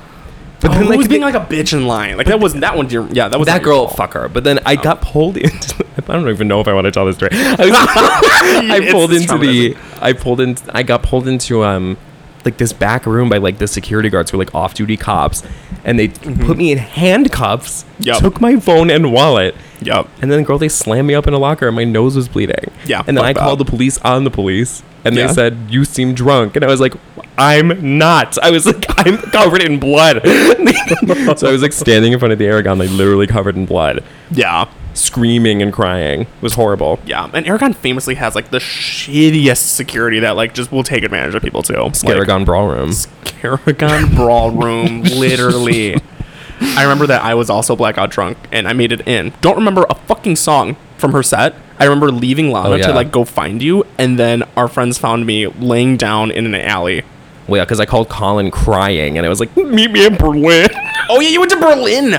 [SPEAKER 3] But
[SPEAKER 4] oh, like, was being
[SPEAKER 3] the-
[SPEAKER 4] like a bitch in line. Like that wasn't that one. Dear, yeah, that was
[SPEAKER 3] that girl, fuck her. But then I
[SPEAKER 4] Oh.
[SPEAKER 3] got pulled into. I don't even know if I want to tell this story. I, was- I
[SPEAKER 4] It's
[SPEAKER 3] pulled
[SPEAKER 4] just
[SPEAKER 3] into the. I pulled in. I got pulled into um, like this back room by like the security guards who were like off-duty cops, and they
[SPEAKER 4] Mm-hmm.
[SPEAKER 3] put me in handcuffs.
[SPEAKER 4] Yep.
[SPEAKER 3] Took my phone and wallet.
[SPEAKER 4] Yep.
[SPEAKER 3] And then, girl, they slammed me up in a locker, and my nose was bleeding.
[SPEAKER 4] Yeah,
[SPEAKER 3] And then
[SPEAKER 4] fuck
[SPEAKER 3] I
[SPEAKER 4] that.
[SPEAKER 3] called the police on the police, and
[SPEAKER 4] Yeah.
[SPEAKER 3] they said, "You seem drunk," and I was like, "I'm not." I was like, "I'm covered in blood." so I was like standing in front of the Aragon, like literally covered in blood,
[SPEAKER 4] Yeah.
[SPEAKER 3] screaming and crying. It was horrible.
[SPEAKER 4] Yeah, and Aragon famously has like the shittiest security that like just will take advantage of people too. Like,
[SPEAKER 3] Aragon brawl room.
[SPEAKER 4] Caragon brawl room, literally. I remember that I was also blackout drunk and I made it in. Don't remember a fucking song from her set. I remember leaving Lana
[SPEAKER 3] Oh, yeah.
[SPEAKER 4] to like go find you, and then our friends found me laying down in an alley.
[SPEAKER 3] Well, yeah, because I called Colin crying, and I was like, "Meet me in Berlin."
[SPEAKER 4] Oh yeah, you went to Berlin.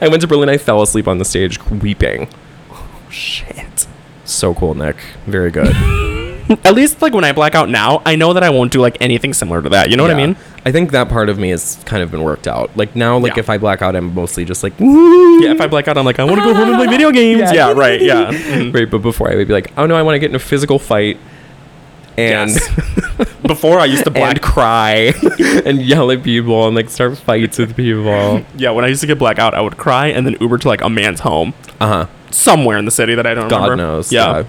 [SPEAKER 3] I went to Berlin. I fell asleep on the stage, weeping.
[SPEAKER 4] Shit.
[SPEAKER 3] So cool, Nick. Very good.
[SPEAKER 4] At least like when I black out now, I know that I won't do like anything similar to that. You know what I
[SPEAKER 3] Yeah.
[SPEAKER 4] mean?
[SPEAKER 3] I think that part of me has kind of been worked out. Like now, like
[SPEAKER 4] Yeah.
[SPEAKER 3] if I black out, I'm mostly just like,
[SPEAKER 4] Yeah. If I black out, I'm like, I want to go home and play video games. Yeah. right. Yeah.
[SPEAKER 3] right. But before I would be like, oh no, I want to get in a physical fight, and
[SPEAKER 4] Yes. Before I used to black
[SPEAKER 3] and cry and yell at people and like start fights with people.
[SPEAKER 4] Yeah, when I used to get blackout, I would cry and then Uber to like a man's home
[SPEAKER 3] Uh huh.
[SPEAKER 4] somewhere in the city that I don't
[SPEAKER 3] God
[SPEAKER 4] remember.
[SPEAKER 3] knows.
[SPEAKER 4] Yeah.
[SPEAKER 3] Yeah.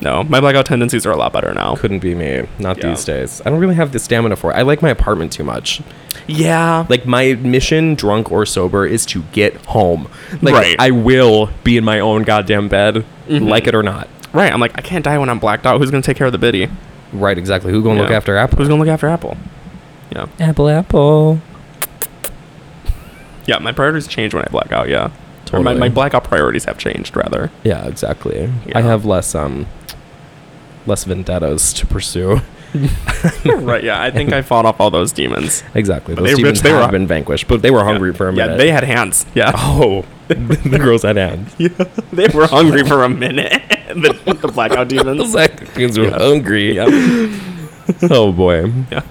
[SPEAKER 4] No, my blackout tendencies are a lot better now.
[SPEAKER 3] Couldn't be me. Not
[SPEAKER 4] Yeah.
[SPEAKER 3] these days. I don't really have the stamina for it. I like my apartment too much.
[SPEAKER 4] Yeah. Like
[SPEAKER 3] Like my mission, drunk or sober, is to get home. Like
[SPEAKER 4] Right.
[SPEAKER 3] I will be in my own goddamn bed, like it or not.
[SPEAKER 4] right, I'm like I can't die when I'm blacked out. Who's going to take care of the biddy?
[SPEAKER 3] Right. Exactly. Who gonna
[SPEAKER 4] Yeah.
[SPEAKER 3] look after Apple?
[SPEAKER 4] Who's going to look after Apple? Yeah.
[SPEAKER 3] Apple, Apple.
[SPEAKER 4] Yeah, my priorities change when I black out, yeah. Or my,
[SPEAKER 3] Totally.
[SPEAKER 4] my blackout priorities have changed rather.
[SPEAKER 3] Yeah, exactly.
[SPEAKER 4] Yeah.
[SPEAKER 3] I have less um less vendettas to pursue.
[SPEAKER 4] right, yeah. I think I fought off all those demons.
[SPEAKER 3] Exactly. Those
[SPEAKER 4] they-
[SPEAKER 3] demons
[SPEAKER 4] bitch, they
[SPEAKER 3] have
[SPEAKER 4] were-
[SPEAKER 3] been vanquished, but they were hungry
[SPEAKER 4] yeah.
[SPEAKER 3] for a minute.
[SPEAKER 4] Yeah, they had hands. Yeah.
[SPEAKER 3] Oh, the girls had hands.
[SPEAKER 4] they were hungry for a minute. the, the blackout demons.
[SPEAKER 3] Seconds were hungry. Oh boy.
[SPEAKER 4] Yeah.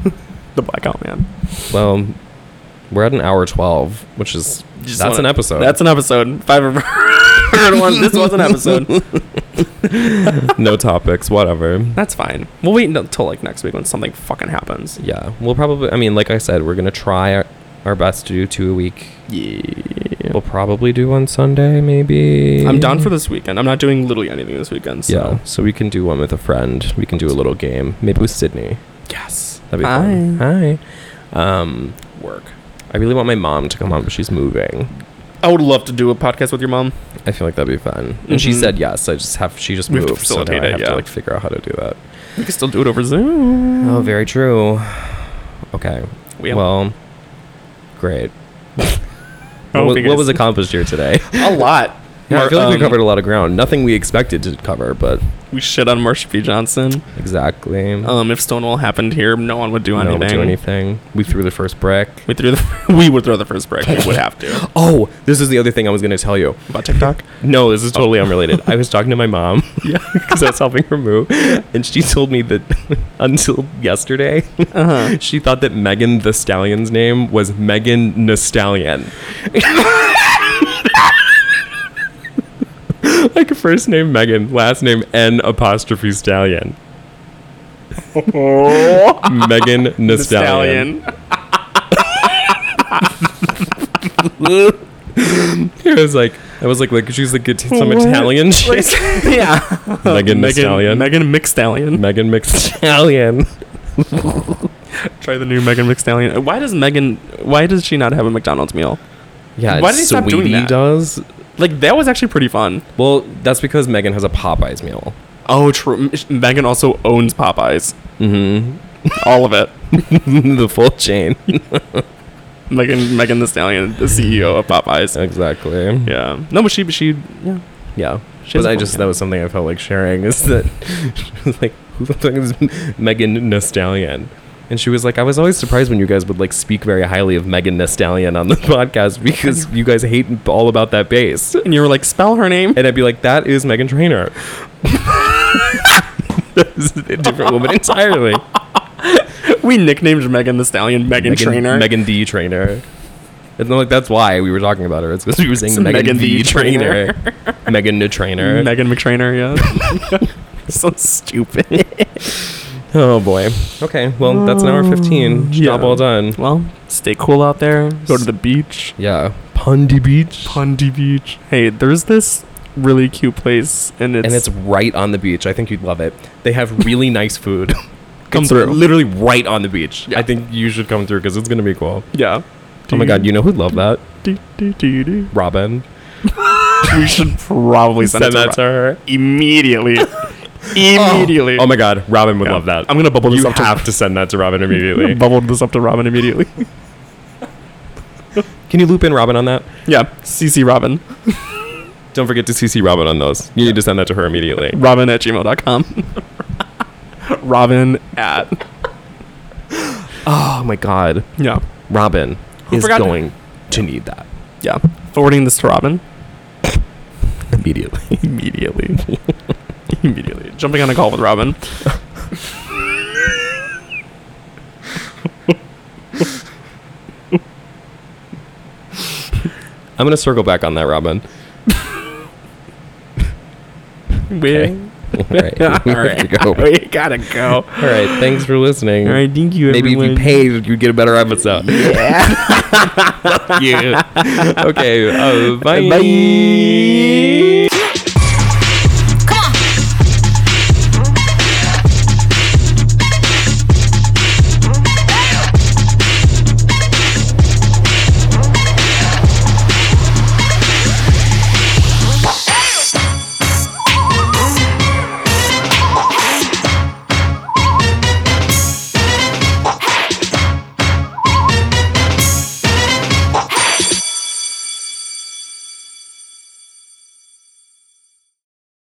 [SPEAKER 4] The blackout man.
[SPEAKER 3] Well, we're at an hour twelve, which is
[SPEAKER 4] Just
[SPEAKER 3] that's
[SPEAKER 4] wanna-
[SPEAKER 3] an episode.
[SPEAKER 4] That's an episode. Five of
[SPEAKER 3] third one. This was an episode. no topics, whatever.
[SPEAKER 4] That's fine. We'll wait until like next week when something fucking happens.
[SPEAKER 3] Yeah, we'll probably. I mean, like I said, we're gonna try our, our best to do two a week.
[SPEAKER 4] Yeah.
[SPEAKER 3] We'll probably do one Sunday, maybe.
[SPEAKER 4] I'm down for this weekend. I'm not doing literally anything this weekend. So.
[SPEAKER 3] Yeah, so we can do one with a friend. We can do a little game, maybe with Sydney.
[SPEAKER 4] Yes.
[SPEAKER 3] That'd be fun. Hi. Um, work. I really want my mom to come on, but she's moving.
[SPEAKER 4] I would love to do a podcast with your mom.
[SPEAKER 3] I feel like that'd be fun. And she
[SPEAKER 4] Mhm.
[SPEAKER 3] said yes. I just have she just
[SPEAKER 4] We have
[SPEAKER 3] moved,
[SPEAKER 4] to
[SPEAKER 3] so now
[SPEAKER 4] facilitate
[SPEAKER 3] I
[SPEAKER 4] it,
[SPEAKER 3] have
[SPEAKER 4] yeah.
[SPEAKER 3] to like figure out how to do that.
[SPEAKER 4] We can still do it over Zoom.
[SPEAKER 3] Oh, very true. Okay.
[SPEAKER 4] We-
[SPEAKER 3] Well, great.
[SPEAKER 4] Oh,
[SPEAKER 3] what,
[SPEAKER 4] big
[SPEAKER 3] what
[SPEAKER 4] ass.
[SPEAKER 3] was accomplished here today?
[SPEAKER 4] A lot.
[SPEAKER 3] Yeah, I
[SPEAKER 4] Mar-
[SPEAKER 3] feel like we
[SPEAKER 4] um,
[SPEAKER 3] covered a lot of ground. Nothing we expected to cover, but
[SPEAKER 4] We shit on Marsha P. Johnson.
[SPEAKER 3] exactly.
[SPEAKER 4] Um, if Stonewall happened here, no one would do
[SPEAKER 3] no
[SPEAKER 4] anything.
[SPEAKER 3] one would do anything. We threw the first brick.
[SPEAKER 4] We threw the. we would throw the first break. We would have to.
[SPEAKER 3] Oh, this is the other thing I was going to tell you.
[SPEAKER 4] About TikTok. Oh.
[SPEAKER 3] No, this is totally unrelated. I was talking to my mom because I was helping her move, and she told me that until yesterday,
[SPEAKER 4] Uh-huh.
[SPEAKER 3] she thought that Megan the Stallion's name was Megan Nastallion. like first name Megan, last name N apostrophe Stallion. Megan Nastallion.
[SPEAKER 4] The stallion.
[SPEAKER 3] I was like, I was like, like she's like it's some
[SPEAKER 4] What?
[SPEAKER 3] Italian chick.
[SPEAKER 4] yeah.
[SPEAKER 3] Megan the Stallion.
[SPEAKER 4] Megan McStallion.
[SPEAKER 3] Megan McStallion.
[SPEAKER 4] Try the new Megan McStallion. Why does Megan? Why does she not have a McDonald's meal?
[SPEAKER 3] Yeah,
[SPEAKER 4] Why did they stop doing
[SPEAKER 3] Sweetie
[SPEAKER 4] that?
[SPEAKER 3] Does
[SPEAKER 4] Like that was actually pretty fun.
[SPEAKER 3] well, that's because Megan has a Popeyes meal.
[SPEAKER 4] Oh, true. Megan also owns Popeyes. Mm-hmm. All of it.
[SPEAKER 3] the full chain.
[SPEAKER 4] Megan, Megan the Stallion, the CEO of Popeyes.
[SPEAKER 3] exactly. Yeah.
[SPEAKER 4] Yeah. No, but she, she, yeah. She has
[SPEAKER 3] But
[SPEAKER 4] a
[SPEAKER 3] I
[SPEAKER 4] full
[SPEAKER 3] just
[SPEAKER 4] chain.
[SPEAKER 3] that was something I felt like sharing is that like who the fuck is Megan Nastallion? And she was like, I was always surprised when you guys would like speak very highly of Megan Nastallion on the podcast because you guys hate all about that base.
[SPEAKER 4] And you were like, spell her name.
[SPEAKER 3] And I'd be like, that is Megan Trainer. that is a different woman entirely.
[SPEAKER 4] We nicknamed Megan the Stallion Megan, Trainer.
[SPEAKER 3] Megan D Trainer. And I'm like, that's why we were talking about her. It's because we were saying
[SPEAKER 4] It's
[SPEAKER 3] Megan,
[SPEAKER 4] Megan
[SPEAKER 3] D
[SPEAKER 4] the
[SPEAKER 3] Trainer. Megan the Trainer.
[SPEAKER 4] Megan McTrainer, yeah. so stupid.
[SPEAKER 3] oh boy. Okay, well that's an hour fifteen.
[SPEAKER 4] Um, Yeah.
[SPEAKER 3] Job well done.
[SPEAKER 4] Well, stay cool out there. Go to the beach.
[SPEAKER 3] Yeah. Pondy Beach.
[SPEAKER 4] Pondy Beach. Hey, there's this really cute place, and it's,
[SPEAKER 3] and it's right on the beach. I think you'd love it. They have really nice food.
[SPEAKER 4] Come
[SPEAKER 3] It's
[SPEAKER 4] through.
[SPEAKER 3] Literally right on the beach.
[SPEAKER 4] Yeah.
[SPEAKER 3] I think you should come through because it's gonna be cool.
[SPEAKER 4] yeah.
[SPEAKER 3] Oh my god, you know who'd love that?
[SPEAKER 4] Do, do, do, do.
[SPEAKER 3] Robin.
[SPEAKER 4] We should probably send,
[SPEAKER 3] Send
[SPEAKER 4] it to
[SPEAKER 3] that to
[SPEAKER 4] Rob.
[SPEAKER 3] her.
[SPEAKER 4] immediately. immediately.
[SPEAKER 3] Oh my god, Robin would
[SPEAKER 4] Yeah.
[SPEAKER 3] love that.
[SPEAKER 4] I'm gonna bubble this
[SPEAKER 3] You
[SPEAKER 4] up to-
[SPEAKER 3] have to send that to Robin immediately.
[SPEAKER 4] Bubbled this up to Robin immediately.
[SPEAKER 3] Can you loop in Robin on that?
[SPEAKER 4] yeah, CC Robin.
[SPEAKER 3] Don't forget to CC Robin on those. You need to send that to her immediately.
[SPEAKER 4] Robin at gmail.com. Robin at.
[SPEAKER 3] Oh my God,
[SPEAKER 4] Yeah.
[SPEAKER 3] Robin
[SPEAKER 4] Who
[SPEAKER 3] is
[SPEAKER 4] forgot-
[SPEAKER 3] going to need that
[SPEAKER 4] Yeah. Forwarding this to Robin.
[SPEAKER 3] immediately.
[SPEAKER 4] Immediately. immediately. Jumping on a call with Robin.
[SPEAKER 3] I'm gonna circle back on that, Robin.
[SPEAKER 4] We,
[SPEAKER 3] All right,
[SPEAKER 4] All right.
[SPEAKER 3] Go. All
[SPEAKER 4] we gotta go.
[SPEAKER 3] right, thanks for listening.
[SPEAKER 4] All right. Thank you,
[SPEAKER 3] Maybe
[SPEAKER 4] everyone.
[SPEAKER 3] if you paid, you'd get a better episode.
[SPEAKER 4] you.
[SPEAKER 3] okay, uh,
[SPEAKER 4] Bye.